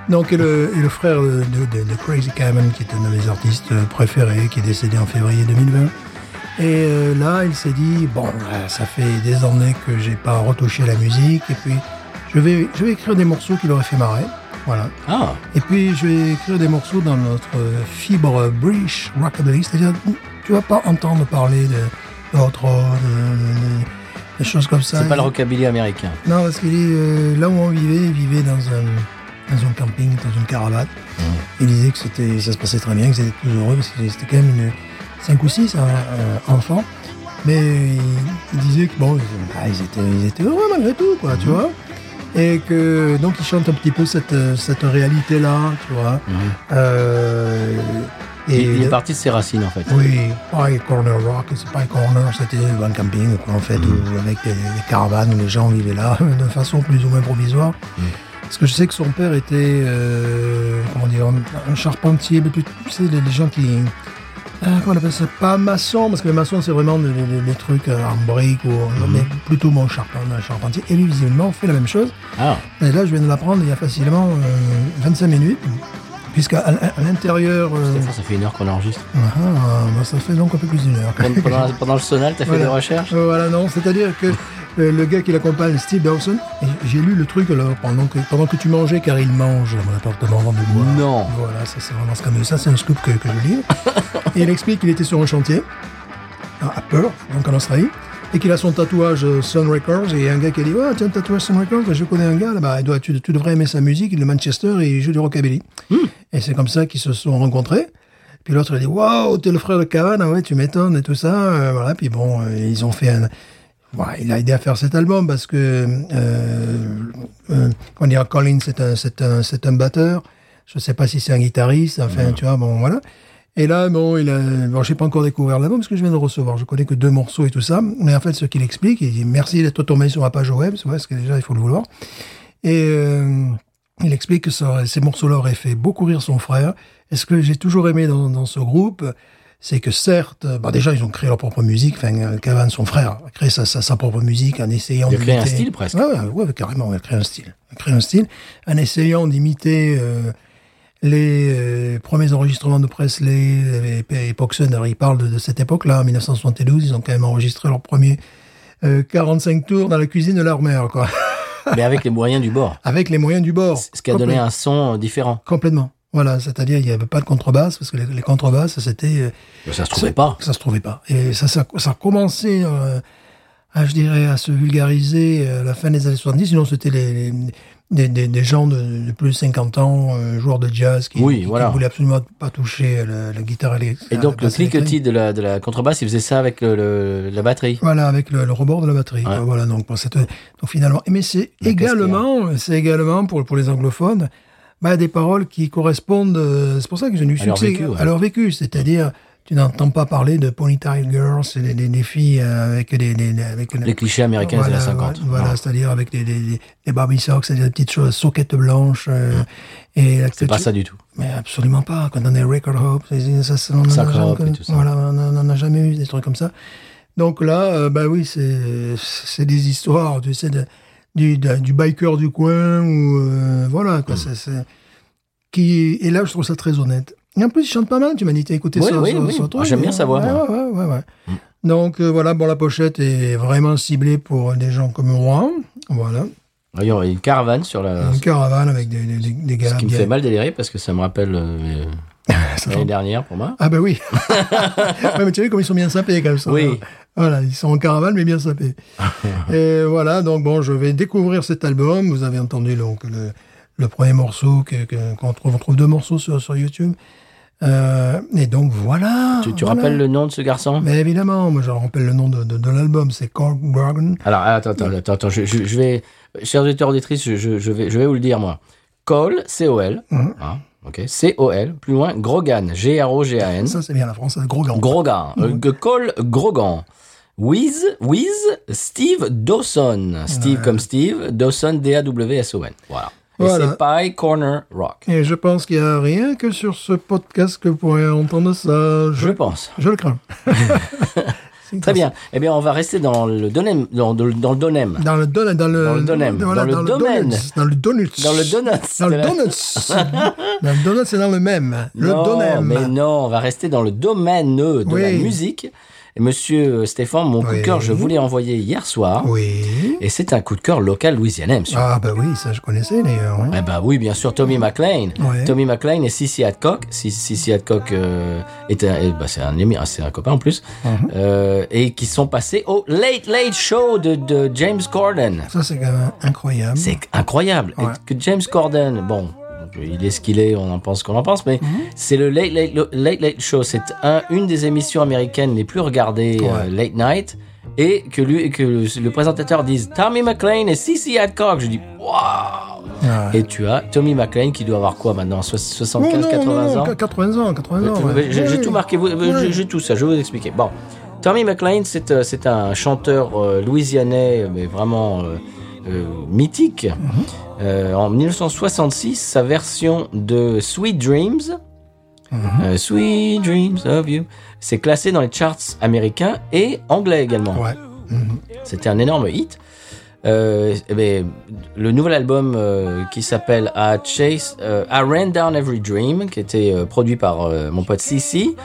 Speaker 2: Donc, et le, et le frère de, de- de Crazy Cameron, qui est un de mes artistes euh, préférés, qui est décédé en février 2020. Et euh, là, il s'est dit bon, euh, ça fait des années que j'ai pas retouché la musique, et puis je vais, je vais écrire des morceaux qui l'auraient fait marrer, voilà.
Speaker 1: Ah,
Speaker 2: Et puis je vais écrire des morceaux dans notre euh, fibre British rockabilly, c'est-à-dire tu vas pas entendre parler de, de hot rod, de- de- de- des choses comme ça.
Speaker 1: c'est pas le rockabilly américain.
Speaker 2: Non, parce qu'il est euh, là où on vivait, il vivait dans un, dans un camping, dans une caravane.
Speaker 1: Mm.
Speaker 2: Il disait que c'était, ça se passait très bien, qu'ils étaient tous heureux, parce que c'était quand même une, 5 ou 6 hein, euh, enfants. Mais il disait que bon, ils, bah, ils étaient, ils étaient heureux malgré tout, quoi,
Speaker 1: Mm.
Speaker 2: tu vois. Et que donc ils chantent un petit peu cette, cette réalité-là, tu vois. Euh,
Speaker 1: Mm. Il, il est parti de ses racines, en fait.
Speaker 2: oui, Pie Corner Rock, c'est Pie Corner, c'était un camping, quoi, en fait, où- avec des, des caravanes où les gens vivaient là de façon plus ou moins provisoire. Parce que je sais que son père était, euh, comment dire, un, un charpentier, mais plus- tu sais, les, les gens qui. euh, comment on appelle ça Pas maçon, parce que les maçons, c'est vraiment des, des- des trucs euh, en briques, ou, mais plutôt mon charpentier, un charpentier. Et lui, visiblement, fait la même chose.
Speaker 1: Ah,
Speaker 2: Et là, je viens de l'apprendre il y a facilement euh, 25 minutes, puisqu'à à, à l'intérieur. euh,
Speaker 1: ça fait une heure qu'on enregistre.
Speaker 2: ah, bah, ça fait donc un peu plus d'une heure.
Speaker 1: Pendant, pendant- pendant le sonal, t'as fait
Speaker 2: Voilà.
Speaker 1: des recherches
Speaker 2: Euh, Voilà, non, c'est-à-dire que euh, le gars qui l'accompagne, Steve Dawson, et j'ai lu le truc alors, pendant, que, pendant que tu mangeais, car il mange à mon appartement avant de boire.
Speaker 1: Non.
Speaker 2: Voilà, ça c'est vraiment scandaleux. Ça, c'est un scoop que, que je lis. et il explique qu'il était sur un chantier, à à Perth, donc en Australie, et qu'il a son tatouage euh, Sun Records, et il y a un gars qui a dit Ouais, tiens, tatouage Sun Records, je connais un gars là-bas, il doit- tu, tu devrais aimer sa musique, il est de Manchester et il joue du rockabilly. Et c'est comme ça qu'ils se sont rencontrés. Puis l'autre il a dit Waouh, t'es le frère de Cavan, ah ouais, tu m'étonnes et tout ça. Euh, voilà, puis bon, euh, ils ont fait un. Ouais, il a aidé à faire cet album parce que, euh, euh, comment dire, Colin, c'est un, c'est un, c'est un batteur. Je sais pas si c'est un guitariste, enfin, tu vois, bon, voilà. Et là, bon, il a, bon, j'ai pas encore découvert l'album parce que je viens de le recevoir. Je connais que deux morceaux et tout ça. Mais en fait, ce qu'il explique, il dit merci d'être tombé sur la page web, c'est vrai, parce que déjà, il faut le vouloir. Et euh, il explique que ça- ces morceaux-là auraient fait beaucoup rire son frère. Et ce que j'ai toujours aimé dans, dans ce groupe, c'est que certes, bah déjà, ils ont créé leur propre musique. Enfin, euh, Cavan, son frère, a créé sa, sa, sa propre musique en essayant
Speaker 1: Il a créé un
Speaker 2: d'imiter-
Speaker 1: style, presque.
Speaker 2: Ouais, ouais, ouais, carrément, il a créé un style. Il a créé un style en essayant d'imiter... euh, les euh, premiers enregistrements de Presley et, et Poxon, alors ils parlent de, de cette époque-là, en 1972, ils ont quand même enregistré leur premier euh, 45 tours dans la cuisine de leur mère, quoi,
Speaker 1: Mais avec les moyens du bord.
Speaker 2: avec les moyens du bord.
Speaker 1: Ce qui a donné un son euh, différent.
Speaker 2: Complètement. Voilà, c'est-à-dire il n'y avait pas de contrebasse, parce que les, les contrebasses, c'était... euh,
Speaker 1: Ça se trouvait pas.
Speaker 2: ça se trouvait pas. Et ça, ça, ça a commencé, euh, à, je dirais, à se vulgariser euh, à la fin des années 70. Sinon, c'était les, les- des, des- des gens de, de plus de 50 ans, euh, joueurs de jazz, qui,
Speaker 1: Oui,
Speaker 2: qui-
Speaker 1: voilà.
Speaker 2: qui voulaient absolument pas toucher la, la guitare électrique.
Speaker 1: Et donc, le cliquetis de la, de la contrebasse, il faisait ça avec le- le- la batterie.
Speaker 2: Voilà, avec le, le rebord de la batterie.
Speaker 1: Ouais.
Speaker 2: Voilà, donc, bon, c'est- donc finalement. Mais c'est
Speaker 1: Mais qu'est-ce
Speaker 2: également, c'est également pour, pour les anglophones, bah, des paroles qui correspondent. euh, c'est pour ça que j'ai du
Speaker 1: À leur
Speaker 2: succès.
Speaker 1: vécu, ouais.
Speaker 2: à leur vécu, c'est-à-dire. Tu n'entends pas parler de ponytail girls, c'est des, des- des filles euh, avec des, des- des- avec
Speaker 1: Les clichés américains
Speaker 2: voilà,
Speaker 1: des années 50.
Speaker 2: Voilà,
Speaker 1: Voilà.
Speaker 2: c'est-à-dire avec des, des, des, des Barbie socks, c'est-à-dire des petites choses, soquettes blanches. euh, et
Speaker 1: Mmh.
Speaker 2: la
Speaker 1: C'est pas
Speaker 2: culture-
Speaker 1: ça du tout.
Speaker 2: Mais absolument pas. Quand on est Record Hope, c'est- ça, ça, on en a
Speaker 1: Sacre
Speaker 2: jamais
Speaker 1: Hope et
Speaker 2: connu.
Speaker 1: tout ça.
Speaker 2: Voilà, on en- on en a jamais eu des trucs comme ça. Donc là, euh, bah oui, c'est c'est des histoires, tu sais, de- du, de- du biker du coin, ou euh, voilà,
Speaker 1: Hmm.
Speaker 2: quoi. c'est- c'est- qui, et là, je trouve ça très honnête. Et en plus, il chante pas mal, tu m'as dit, t'as écouté
Speaker 1: Oui,
Speaker 2: ça.
Speaker 1: oui, oui. Ah, j'aime bien sa voix,
Speaker 2: Ouais,
Speaker 1: moi. Hmm.
Speaker 2: ouais, ouais, ouais, ouais. Donc euh, voilà, bon, la pochette est vraiment ciblée pour des gens comme moi. Voilà,
Speaker 1: Il y aurait une caravane sur la.
Speaker 2: une caravane avec des, des, des, des gars
Speaker 1: Ah, Ce qui me
Speaker 2: bien-
Speaker 1: fait mal délirer parce que ça me rappelle euh,
Speaker 2: Ça
Speaker 1: l'année dernière pour moi.
Speaker 2: Ah ben oui. ouais, mais tu vois comme ils sont bien sapés comme ça.
Speaker 1: Oui.
Speaker 2: Voilà, ils sont en caravane mais bien sapés. Et voilà, donc bon, je vais découvrir cet album. Vous avez entendu donc le, le premier morceau que que- qu'on trouve. On trouve deux morceaux sur, sur YouTube. Euh, et donc voilà.
Speaker 1: Tu, tu
Speaker 2: Ah, voilà.
Speaker 1: rappelles le nom de ce garçon
Speaker 2: Mais évidemment, moi je rappelle le nom de, de, de l'album, c'est Cork Brogan.
Speaker 1: Alors, ah, attends, attends, attends, attends, je, je- je vais. Chers auditeurs, auditrices, je, je- je vais, je vais vous le dire, moi. Cole, C-O-L.
Speaker 2: Mhm.
Speaker 1: hein, ok, C-O-L. Plus loin, Grogan, G-R-O-G-A-N.
Speaker 2: Ça c'est bien la France, gros grand.
Speaker 1: Grogan. euh, que Cole Grogan. With, with Steve Dawson. Steve comme Steve, Dawson, D-A-W-S-O-N. Voilà.
Speaker 2: Voilà.
Speaker 1: Et c'est Pie Corner Rock.
Speaker 2: Et je pense qu'il n'y a rien que sur ce podcast que vous pourrez entendre ça.
Speaker 1: Je
Speaker 2: Je,
Speaker 1: pense.
Speaker 2: je le crains. C'est
Speaker 1: Très bien. Eh bien, on va rester dans le donem, dans, dans- dans le donem.
Speaker 2: Dans le, don, dans le,
Speaker 1: Dans le donem, dans le domaine.
Speaker 2: donuts, Dans le donuts.
Speaker 1: Dans le donuts.
Speaker 2: Dans
Speaker 1: de
Speaker 2: le
Speaker 1: la-
Speaker 2: donuts. dans le donuts, c'est dans le même. Le
Speaker 1: non,
Speaker 2: donem.
Speaker 1: mais non, on va rester dans le domaine de la
Speaker 2: Oui.
Speaker 1: musique. Et Monsieur euh, Stéphane, mon coup
Speaker 2: Oui.
Speaker 1: de cœur, je vous l'ai envoyé hier soir.
Speaker 2: Oui.
Speaker 1: Et c'est un coup de cœur local louisianais, monsieur.
Speaker 2: Ah, bah oui, ça je connaissais d'ailleurs. hein.
Speaker 1: Eh ben oui, bien sûr, Tommy McLean.
Speaker 2: Ouais.
Speaker 1: Tommy McLean et Sissy Hadcock. Si- Sissy Hadcock euh, est un, eh ben, c'est un ami, c'est un copain en plus,
Speaker 2: Mhm.
Speaker 1: Euh, et qui sont passés au Late Late Show de, de James Corden.
Speaker 2: Ça, c'est quand même incroyable.
Speaker 1: C'est incroyable. Et
Speaker 2: Ouais.
Speaker 1: que James Corden, bon, il est ce qu'il est, on en pense qu'on en pense,
Speaker 2: Mhm.
Speaker 1: mais c'est le Late Late, Lo- Late Late Show. C'est un- une des émissions américaines les plus regardées euh, late night. Et que, lui, et que le, le présentateur dise Tommy McLean et Cissy Hadcock. Je dis Waouh
Speaker 2: Ouais.
Speaker 1: Et tu as Tommy McLean qui doit avoir quoi maintenant soix-
Speaker 2: Non,
Speaker 1: 75,
Speaker 2: non,
Speaker 1: 80
Speaker 2: non,
Speaker 1: ans
Speaker 2: 80 ans, 80 ans.
Speaker 1: euh,
Speaker 2: ouais.
Speaker 1: J'ai j'ai
Speaker 2: Ouais.
Speaker 1: tout marqué, vous- euh, j'ai- j'ai tout ça, je vais vous expliquer. Bon, Tommy McLean, c'est euh, c'est un chanteur euh, louisianais, euh, mais vraiment euh, euh, mythique.
Speaker 2: Mm-hmm.
Speaker 1: Euh, en 1966, sa version de Sweet Dreams,
Speaker 2: Mm-hmm.
Speaker 1: euh, Sweet Dreams of You, s'est classée dans les charts américains et anglais également.
Speaker 2: Ouais.
Speaker 1: C'était un énorme hit. Euh, eh ben, le nouvel album euh, qui s'appelle I Chase, euh, I Ran Down Every Dream, qui était euh, produit par euh, mon pote Sissi,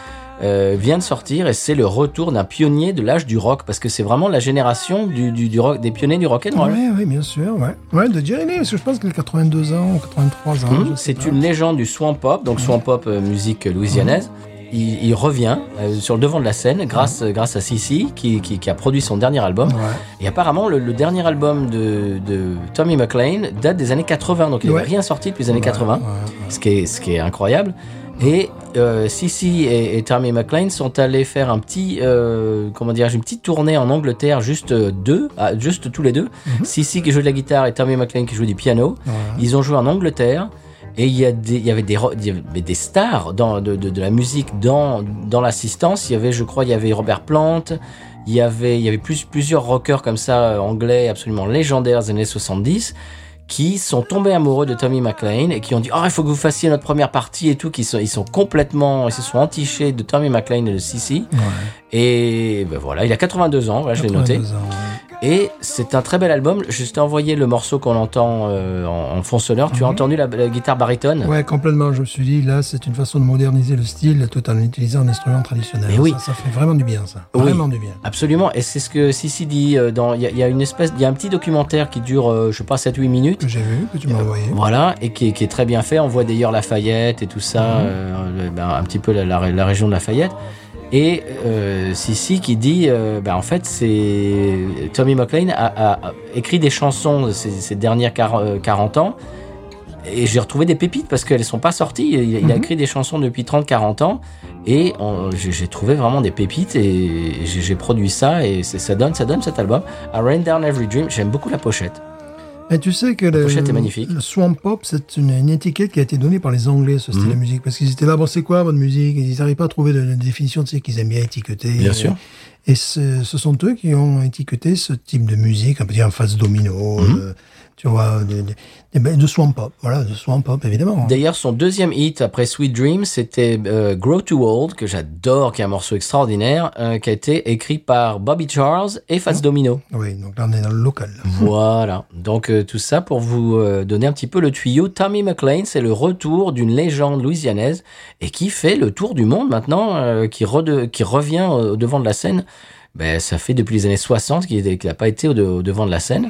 Speaker 1: euh, vient de sortir et c'est le retour d'un pionnier de l'âge du rock parce que c'est vraiment la génération du, du, du rock, des pionniers du rock and roll.
Speaker 2: Oui, oui, bien sûr, ouais. Ouais, de Jeremy, parce que je pense qu'il a 82 ans ou 83 ans. je sais
Speaker 1: Hum, C'est
Speaker 2: pas.
Speaker 1: une légende du swamp pop, donc swamp pop euh, musique euh, louisianaise. Il, il revient euh, sur le devant de la scène grâce, euh, grâce à Sissi qui, qui, qui a produit son dernier album.
Speaker 2: Ouais.
Speaker 1: Et apparemment, le, le dernier album de, de Tommy McLean date des années 80, donc il n'avait
Speaker 2: Ouais.
Speaker 1: rien sorti depuis les années 80,
Speaker 2: ouais,
Speaker 1: Ce, qui est, ce qui est incroyable. Et euh, Sissi et, et Tommy McLean sont allés faire un petit, euh, comment dire, une petite tournée en Angleterre, juste euh, deux, ah, juste tous les deux.
Speaker 2: Mhm.
Speaker 1: Sissi qui joue de la guitare et Tommy McLean qui joue du piano.
Speaker 2: Ouais.
Speaker 1: Hein? Ils ont joué en Angleterre. Et il y, a des- il y avait des, ro- il y avait des stars dans, de, de- de la musique dans, dans l'assistance. Il y avait, je crois, il y avait Robert Plant. Il y avait, il y avait plus, plusieurs rockers comme ça, euh, anglais, absolument légendaires des années 70, qui sont tombés amoureux de Tommy McLean et qui ont dit, oh, il faut que vous fassiez notre première partie et tout. Qui sont, ils sont complètement, ils se sont entichés de Tommy McLean et de Sissi.
Speaker 2: Ouais.
Speaker 1: Et ben voilà, il a 82 ans, voilà, Ah, je l'ai noté.
Speaker 2: 82 ans, ouais.
Speaker 1: Et c'est un très bel album. Je t'ai envoyé le morceau qu'on entend euh, en, en fond sonore. Tu as entendu la, la guitare baritone
Speaker 2: Ouais, complètement. Je me suis dit, là, c'est une façon de moderniser le style tout en utilisant un instrument traditionnel.
Speaker 1: Mais oui.
Speaker 2: Ça, ça fait vraiment du bien, ça.
Speaker 1: Oui.
Speaker 2: Vraiment du bien.
Speaker 1: Absolument. Et c'est ce que Sissi dit. euh, dans- Il y, a- il y a une espèce, il y a un petit documentaire qui dure, euh, je sais pas, 7-8 minutes.
Speaker 2: Que j'ai vu, que tu
Speaker 1: Euh,
Speaker 2: m'as envoyé.
Speaker 1: Voilà, et qui, est- qui est très bien fait. On voit d'ailleurs Lafayette et tout ça, euh, le- ben, un petit peu la, la ré- la région de Lafayette. Et euh, Sissi qui dit, euh, ben, en fait, c'est Tommy McLean a, a- a écrit des chansons ces, ces dernières quar- euh, 40 ans. Et j'ai retrouvé des pépites parce qu'elles sont pas sorties. Il, il a écrit des chansons depuis 30-40 ans. Et on- j'ai j'ai trouvé vraiment des pépites et j'ai j'ai produit ça. Et c'est- ça donne, ça donne cet album. I Rain Down Every Dream. J'aime beaucoup la pochette.
Speaker 2: Et tu sais que
Speaker 1: La
Speaker 2: le,
Speaker 1: pochette est magnifique.
Speaker 2: le swamp pop, c'est une, une étiquette qui a été donnée par les Anglais, ce
Speaker 1: Mhm.
Speaker 2: style de musique, parce qu'ils étaient là, bon, c'est quoi votre musique Ils n'arrivaient pas à trouver de, de définition, tu sais, qu'ils aiment bien étiqueter.
Speaker 1: Bien
Speaker 2: Euh,
Speaker 1: sûr.
Speaker 2: Et ce, ce sont eux qui ont étiqueté ce type de musique, un peu dire en phase domino,
Speaker 1: Mhm.
Speaker 2: euh, tu vois, de, de, ben, de- de swamp pop, voilà, de swamp pop, évidemment.
Speaker 1: D'ailleurs, son deuxième hit après Sweet Dream, c'était euh, Grow Too Old, que j'adore, qui est un morceau extraordinaire, euh, qui a été écrit par Bobby Charles et Fats Domino.
Speaker 2: Oui, donc là, on est dans le local.
Speaker 1: Voilà. Donc euh, tout ça pour vous euh, donner un petit peu le tuyau. Tommy McLean, c'est le retour d'une légende louisianaise et qui fait le tour du monde maintenant, euh, qui, rede- qui revient euh, au devant de la scène. Ben, ça fait depuis les années 60 qu'il n'a pas été au, de- au devant de la scène.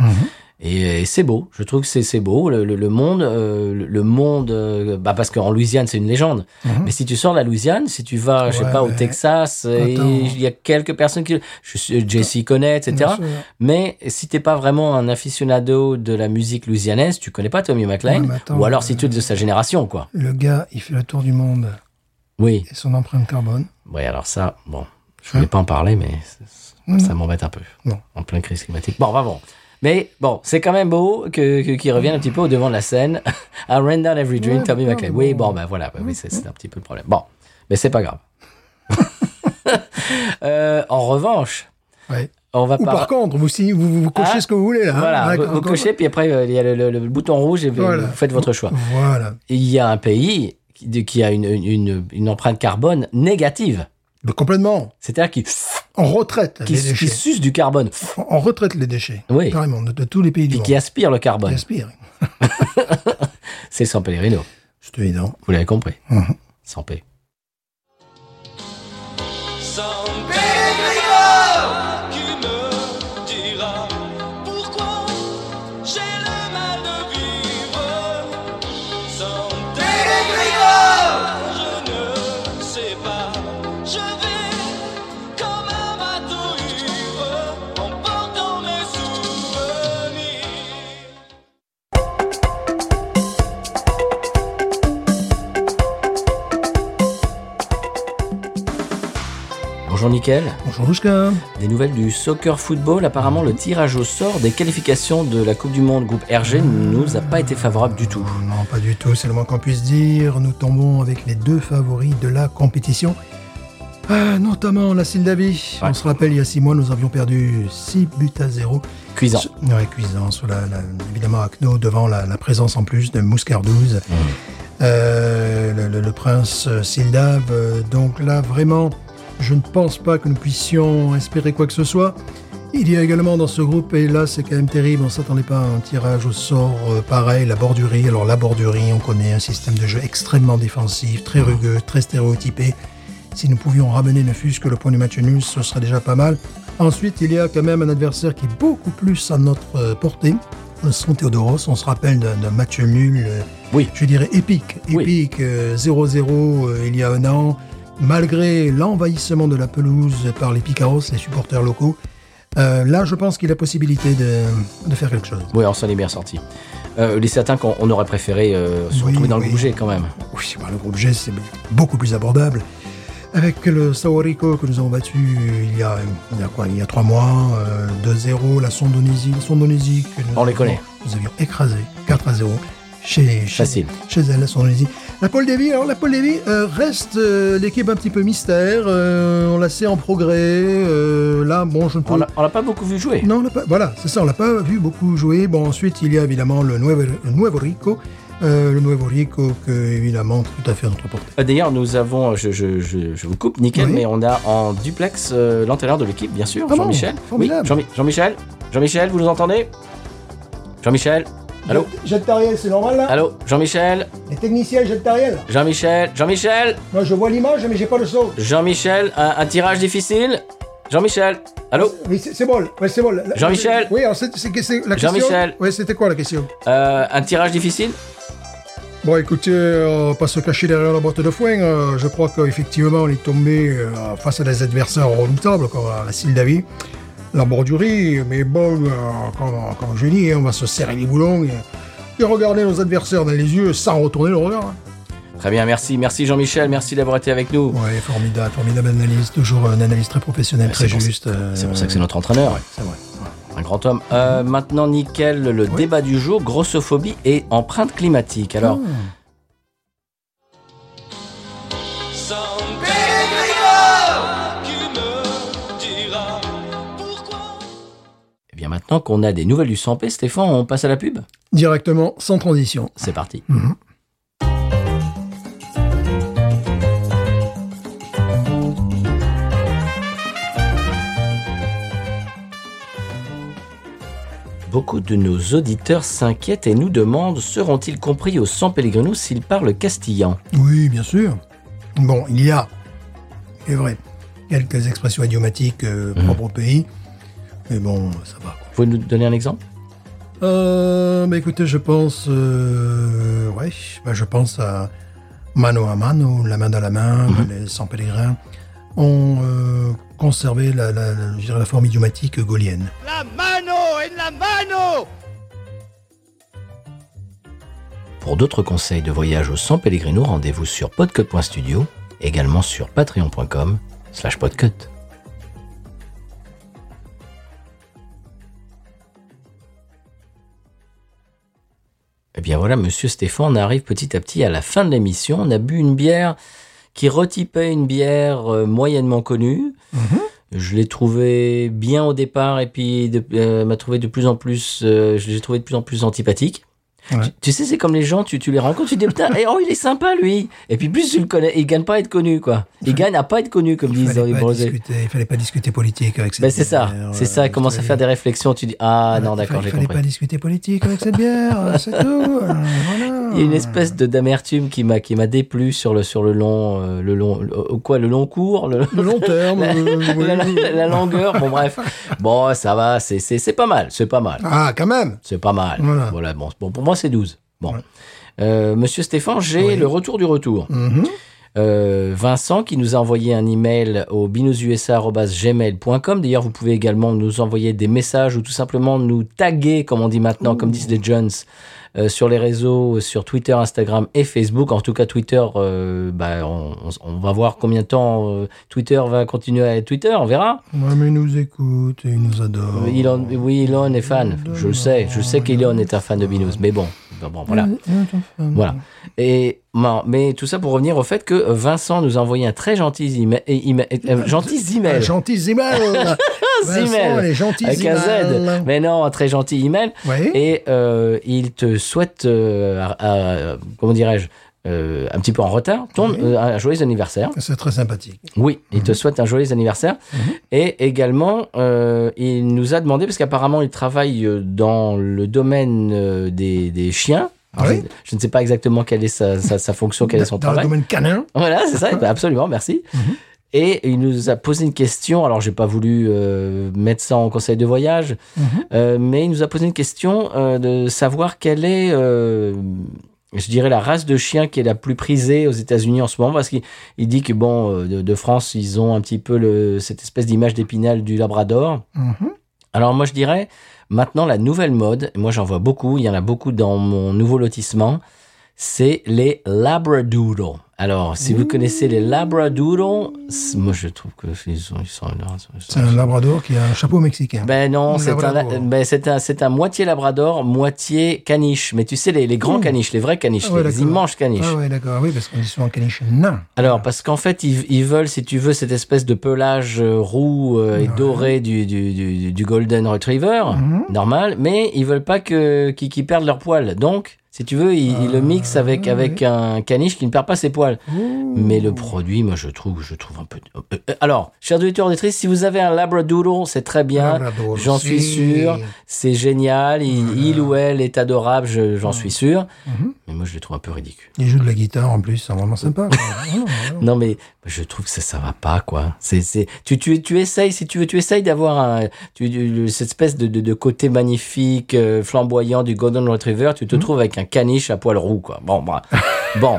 Speaker 1: Et, et c'est beau, je trouve que c'est c'est beau. Le, le- le monde, euh, le- le monde, euh, bah parce qu'en Louisiane c'est une légende. Mais si tu sors de la Louisiane, si tu vas, je sais
Speaker 2: Mm. Ouais,
Speaker 1: pas, au
Speaker 2: mais-
Speaker 1: Texas, euh,
Speaker 2: Attends.
Speaker 1: il y a quelques personnes qui, je suis- Jesse connaît, etc.
Speaker 2: Bien sûr.
Speaker 1: Mais si t'es pas vraiment un aficionado de la musique louisianaise, tu connais pas Tommy McLean,
Speaker 2: Ouais, mais attends, euh,
Speaker 1: ou alors si tu es de sa génération, quoi.
Speaker 2: Le gars, il fait le tour du monde
Speaker 1: Oui.
Speaker 2: et son empreinte carbone.
Speaker 1: Oui, alors ça, bon,
Speaker 2: Hein?
Speaker 1: je voulais pas en parler, mais c- c-
Speaker 2: Mmh.
Speaker 1: ça m'embête un peu.
Speaker 2: Non.
Speaker 1: En plein crise climatique. Bon, va bon. Mais bon, c'est quand même beau que, que- qu'il revienne un petit peu au devant de la scène. à Run Down Every Dream,
Speaker 2: Ouais,
Speaker 1: Tommy
Speaker 2: bah,
Speaker 1: McLean.
Speaker 2: bon.
Speaker 1: Oui, bon, ben voilà, bah oui, c'est, c'est un petit peu le problème. Bon, mais c'est pas grave. Euh, en revanche,
Speaker 2: Ouais.
Speaker 1: on va
Speaker 2: Ou
Speaker 1: pas...
Speaker 2: par contre, vous, si, vous, vous cochez
Speaker 1: Ah.
Speaker 2: ce que vous voulez, là. hein.
Speaker 1: Voilà,
Speaker 2: Ouais,
Speaker 1: vous, vous
Speaker 2: comme-
Speaker 1: cochez, puis après, euh, il y a le, le- le bouton rouge et vous-
Speaker 2: Voilà.
Speaker 1: vous faites votre choix.
Speaker 2: Voilà.
Speaker 1: Et Il y a un pays qui, de- qui a une, une- une- une empreinte carbone négative.
Speaker 2: Mais complètement.
Speaker 1: C'est-à-dire qui,
Speaker 2: On retraite
Speaker 1: qui,
Speaker 2: les
Speaker 1: qui
Speaker 2: déchets.
Speaker 1: suce du carbone.
Speaker 2: On- On retraite les déchets.
Speaker 1: Oui.
Speaker 2: Carrément, de, de tous les pays du
Speaker 1: Puis
Speaker 2: monde.
Speaker 1: qui aspire le carbone.
Speaker 2: Respire.
Speaker 1: C'est San Pellegrino,
Speaker 2: C'est évident.
Speaker 1: vous l'avez compris.
Speaker 2: Mhm.
Speaker 1: San P.
Speaker 4: Sans Pellegrino qui me dira pourquoi j'ai le mal de vivre. Sans Pellegrino, je ne sais pas. Je vais comme un bateau ivre en portant mes souvenirs.
Speaker 1: Bonjour Nickel.
Speaker 2: Bonjour Louchka.
Speaker 1: Des nouvelles du soccer football. Apparemment, le tirage au sort des qualifications de la Coupe du Monde groupe RG nous a pas été favorable du tout.
Speaker 2: Non, pas du tout, c'est le moins qu'on puisse dire. Nous tombons avec les deux favoris de la compétition. Ah, notamment la Sildavie.
Speaker 1: Ouais.
Speaker 2: On se rappelle, il y a six mois, nous avions perdu 6 buts à 0.
Speaker 1: Cuisant.
Speaker 2: Su- Ouais, cuisant, sous la, la- évidemment, Acno, devant la, la présence en plus de Mouscardouze. Euh, le, le- le prince euh, Sildave. euh, donc là, vraiment, je ne pense pas que nous puissions espérer quoi que ce soit. Il y a également dans ce groupe, et là c'est quand même terrible, on s'attendait pas à un tirage au sort euh, pareil, la bordurie. Alors la bordurie, on connaît un système de jeu extrêmement défensif, très rugueux, très stéréotypé. Si nous pouvions ramener ne fût-ce que le point du match nul, ce serait déjà pas mal. Ensuite, il y a quand même un adversaire qui est beaucoup plus à notre euh, portée, le San Theodoros. On se rappelle d'un d'un match nul, euh,
Speaker 1: Oui.
Speaker 2: je dirais épique,
Speaker 1: Oui.
Speaker 2: épique, euh, 0-0 euh, il y a un an. Malgré l'envahissement de la pelouse par les Picaros, les supporters locaux, euh, là, je pense qu'il y a possibilité de, de faire quelque chose.
Speaker 1: Oui, alors ça, on s'en est bien sorti. Euh, les certains qu'on on aurait préféré euh, se
Speaker 2: Oui,
Speaker 1: retrouver dans le
Speaker 2: oui.
Speaker 1: bouger quand même.
Speaker 2: Oui, bah, le groupe G, c'est beaucoup plus abordable. Avec le Sao Rico que nous avons battu il y a, il y a quoi, il y a trois mois, euh, 2-0, la Sondonésie, la Sondonésie que nous,
Speaker 1: On les
Speaker 2: avions-
Speaker 1: connaît.
Speaker 2: nous avions écrasé 4-0 chez, chez,
Speaker 1: Facile.
Speaker 2: chez elle, la Sondonésie. La Paul Davy, alors la Paul Davy euh, reste euh, l'équipe un petit peu mystère, euh, on la sait en progrès, euh, là, bon, je ne peux
Speaker 1: On l'a on l'a pas beaucoup vu jouer.
Speaker 2: non, on l'a pas, voilà, c'est ça, on l'a pas vu beaucoup jouer. Bon, ensuite, il y a évidemment le Nuevo, le Nuevo Rico. Euh, le Nuevo Rico, que, évidemment, tout à fait à notre portée.
Speaker 1: Euh, D'ailleurs, nous avons, je, je- je- je vous coupe, nickel,
Speaker 2: Oui.
Speaker 1: mais on a en duplex euh, l'entraîneur de l'équipe, bien sûr,
Speaker 2: Ah bon,
Speaker 1: Jean-Michel. oui,
Speaker 2: formidable.
Speaker 1: Jean-Mi- Jean-Michel, Jean-Michel, vous nous entendez Jean-Michel, allô,
Speaker 2: Jette Tariel, c'est normal, là
Speaker 1: allô, Jean-Michel,
Speaker 2: Les techniciens, jette Tariel.
Speaker 1: Jean-Michel, Jean-Michel,
Speaker 2: Moi, je vois l'image, mais j'ai pas le son.
Speaker 1: Jean-Michel, un, un tirage difficile. Jean-Michel, allô,
Speaker 2: Oui, c'est bon, ouais, c'est bon.
Speaker 1: Jean-Michel
Speaker 2: Oui, alors, c'est la
Speaker 1: question- Jean-Michel
Speaker 2: Oui, c'était quoi la question
Speaker 1: Euh, un tirage difficile.
Speaker 2: Bon, écoutez, euh, on va pas se cacher derrière la boîte de foin. euh, je crois qu'effectivement, on est tombé euh, face à des adversaires redoutables, comme euh, la Sildavie, la Bordurie. Mais bon, euh, comme, comme je dis, hein, on va se serrer les boulons et, et regarder nos adversaires dans les yeux sans retourner le regard. hein.
Speaker 1: Très bien, merci, merci Jean-Michel, merci d'avoir été avec nous.
Speaker 2: Ouais, formidable, formidable analyse. Toujours un analyse très professionnelle,
Speaker 1: Ouais,
Speaker 2: très
Speaker 1: c'est pour ça-
Speaker 2: juste. euh,
Speaker 1: C'est pour ça que c'est notre entraîneur.
Speaker 2: C'est vrai.
Speaker 1: Un grand homme. Euh, maintenant, nickel, le débat du jour, grossophobie et empreinte climatique. Alors,
Speaker 4: Sans Pégrigor qui me dira pourquoi.
Speaker 1: eh bien maintenant qu'on a des nouvelles du 100p, Stéphane, on passe à la pub
Speaker 2: Directement, sans transition.
Speaker 1: C'est parti. Beaucoup de nos auditeurs s'inquiètent et nous demandent seront-ils compris au San Pellegrino s'ils parlent castillan
Speaker 2: Oui, bien sûr. Bon, il y a, c'est vrai, quelques expressions idiomatiques euh,
Speaker 1: Mhm.
Speaker 2: propres au pays. Mais bon, ça va. Quoi.
Speaker 1: Vous pouvez nous donner un exemple
Speaker 2: Euh, bah écoutez, je pense, euh, ouais, bah je pense à mano à mano, la main dans la main,
Speaker 1: Mhm.
Speaker 2: les 100 pèlerins ont euh, conservé la, la, la- je dirais la forme idiomatique gaulienne.
Speaker 5: La mano en la mano.
Speaker 1: Pour d'autres conseils de voyage au San Pellegrino, rendez-vous sur podcut.studio, également sur patreon.com slash podcut. Eh bien voilà, monsieur Stéphane, on arrive petit à petit à la fin de l'émission. On a bu une bière qui retypait une bière euh, moyennement connue.
Speaker 2: Mm-hmm.
Speaker 1: Je l'ai trouvée bien au départ et puis de- euh, m'a trouvé de plus en plus, euh, je l'ai trouvé de plus en plus antipathique.
Speaker 2: Ouais.
Speaker 1: Tu, tu sais, c'est comme les gens, tu, tu les rencontres, tu te dis putain, eh, oh il est sympa lui. Et puis plus tu le connais, il gagne pas à être connu quoi. Il gagne à pas être connu comme
Speaker 2: Il
Speaker 1: disent dans
Speaker 2: fallait,
Speaker 1: les
Speaker 2: pas
Speaker 1: brosés.
Speaker 2: discuter, il fallait pas discuter politique avec cette
Speaker 1: Ben c'est ça,
Speaker 2: bière,
Speaker 1: c'est
Speaker 2: euh,
Speaker 1: ça. Il commence à
Speaker 2: fallait-
Speaker 1: faire des réflexions. Tu dis ah non
Speaker 2: il
Speaker 1: d'accord
Speaker 2: fallait-
Speaker 1: j'ai
Speaker 2: Il fallait
Speaker 1: compris.
Speaker 2: pas discuter politique avec cette bière, c'est tout. euh, voilà.
Speaker 1: Il y a une espèce de d'amertume qui m'a qui m'a déplu sur le sur le long euh, le long le- euh, quoi le long cours le
Speaker 2: Le long terme.
Speaker 1: la,
Speaker 2: euh, oui.
Speaker 1: la- la- la longueur bon bref bon ça va c'est c'est c'est pas mal c'est pas mal
Speaker 2: Ah, quand même.
Speaker 1: c'est pas mal
Speaker 2: Voilà.
Speaker 1: bon, bon, pour moi c'est 12 bon
Speaker 2: Ouais.
Speaker 1: Euh, Monsieur Stéphane j'ai
Speaker 2: Oui.
Speaker 1: le retour du retour
Speaker 2: Mhm.
Speaker 1: Euh, Vincent qui nous a envoyé un email au binoususa.gmail.com. D'ailleurs, vous pouvez également nous envoyer des messages ou tout simplement nous taguer, comme on dit maintenant, comme disent les Jones, euh, sur les réseaux, sur Twitter, Instagram et Facebook. En tout cas, Twitter, euh, bah, on, on- on va voir combien de temps euh, Twitter va continuer à être Twitter, on verra.
Speaker 2: Ouais, mais il nous écoute et il nous adore.
Speaker 1: Elon, oui, Elon est fan, je le sais, je sais qu'Elon est un fan de Binous, mais bon, bon, bon, voilà. Voilà. Et, non, mais tout ça pour revenir au fait que euh, Vincent nous a envoyé un très gentil email. euh, gentil
Speaker 2: Un
Speaker 1: email.
Speaker 2: gentil Zimmel Vincent,
Speaker 1: Zimmel.
Speaker 2: elle est gentille
Speaker 1: Avec un Z. Mais non, un très gentil email.
Speaker 2: Oui.
Speaker 1: Et euh, il te souhaite, euh, à- à- comment dirais-je, euh, un petit peu en retard, ton,
Speaker 2: Oui. Mhm.
Speaker 1: euh, un joyeux anniversaire.
Speaker 2: C'est très sympathique.
Speaker 1: Oui, il te souhaite un joyeux anniversaire.
Speaker 2: Mhm.
Speaker 1: Et également, euh, il nous a demandé, parce qu'apparemment, il travaille euh, dans le domaine euh, des, des chiens.
Speaker 2: Ah
Speaker 1: je,
Speaker 2: oui
Speaker 1: je ne sais pas exactement quelle est sa, sa- sa fonction, quel est son
Speaker 2: Dans
Speaker 1: travail.
Speaker 2: le domaine canin.
Speaker 1: Voilà, c'est ça, bah, absolument, merci. Et il nous a posé une question, alors j'ai pas voulu euh, mettre ça en conseil de voyage, euh, mais il nous a posé une question euh, de savoir quelle est, euh, je dirais, la race de chien qui est la plus prisée aux États-Unis en ce moment, parce qu'il il dit que, bon, euh, de, de France, ils ont un petit peu le, cette espèce d'image d'épinal du Labrador.
Speaker 2: Mhm.
Speaker 1: Alors moi je dirais maintenant la nouvelle mode, et moi j'en vois beaucoup, il y en a beaucoup dans mon nouveau lotissement, c'est les labradoodles. Alors si vous connaissez les labradoodles, c'est- moi je trouve que ils sont, ils sont- ils sont-
Speaker 2: C'est un labrador qui a un chapeau mexicain.
Speaker 1: ben non,
Speaker 2: Un
Speaker 1: c'est un,
Speaker 2: Labrador.
Speaker 1: ben c'est un, c'est un moitié labrador, moitié caniche. Mais tu sais, les, les grands
Speaker 2: Mmh.
Speaker 1: caniches, les vrais caniches,
Speaker 2: Ah ouais,
Speaker 1: les
Speaker 2: d'accord.
Speaker 1: immenses caniches.
Speaker 2: Ah oui, d'accord. Oui, parce qu'on dit souvent caniche nain.
Speaker 1: Alors, parce qu'en fait, ils, ils veulent, si tu veux, cette espèce de pelage euh, roux euh, et
Speaker 2: Ouais.
Speaker 1: doré du, du, du, du Golden Retriever,
Speaker 2: Mhm.
Speaker 1: normal, mais ils veulent pas que qu'ils qu'ils perdent leurs poils. Donc, si tu veux, ils,
Speaker 2: Ah,
Speaker 1: ils le mixent avec,
Speaker 2: ouais,
Speaker 1: avec un caniche qui ne perd pas ses poils. Mais le produit, moi, je trouve, je trouve un peu... euh, euh, Alors, chers auditeurs auditrices, si vous avez un Labradoodle, c'est très bien.
Speaker 2: Labrador,
Speaker 1: J'en
Speaker 2: si.
Speaker 1: suis sûr, c'est génial, il, il ou elle est adorable, je- j'en suis sûr.
Speaker 2: Mhm.
Speaker 1: Mais moi, je le trouve un peu ridicule.
Speaker 2: Il joue de la guitare en plus, c'est vraiment sympa. quoi. Ah, ah, ah.
Speaker 1: Non mais je trouve que ça ça va pas quoi. C'est c'est tu tu tu essayes si tu veux tu essayes d'avoir un tu, tu- cette espèce de, de, de côté magnifique euh, flamboyant du golden retriever, tu te trouves avec un caniche à poil roux quoi. Bon bah, bon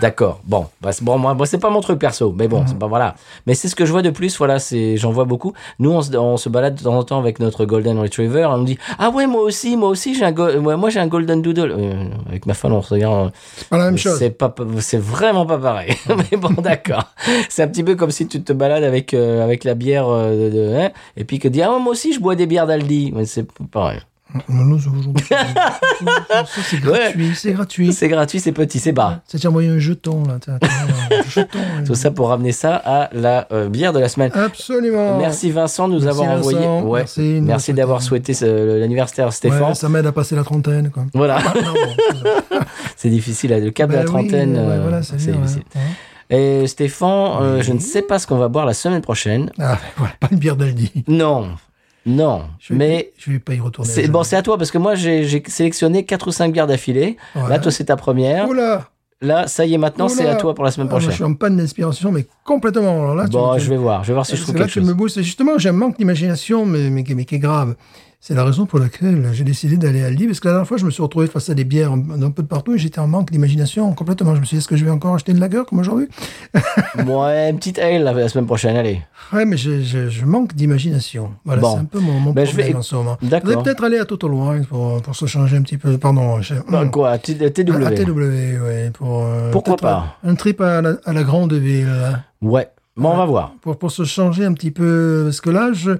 Speaker 1: d'accord bon bah, c'est- bon moi moi, c'est pas mon truc perso mais bon c'est pas voilà mais c'est ce que je vois de plus voilà c'est j'en vois beaucoup nous on se, on se balade de temps en temps avec notre golden retriever on nous dit ah ouais moi aussi moi aussi j'ai un go- ouais, moi j'ai un golden doodle Euh, avec ma femme on se regarde
Speaker 2: C'est pas la même chose.
Speaker 1: c'est pas, c'est vraiment pas pareil. Mais bon, d'accord. C'est un petit peu comme si tu te balades avec euh, avec la bière euh, de, de- hein, et puis que tu dis ah moi aussi je bois des bières d'Aldi. Mais c'est pas pareil.
Speaker 2: Non, non, c'est aujourd'hui. Ça, c'est gratuit, c'est gratuit.
Speaker 1: C'est gratuit, c'est petit, c'est bas.
Speaker 2: Ça t'a envoyé un jeton, là. T'as- t'as un jeton.
Speaker 1: Tout ça pour ramener ça à la euh, bière de la semaine.
Speaker 2: Absolument.
Speaker 1: Merci Vincent de nous
Speaker 2: Ah. Merci
Speaker 1: avoir envoyé.
Speaker 2: Vincent. Merci de nous
Speaker 1: merci
Speaker 2: souhaiter-
Speaker 1: d'avoir souhaité ce- l'anniversaire
Speaker 2: Ouais,
Speaker 1: Stéphane.
Speaker 2: ça m'aide à passer la trentaine, quoi.
Speaker 1: voilà,
Speaker 2: Ah, non, bon,
Speaker 1: c'est difficile. Le cap de la
Speaker 2: bah oui,
Speaker 1: trentaine,
Speaker 2: ouais,
Speaker 1: euh,
Speaker 2: voilà,
Speaker 1: c'est
Speaker 2: c'est bien, hein. ouais.
Speaker 1: difficile. Et Stéphane, euh, je ne sais pas ce qu'on va boire la semaine prochaine.
Speaker 2: Ah, voilà, pas une bière d'Aldi.
Speaker 1: Non, non.
Speaker 2: Je vais-
Speaker 1: Mais
Speaker 2: Je vais pas y retourner.
Speaker 1: C'est bon, c'est à toi parce que moi j'ai j'ai sélectionné quatre ou cinq bières d'affilée.
Speaker 2: Ouais.
Speaker 1: Là, toi c'est ta première.
Speaker 2: Oh là
Speaker 1: Là, ça y est, maintenant c'est
Speaker 2: Oula.
Speaker 1: à toi pour la semaine
Speaker 2: Ah, moi,
Speaker 1: prochaine.
Speaker 2: Je suis en panne d'inspiration, mais complètement. Alors là, tu-
Speaker 1: bon,
Speaker 2: tu-
Speaker 1: je vais voir, je vais voir si je
Speaker 2: Parce
Speaker 1: trouve
Speaker 2: que là,
Speaker 1: quelque
Speaker 2: tu
Speaker 1: chose.
Speaker 2: me boostes. Et Justement, j'ai un manque d'imagination, mais, mais, qui- mais qui est grave. C'est la raison pour laquelle j'ai décidé d'aller à Aldi, parce que la dernière fois, je me suis retrouvé face à des bières d'un peu de partout, et j'étais en manque d'imagination complètement. Je me suis dit, est-ce que je vais encore acheter une lager comme aujourd'hui
Speaker 1: Ouais, une petite ale la, la semaine prochaine, allez.
Speaker 2: Ouais, mais je, je- je manque d'imagination. Voilà,
Speaker 1: Bon.
Speaker 2: c'est un peu mon, mon
Speaker 1: Ben, je
Speaker 2: problème
Speaker 1: vais-
Speaker 2: en ce moment. Je
Speaker 1: D'accord.
Speaker 2: vais peut-être aller à Toto Wine pour, pour se changer un petit peu. Pardon, je-
Speaker 1: Bah,
Speaker 2: Hum.
Speaker 1: Quoi, T- TW.
Speaker 2: À, à TW, ouais, pour, euh,
Speaker 1: Pourquoi
Speaker 2: peut-être
Speaker 1: pas
Speaker 2: Un, un trip à la, à la grande ville, là,
Speaker 1: Ouais. Bon, on va voir.
Speaker 2: pour, pour se changer un petit peu. Parce que là, je.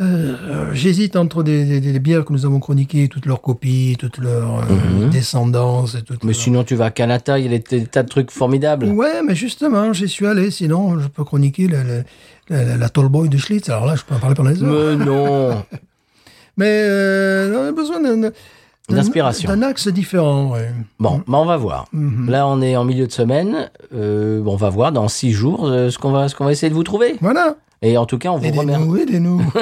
Speaker 2: euh, J'hésite entre des, des- des bières que nous avons chroniquées, toutes leurs copies, toutes leurs euh, descendances et toutes
Speaker 1: Mhm. Mais
Speaker 2: leurs-
Speaker 1: sinon, tu vas à Canada, il y a des t- des tas de trucs formidables.
Speaker 2: Ouais, mais justement, j'y suis allé. Sinon, je peux chroniquer la, la, la, la Tallboy de Schlitz. Alors là, je peux en parler pendant les heures.
Speaker 1: Mais non.
Speaker 2: Mais euh, on a besoin d'un- d'un-
Speaker 1: D'inspiration.
Speaker 2: D'un axe différent. ouais.
Speaker 1: Bon, bah, on va voir.
Speaker 2: Hmm.
Speaker 1: Là, on est en milieu de semaine. Euh, on va voir dans six jours euh, ce qu'on va, ce qu'on va essayer de vous trouver.
Speaker 2: Voilà.
Speaker 1: Et en tout cas, on vous remercie.
Speaker 2: Aidez-nous, aidez-nous.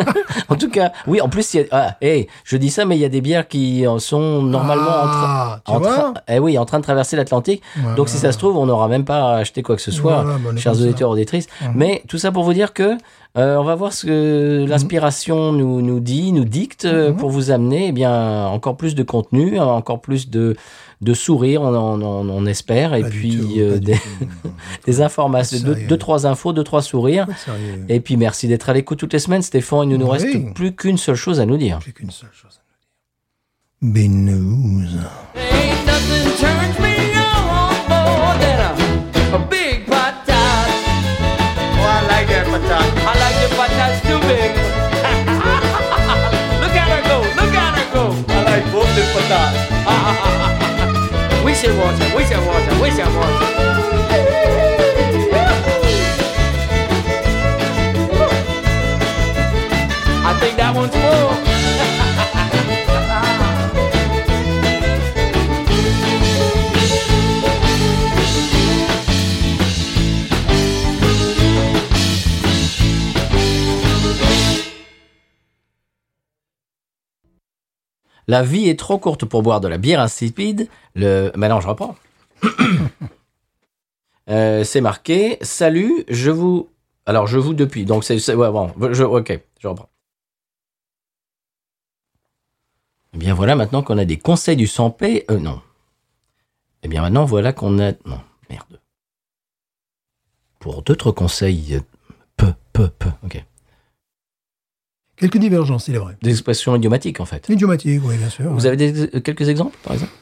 Speaker 1: En tout cas, oui, en plus, il y a, ah, hey, je dis ça, mais il y a des bières qui en sont normalement en train.
Speaker 2: Ah, tu
Speaker 1: En
Speaker 2: vois
Speaker 1: train, eh oui, en train de traverser l'Atlantique.
Speaker 2: Voilà.
Speaker 1: Donc, si ça se trouve, on n'aura même pas acheté quoi que ce soit,
Speaker 2: Voilà, bah, on est
Speaker 1: chers
Speaker 2: comme ça. Hum.
Speaker 1: auditeurs auditrices. Mais tout ça pour vous dire que euh, on va voir ce que l'inspiration nous, nous dit, nous dicte euh,
Speaker 2: Hum.
Speaker 1: pour vous amener eh bien encore plus de contenu, hein, encore plus de de sourires, on, en- on- on espère, et
Speaker 2: Pas du
Speaker 1: puis
Speaker 2: tout,
Speaker 1: euh,
Speaker 2: pas du
Speaker 1: des,
Speaker 2: tout.
Speaker 1: des informations, deux,
Speaker 2: Sérieux.
Speaker 1: deux, trois infos, deux trois sourires.
Speaker 2: Sérieux.
Speaker 1: Mm. Et puis merci d'être à l'écoute toutes les semaines, Stéphane. Il ne nous
Speaker 2: Oui.
Speaker 1: reste plus qu'une seule chose à nous dire.
Speaker 2: J'ai qu'une seule chose à nous dire. Binouze.
Speaker 6: Ain't nothing turns me on more than a, a big patat. Oh, I like that patat. I like the patats too big. look at her go, look at her go. I like both the patats. we should watch her, we should watch her, we should watch her. I think that one's full.
Speaker 1: La vie est trop courte pour boire de la bière insipide. Le... Bah non, je reprends. Euh, c'est marqué. Salut, je vous. Alors, je vous depuis. Donc, c'est. c'est- Ouais, bon, je... Ok, je reprends. Eh bien, voilà maintenant qu'on a des conseils du 100p. Euh, non. Eh bien, maintenant, voilà qu'on a. Non, merde. Pour d'autres conseils. euh, Peu, peu, peu. Ok.
Speaker 2: Quelques divergences, il est vrai.
Speaker 1: Des expressions idiomatiques, en fait.
Speaker 2: Idiomatique, oui, bien sûr.
Speaker 1: Vous avez des- euh, quelques exemples, par exemple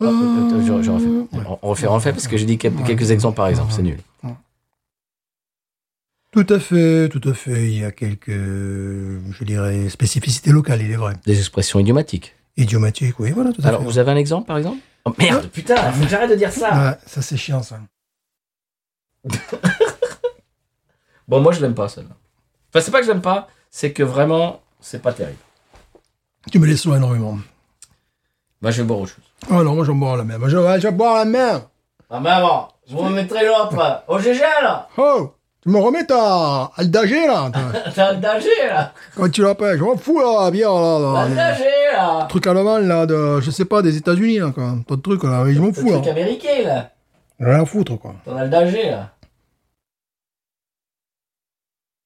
Speaker 1: Ah,
Speaker 2: Euh,
Speaker 1: attends, attends, je, je refais. On- On refait, on refait parce que j'ai dit quel- quelques exemples par exemple, c'est nul.
Speaker 2: Tout à fait, tout à fait. Il y a quelques, je dirais, spécificités locales, il est vrai.
Speaker 1: Des expressions idiomatiques.
Speaker 2: Idiomatique, oui, voilà, tout à
Speaker 1: Alors,
Speaker 2: fait.
Speaker 1: vous avez un exemple par exemple Oh merde, putain, faut que j'arrête de dire ça
Speaker 2: Ah, ça, c'est chiant, ça.
Speaker 1: Bon, moi je l'aime pas celle-là. Enfin, c'est pas que je l'aime pas, c'est que vraiment, c'est pas terrible.
Speaker 2: Tu me laisses loin énormément.
Speaker 1: Bah, je vais boire autre chose.
Speaker 2: Oh non, moi, je vais boire la mer. Je vais, je vais boire la mer.
Speaker 1: Ah, maman, je vous mettrai l'autre au GG là
Speaker 2: Oh, tu me remets ta aldagé, là. ta-
Speaker 1: T'as le danger là
Speaker 2: Quand tu l'appelles, je m'en fous, là, la bière, là. là.
Speaker 1: là
Speaker 2: truc allemand, là, de, je sais pas, des hein. États-Unis, là, quoi. Ton truc, là, je m'en fous, là.
Speaker 1: américain là
Speaker 2: Rien à foutre, quoi.
Speaker 1: T'en as le danger là